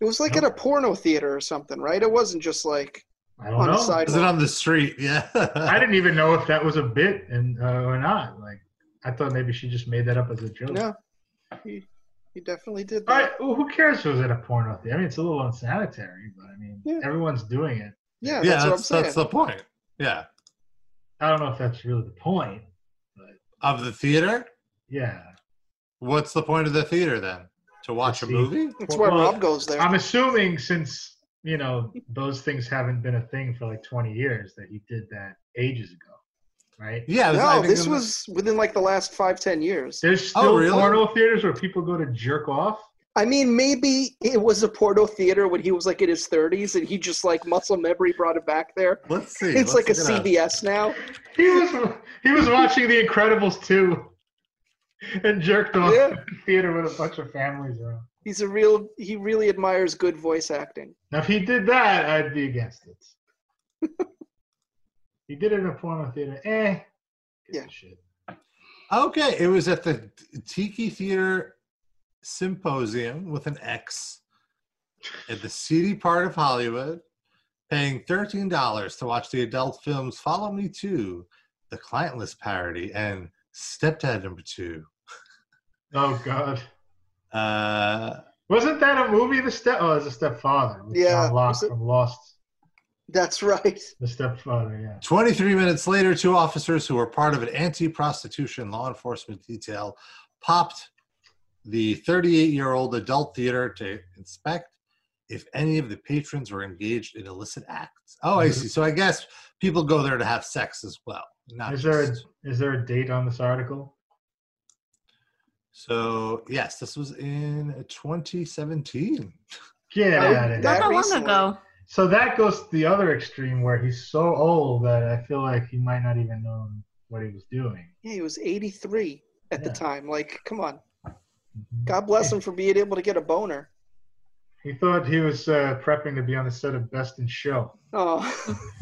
Speaker 3: It was like at a porno theater or something, right? It wasn't just like
Speaker 4: I don't
Speaker 3: on
Speaker 4: know.
Speaker 3: the sidewalk.
Speaker 2: the street? Yeah.
Speaker 4: I didn't even know if that was a bit and uh, or not. Like, I thought maybe she just made that up as a joke.
Speaker 3: Yeah. He, he definitely did
Speaker 4: All
Speaker 3: that.
Speaker 4: right. Well, who cares if it was at a porno theater? I mean, it's a little unsanitary, but I mean, everyone's doing it.
Speaker 3: Yeah, Yeah, that's what I'm that's- that's saying. the
Speaker 2: point. Yeah.
Speaker 4: I don't know if that's really the point.
Speaker 2: Of the theater?
Speaker 4: Yeah.
Speaker 2: What's the point of the theater then? To watch a movie?
Speaker 4: Well, I'm assuming since you know those things haven't been a thing for like 20 years that he did that ages ago, right?
Speaker 3: no, this was within like the last five, ten years.
Speaker 4: There's still porno theaters where people go to jerk off.
Speaker 3: Oh, I mean, maybe it was a porno theater when he was like in his 30s, and he just like muscle memory brought it back there.
Speaker 2: Let's see.
Speaker 3: It's
Speaker 4: let's
Speaker 3: like a
Speaker 4: look it up.
Speaker 3: CBS now.
Speaker 4: He was he was watching The Incredibles 2 and jerked off
Speaker 3: Yeah.
Speaker 4: in the theater with a bunch of families around.
Speaker 3: He's a real. He really admires good voice acting.
Speaker 4: Now, if he did that, I'd be against it. he did it in a porno theater. Eh.
Speaker 3: Yeah.
Speaker 2: Okay, it was at the Tiki Theater Symposium with an X at the seedy part of Hollywood, paying $13 to watch the adult films Follow Me 2, The Clientless Parody, and Stepdad Number 2.
Speaker 4: Oh God.
Speaker 2: Uh,
Speaker 4: Wasn't that a movie? The step oh, it was a stepfather. With
Speaker 3: Yeah,
Speaker 4: John Locke from Lost.
Speaker 3: That's right.
Speaker 4: The stepfather. Yeah.
Speaker 2: 23 minutes later, two officers who were part of an anti prostitution law enforcement detail popped the 38 year old adult theater to inspect if any of the patrons were engaged in illicit acts. Oh, I see. So I guess people go there to have sex as well. Not
Speaker 4: Is there a, is there a date on this article?
Speaker 2: so, yes, this was in 2017.
Speaker 4: Get
Speaker 2: Oh,
Speaker 4: out of
Speaker 2: not
Speaker 4: here.
Speaker 2: that long Recently. ago.
Speaker 4: So that goes to the other extreme where he's so old that I feel like he might not even know what he was doing.
Speaker 3: Yeah, he was 83 at the time. Like, come on.
Speaker 2: Mm-hmm.
Speaker 3: God bless him for being able to get a boner.
Speaker 4: He thought he was uh, prepping to be on the set of Best in Show.
Speaker 3: Oh,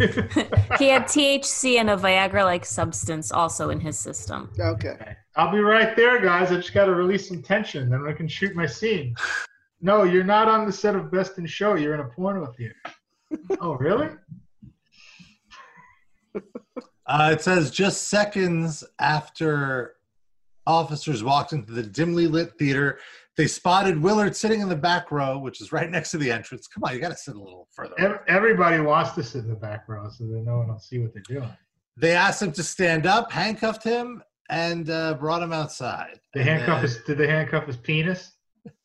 Speaker 5: He had THC and a Viagra-like substance also in his system.
Speaker 3: Okay.
Speaker 4: I'll be right there, guys. I just got to release some tension, then I can shoot my scene. No, you're not on the set of Best in Show. You're in a porno theater. oh, really?
Speaker 2: Uh, it says just seconds after officers walked into the dimly lit theater, they spotted Willard sitting in the back row, which is right next to the entrance. Come on, you got to sit a little further.
Speaker 4: Ev- everybody wants to sit in the back row so that no one will see what they're doing.
Speaker 2: They asked him to stand up, handcuffed him, and uh, brought him outside.
Speaker 4: They
Speaker 2: And
Speaker 4: handcuff
Speaker 2: then-
Speaker 4: his. Did they handcuff his penis?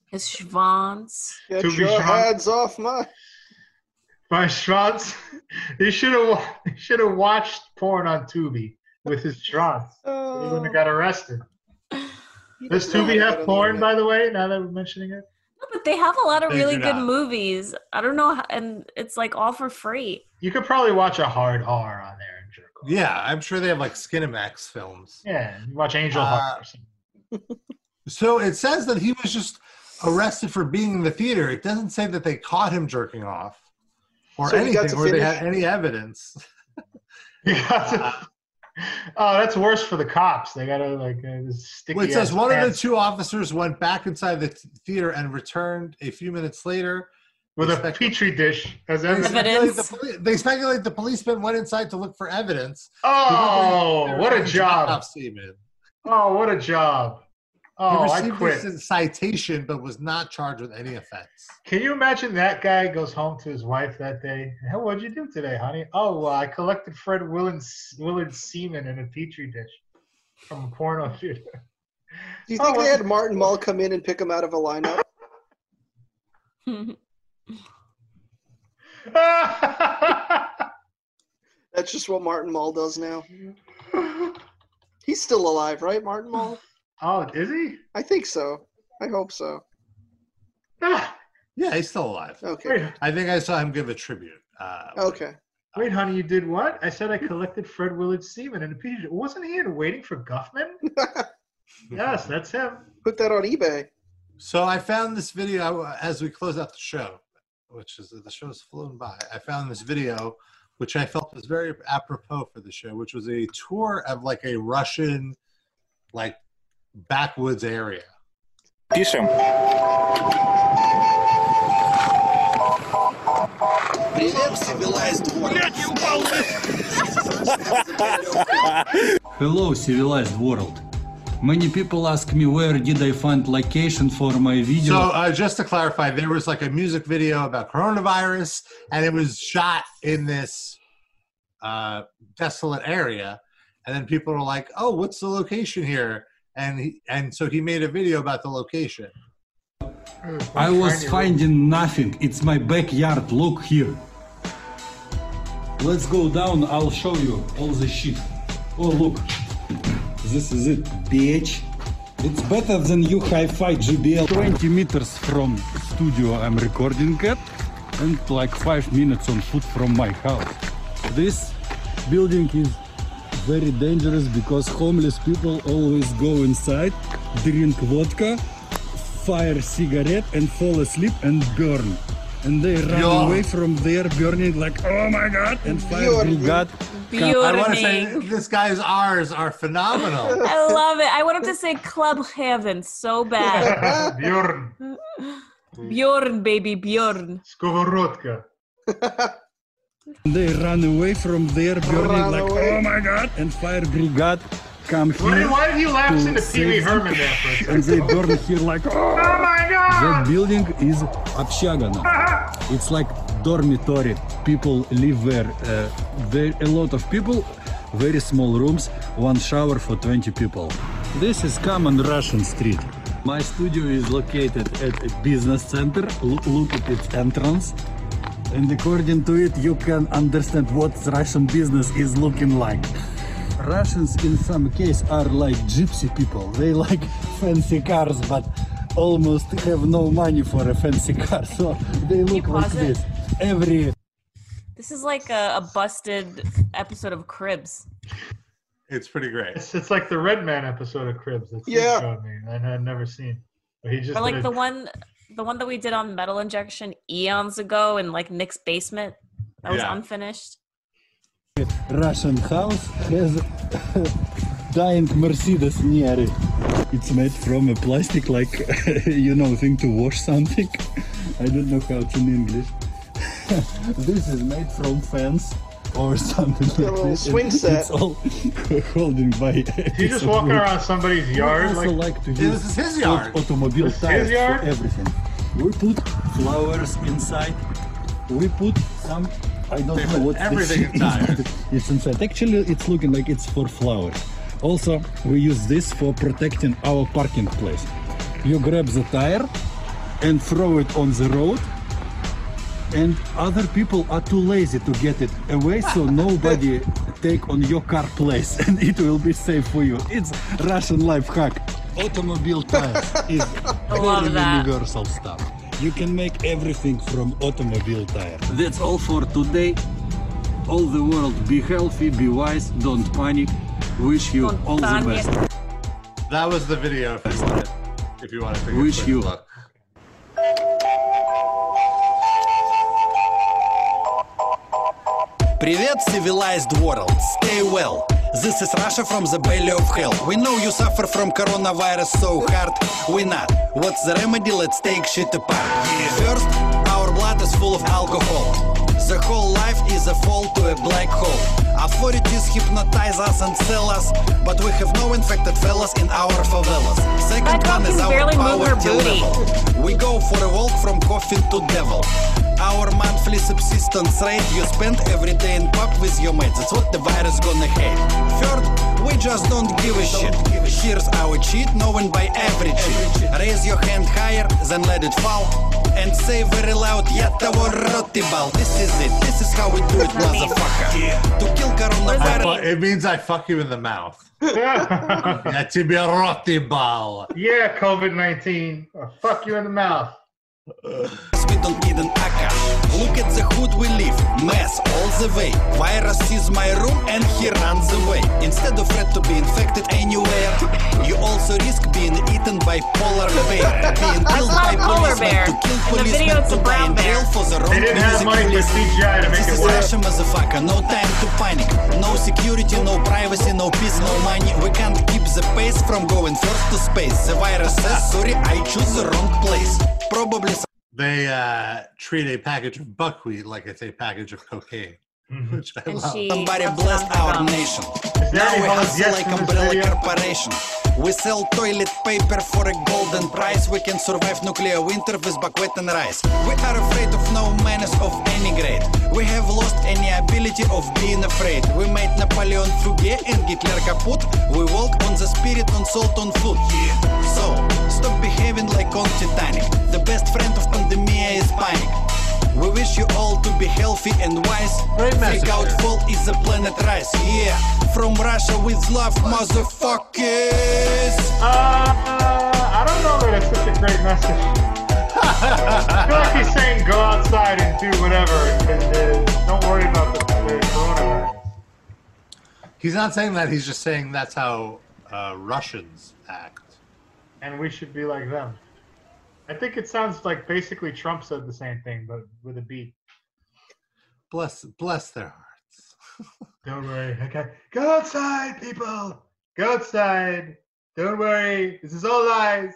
Speaker 5: His schwanz.
Speaker 4: Get To be your schwanz. hands
Speaker 3: off my.
Speaker 4: My Schwanz. He should have. Should have watched porn on Tubi with his Schwanz. He wouldn't have got arrested. Does Tubi have porn, by the way? Now that we're mentioning it,
Speaker 5: But they have a lot of
Speaker 4: They
Speaker 5: really
Speaker 4: do
Speaker 5: good
Speaker 4: not.
Speaker 5: movies. I don't know, how, and it's like all for free.
Speaker 4: you could probably watch a hard R on there.
Speaker 2: Yeah, I'm sure they have like Skinamax films.
Speaker 4: Yeah, you watch Angel Heart. or something.
Speaker 2: Uh, So it says that he was just arrested for being in the theater. It doesn't say that they caught him jerking off or
Speaker 4: So he got
Speaker 2: anything,
Speaker 4: to
Speaker 2: or they had
Speaker 4: finish?
Speaker 2: any evidence.
Speaker 4: Oh, that's worse for the cops. They gotta like uh, this sticky.
Speaker 2: Well, it says
Speaker 4: ass
Speaker 2: one of the
Speaker 4: pants
Speaker 2: two officers went back inside the th- theater and returned a few minutes later
Speaker 4: with a petri dish as
Speaker 2: They
Speaker 4: evidence.
Speaker 2: speculate, the poli- they speculate the policeman went inside to look for evidence.
Speaker 4: Oh, what a job.
Speaker 2: Seaman.
Speaker 4: Oh, what a job! Oh,
Speaker 2: he
Speaker 4: I
Speaker 2: received
Speaker 4: quit.
Speaker 2: this citation but was not charged with any offense.
Speaker 4: Can you imagine that guy goes home to his wife that day? Hey, what'd you do today, honey? Oh, well, I collected Fred Willard's, Willard's semen in a petri dish from a porno theater.
Speaker 3: Do you think
Speaker 4: Oh,
Speaker 3: they had Martin Mull come in and pick him out of a lineup? That's just what Martin Mull does now. He's still alive, right, Martin Mull?
Speaker 4: Oh, is he?
Speaker 3: I think so. I hope so.
Speaker 2: Ah, Yeah, he's still alive.
Speaker 3: Okay.
Speaker 2: I think I saw him give a tribute. Uh,
Speaker 3: Okay.
Speaker 4: Wait, honey, you did what? I said I collected Fred Willard's semen in a petri dish. Wasn't he in Waiting for Guffman? yes, that's him.
Speaker 3: Put that on eBay.
Speaker 2: So I found this video uh, as we close out the show, which is the show's flown by. I found this video, which I felt was very apropos for the show, which was a tour of like a Russian, like backwoods area.
Speaker 18: Пишем.
Speaker 19: Привет, Civilized World. Блять, я упал!
Speaker 20: Hello, civilized world. Many people ask me where did I find location for my video.
Speaker 2: So, uh, just to clarify, there was like a music video about coronavirus, and it was shot in this uh, desolate area. And then people were like, "Oh, what's the location here?" And he, and so he made a video about the location.
Speaker 20: I was finding nothing. It's my backyard. Look here. Let's go down. I'll show you all the shit. Oh, look. This is it, bitch. It's better than you hi-fi GBL. 20 meters from studio I'm recording at and like 5 minutes on foot from my house. This building is very dangerous because homeless people always go inside, drink vodka, fire cigarette and fall asleep and burn. And they run
Speaker 2: Yeah.
Speaker 20: away from there burning like, oh my god, and fire brigade.
Speaker 2: I want to say this guy's R's are phenomenal.
Speaker 5: I love it. I wanted to say Club Heaven so bad.
Speaker 2: Bjorn.
Speaker 5: Bjorn, baby, Bjorn.
Speaker 4: Skovorotka.
Speaker 20: And They run away from there burning
Speaker 4: Run
Speaker 20: like,
Speaker 4: away.
Speaker 20: oh my god, and fire brigade come here.
Speaker 4: Why- why did you lapse
Speaker 20: to
Speaker 4: into Pee Wee
Speaker 20: save them.
Speaker 4: Herman there for a
Speaker 20: And they
Speaker 4: second?
Speaker 20: burn here like, oh
Speaker 4: my god!
Speaker 20: That building is общагана. It's like dormitory. People live there. Uh, there a lot of people, very small rooms, one shower for 20 people. This is common Russian street. My studio is located at a business center. L- look at its entrance. And according to it, you can understand what Russian business is looking like. Russians, in some case, are like gypsy people. They like fancy cars, but almost have no money for a fancy car. So they look like
Speaker 5: pause it?
Speaker 20: this. Every
Speaker 5: This is like a, a busted episode of Cribs.
Speaker 2: It's pretty great.
Speaker 4: It's, it's like the Red Man episode of Cribs. That's
Speaker 5: Yeah.
Speaker 4: yeah. Showed me. I had never seen. But he just
Speaker 5: Or like
Speaker 4: did
Speaker 5: the one the one that we did on metal injection eons ago in like Nick's basement. That was
Speaker 20: Yeah.
Speaker 5: unfinished.
Speaker 20: Russian house has dying Mercedes near it. It's made from a plastic, like, you know, thing to wash something. I don't know how it's in English. this is made from fence or something like
Speaker 4: little
Speaker 20: this. and
Speaker 4: swing set.
Speaker 20: It's all holding by.
Speaker 4: He's just walking around somebody's yard,
Speaker 20: We also
Speaker 4: like-
Speaker 20: like, to
Speaker 4: Yeah,
Speaker 20: use
Speaker 4: this is his
Speaker 20: old
Speaker 4: yard.
Speaker 20: automobile
Speaker 4: This is his
Speaker 20: tires
Speaker 4: yard?
Speaker 20: for everything. We put flowers inside. We put some. I don't know what
Speaker 2: everything
Speaker 20: the shit
Speaker 2: inside.
Speaker 20: is, but It's inside. Actually, it's looking like it's for flowers. Also, we use this for protecting our parking place. You grab the tire and throw it on the road. And other people are too lazy to get it away, so nobody take on your car place, and it will be safe for you. It's Russian life hack. Automobile tires is very
Speaker 5: that.
Speaker 20: universal stuff. You can make everything from automobile tire. That's all for today. All the world, be healthy, be wise, don't panic. Wish you all the
Speaker 5: panic.
Speaker 20: best.
Speaker 2: That was the video. If you want, if you want to take a
Speaker 20: Wish
Speaker 2: quick
Speaker 20: you-
Speaker 2: look.
Speaker 19: Привет, civilized world. Stay well. This is Russia from the belly of hell. We know you suffer from coronavirus so hard. We not. What's the remedy? Let's take shit apart. First, our blood is full of alcohol. The whole life is a fall to a black hole. Authorities hypnotize us and sell us, but we have no infected fellas in our favelas. Second one is
Speaker 5: can
Speaker 19: our
Speaker 5: barely move her
Speaker 19: power to
Speaker 5: booty.
Speaker 19: level. We go for a walk from coffin to devil. Our monthly subsistence rate you spend every day in pub with your mates. That's what the virus gonna hate. Third, we just don't give a shit. Here's our cheat, known by every cheat. Raise your hand higher, then let it fall. And say very loud, я того роти бал. This is it, this is how we do it, motherfucker. To kill
Speaker 2: I
Speaker 19: coronavirus.
Speaker 2: fu- it means I fuck you in the mouth. yeah, tibiarotti ball.
Speaker 4: Yeah, COVID 19. Fuck you in the mouth.
Speaker 19: We don't need an AK. Look at the hood we live. Mess all the way. Virus sees my room and he runs away. Instead of threat to be infected anywhere, you also risk being eaten by polar bear.
Speaker 5: I
Speaker 19: Being killed
Speaker 5: love
Speaker 19: by
Speaker 5: polar
Speaker 19: policemen,
Speaker 5: bear.
Speaker 19: to kill
Speaker 5: In the video,
Speaker 19: policemen,
Speaker 5: it's
Speaker 19: to
Speaker 5: a
Speaker 19: die
Speaker 5: brown
Speaker 19: in jail
Speaker 5: bear.
Speaker 19: for the wrong
Speaker 4: They didn't have
Speaker 19: music
Speaker 4: money for
Speaker 19: police.
Speaker 4: CGI to make
Speaker 19: This
Speaker 4: it
Speaker 19: is
Speaker 4: work.
Speaker 19: Russia, motherfucker. No time to panic. No security, no privacy, no peace, no money. We can't keep the pace from going first to space. The virus says, sorry, I choose choose the wrong place. Probably some-
Speaker 2: They uh, treat a package of buckwheat like it's a package of cocaine, which I love.
Speaker 19: somebody bless our nation. Now we hustle like umbrella corporation. We sell toilet paper for a golden price. We can survive nuclear winter with buckwheat and rice. We are afraid of no manners of any grade. We have lost any ability of being afraid. We made Napoleon Fugue and Hitler kaput. We walk on the spirit on salt on food. So stop behaving like on Titanic. The best friend of pandemia is panic. We wish you all to be healthy and wise. Freak out fall is the planet rise. Yeah, from Russia with love, motherfuckers.
Speaker 4: Uh, I don't know that it's such a great message. I feel like he's saying go outside and do whatever and, and, uh, don't worry about the, the coronavirus.
Speaker 2: He's not saying that. He's just saying that's how uh, Russians act.
Speaker 4: And we should be like them. I think it sounds like basically Trump said the same thing, but with a beat.
Speaker 2: Bless, bless their heart.
Speaker 4: Don't worry. Okay. Go outside, people. Go outside. Don't worry. This is all lies.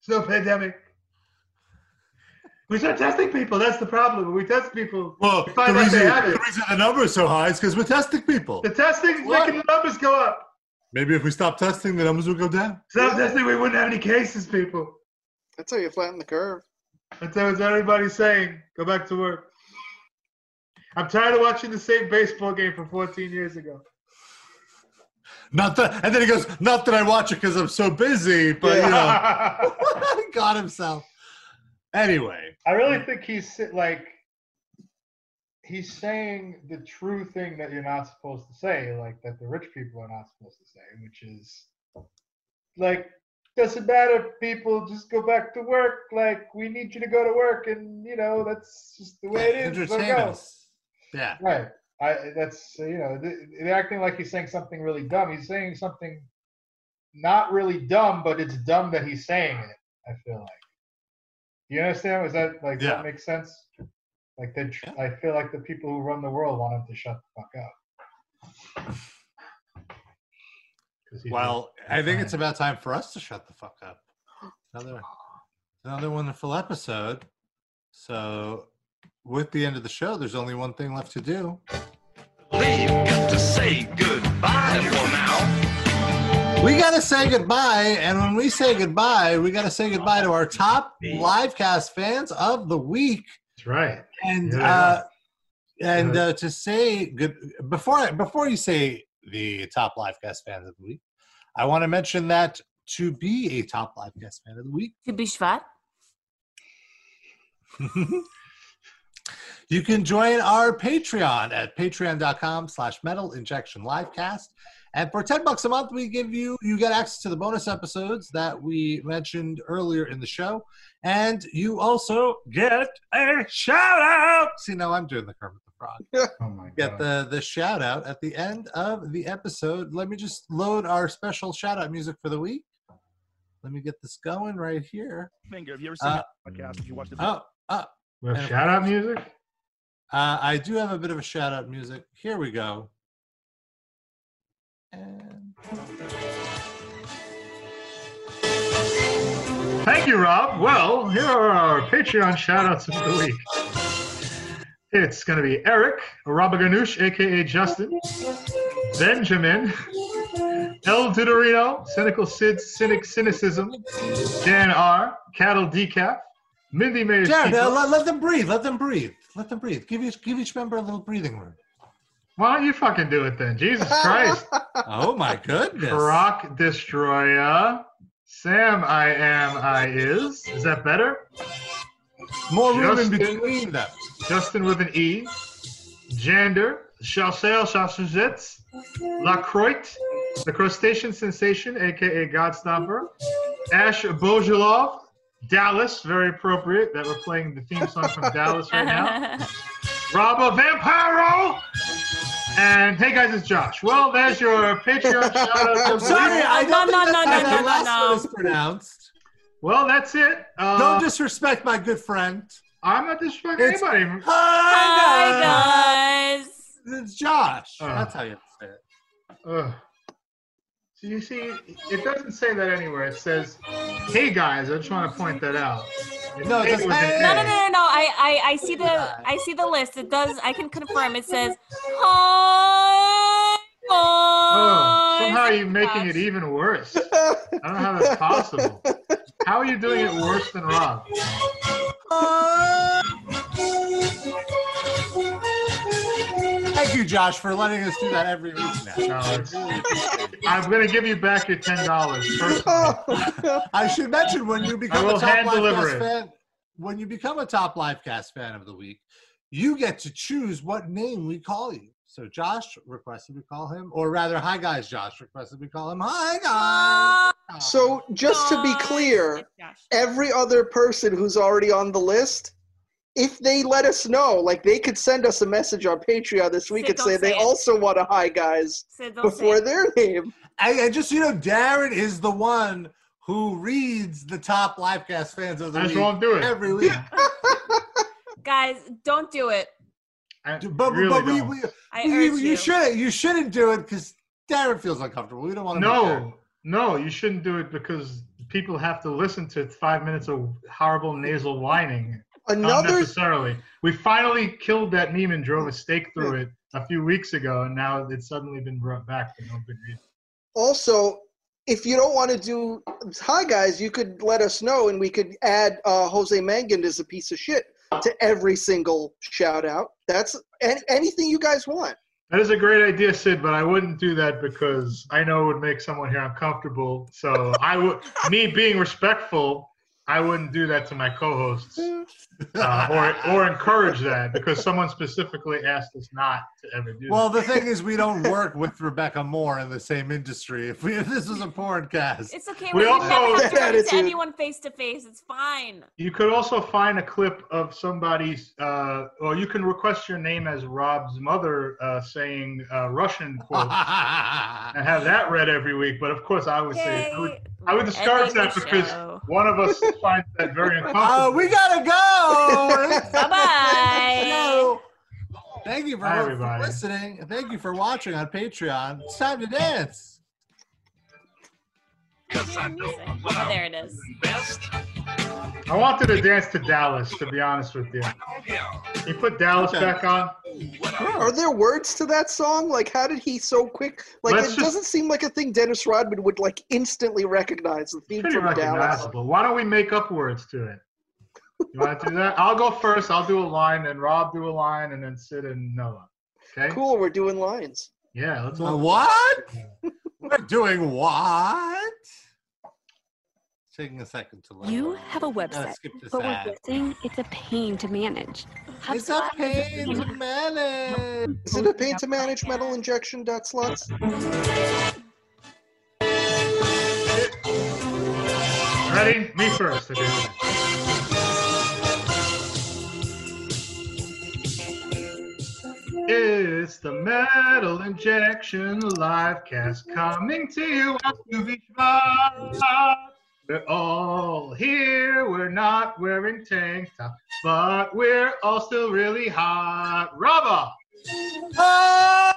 Speaker 4: It's no pandemic. We start testing people. That's the problem. We test people.
Speaker 2: Well,
Speaker 4: we
Speaker 2: the
Speaker 4: find out
Speaker 2: reason,
Speaker 4: they have
Speaker 2: the
Speaker 4: it.
Speaker 2: reason the number is so high is because we're testing people.
Speaker 4: The testing's making the numbers go up.
Speaker 2: Maybe if we stop testing, the numbers will go down.
Speaker 4: Stop testing. We wouldn't have any cases, people.
Speaker 3: That's how you flatten the curve.
Speaker 4: That's what everybody's saying. Go back to work. I'm tired of watching the same baseball game from 14 years ago.
Speaker 2: Not that, and then he goes, "Not that I watch it because I'm so busy," but you know, got himself. Anyway,
Speaker 4: I really think he's si- like he's saying the true thing that you're not supposed to say, like that the rich people are not supposed to say, which is like doesn't matter, people just go back to work. Like we need you to go to work, and you know that's just the way it is. So
Speaker 2: Entertain
Speaker 4: go.
Speaker 2: us. yeah,
Speaker 4: Right. I, that's uh, you know th- they're acting like he's saying something really dumb. He's saying something not really dumb, but it's dumb that he's saying it. I feel like. Do you understand? Is that like
Speaker 2: Yeah.
Speaker 4: that makes sense? Like they, tr I feel like the people who run the world want him to shut the fuck up.
Speaker 2: Well, I think it's about time for us to shut the fuck up. Another, another wonderful episode. So, with the end of the show, there's only one thing left to do.
Speaker 18: We've got to say goodbye for now.
Speaker 2: We got to say goodbye. And when we say goodbye, we got to say goodbye to our top livecast fans of the week.
Speaker 4: That's right.
Speaker 2: And,
Speaker 4: Yeah.
Speaker 2: uh, and uh, to say good before I, before you say the top livecast fans of the week, I want to mention that to be a top livecast fan of the week,
Speaker 5: To be Schwat.
Speaker 2: you can join our patreon at patreon.com slash metal injection livecast and for 10 bucks a month we give you you get access to the bonus episodes that we mentioned earlier in the show and you also get a shout out see now i'm doing the kermit the frog
Speaker 4: oh my
Speaker 2: get the the shout out at the end of the episode let me just load our special shout out music for the week let me get this going right here
Speaker 10: Finger, have you ever
Speaker 2: seen Uh,
Speaker 10: podcast? you watch the
Speaker 2: oh oh
Speaker 4: We have
Speaker 2: And-
Speaker 4: shout out music.
Speaker 2: Uh, I do have a bit of a shout out music. Here we go.
Speaker 4: Thank you, Rob. Well, here are our Patreon shoutouts of the week. It's going to be Eric, Robaganoush, aka Justin, Benjamin, El Dudorino, Cynical Sid, Cynic Cynicism, Dan R, Cattle Decaf, Mindy Mays.
Speaker 2: Jared,
Speaker 4: People.
Speaker 2: uh, let, let them breathe. Let them breathe. Let them breathe. Give each give each member a little breathing room.
Speaker 4: Why don't you fucking do it then? Jesus Christ.
Speaker 2: Oh my goodness.
Speaker 4: Croc Destroyer. Sam I am I is. Is that better?
Speaker 2: More room in between them.
Speaker 4: Justin with an E. Jander. Chassel Chassuzette. La Croix. The Crustacean Sensation, aka God Stomper. Ash Bozulov. Dallas, very appropriate that we're playing the theme song from Dallas right now. Rob a Vampiro! And hey guys, it's Josh. Well, there's your Patreon shout out.
Speaker 2: I'm sorry, I don't think that's how the last one is pronounced.
Speaker 4: Well, that's it. Uh,
Speaker 2: don't disrespect my good friend.
Speaker 4: I'm not disrespecting
Speaker 2: It's-
Speaker 4: anybody.
Speaker 2: Hi, guys. It's Josh.
Speaker 4: Uh.
Speaker 2: That's how you say it.
Speaker 4: Ugh. So you see, it doesn't say that anywhere. It says Hey guys, I just want to point that out.
Speaker 2: No, it
Speaker 4: It was
Speaker 2: doesn't-
Speaker 4: an
Speaker 5: No, no,
Speaker 4: A.
Speaker 5: no, no, no. I, I, I see the, I see the list. It does. I can confirm. It says, "Hi,
Speaker 4: Oh,
Speaker 5: boys."
Speaker 4: somehow you're making it even worse. I don't know how that's possible. How are you doing it worse than Rob?
Speaker 2: Thank you, Josh, for letting us do that every week now.
Speaker 4: I'm going to give you back your ten dollars.
Speaker 2: I should mention when you become
Speaker 4: will
Speaker 2: a top
Speaker 4: hand deliver
Speaker 2: livecast
Speaker 4: it.
Speaker 2: fan, when you become a top livecast fan of the week, you get to choose what name we call you. So Josh requested we call him, or rather, hi guys, Josh requested we call him. Hi guys.
Speaker 3: So just to be clear, every other person who's already on the list, if they let us know, like they could send us a message on Patreon this week
Speaker 2: Sid,
Speaker 3: and say
Speaker 2: don't
Speaker 3: they
Speaker 2: say it.
Speaker 3: also want a hi guys before their name.
Speaker 2: And, and just so you know, Darren is the one who reads the top livecast fans of the
Speaker 4: I just
Speaker 2: week
Speaker 4: won't do it.
Speaker 2: every week.
Speaker 5: Guys, don't do it.
Speaker 2: but but
Speaker 4: really
Speaker 2: we,
Speaker 4: don't.
Speaker 2: we,
Speaker 5: I
Speaker 2: we-
Speaker 5: urge
Speaker 2: you,
Speaker 5: you.
Speaker 2: shouldn't you shouldn't do it because Darren feels uncomfortable. We don't want to.
Speaker 4: No, no, you shouldn't do it because people have to listen to five minutes of horrible nasal whining.
Speaker 3: Another-
Speaker 4: unnecessarily. We finally killed that meme and drove a stake through it a few weeks ago, and now it's suddenly been brought back for no good reason.
Speaker 3: Also, if you don't want to do hi guys, you could let us know and we could add uh, Jose Mangan is a piece of shit to every single shout out. That's an anything you guys want.
Speaker 4: That is a great idea, Sid, but I wouldn't do that because I know it would make someone here uncomfortable. So I would, me being respectful, I wouldn't do that to my co-hosts uh, or or encourage that because someone specifically asked us not to ever do.
Speaker 2: Well, the
Speaker 4: that.
Speaker 2: thing is, we don't work with Rebecca Moore in the same industry. If, we, if this was a porn cast,
Speaker 5: It's okay.
Speaker 4: We
Speaker 5: We,
Speaker 4: also-
Speaker 5: also never have to
Speaker 4: That
Speaker 5: run
Speaker 4: is
Speaker 5: into
Speaker 4: it.
Speaker 5: anyone face to face. It's fine.
Speaker 4: You could also find a clip of somebody's, uh, or you can request your name as Rob's mother uh, saying uh, Russian quotes and have that read every week. But of course, I would say I would, I would discourage
Speaker 2: ending
Speaker 4: that
Speaker 2: the
Speaker 4: because
Speaker 2: show.
Speaker 4: one of us finds that very
Speaker 2: uh,
Speaker 4: uncomfortable.
Speaker 2: we gotta go.
Speaker 5: Bye-bye.
Speaker 2: So, Thank you for,
Speaker 4: Bye,
Speaker 2: for
Speaker 4: everybody.
Speaker 2: listening. Thank you for watching on Patreon. It's time to dance.
Speaker 5: Oh, there it is.
Speaker 4: I wanted to dance to Dallas, to be honest with you. You put Dallas
Speaker 3: Okay.
Speaker 4: back on.
Speaker 3: Are there words to that song? Like, how did he so quick? Like,
Speaker 4: Let's
Speaker 3: it
Speaker 4: just-
Speaker 3: doesn't seem like a thing Dennis Rodman would like instantly recognize the theme
Speaker 4: Pretty
Speaker 3: from Dallas.
Speaker 4: recognizable. Why don't we make up words to it? You want to do that? I'll go first. I'll do a line, and Rob do a line, and then Sid and Noah. Okay.
Speaker 3: Cool, we're doing lines.
Speaker 4: Yeah. Let's
Speaker 2: Uh, what? We're doing what? Taking a second to load.
Speaker 21: You have a
Speaker 2: Gotta
Speaker 21: website,
Speaker 2: skip this
Speaker 21: but we're
Speaker 2: ad.
Speaker 21: guessing it's a pain to manage.
Speaker 2: It's a pain to manage.
Speaker 3: Is it a pain to manage metal injection dot slots?
Speaker 4: Ready? Me first. okay. It's the Metal Injection live cast coming to you at UV Schwarz. We're all here. We're not wearing tank top, but we're all still really hot. Rava.
Speaker 2: Oh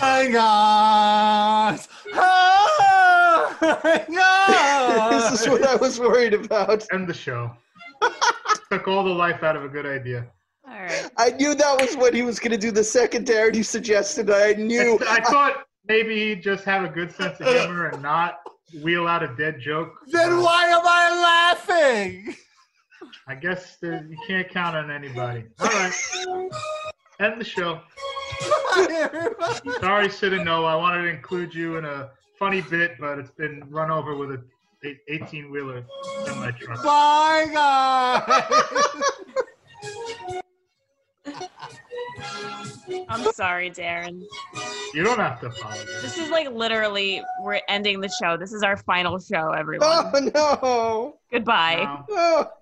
Speaker 2: my God! Oh my God!
Speaker 4: This is
Speaker 3: what I was worried about.
Speaker 4: End the show. Took all the life out of a good idea.
Speaker 5: All right.
Speaker 3: I knew that was what he was going to do the second Darren you suggested. I knew.
Speaker 4: I thought maybe he'd just have a good sense of humor and not wheel out a dead joke.
Speaker 2: Then why am I laughing?
Speaker 4: I guess there, you can't count on anybody. All right. End the show. Sorry, Sid and Noah. I wanted to include you in a funny bit, but it's been run over with a 18 wheeler semi truck.
Speaker 2: Bye, guys.
Speaker 5: I'm sorry, Darren.
Speaker 4: You don't have to apologize.
Speaker 5: This is like literally,
Speaker 2: Oh.
Speaker 5: we're ending the show. This is our final show, everyone.
Speaker 3: Oh no!
Speaker 5: Goodbye.
Speaker 3: Oh.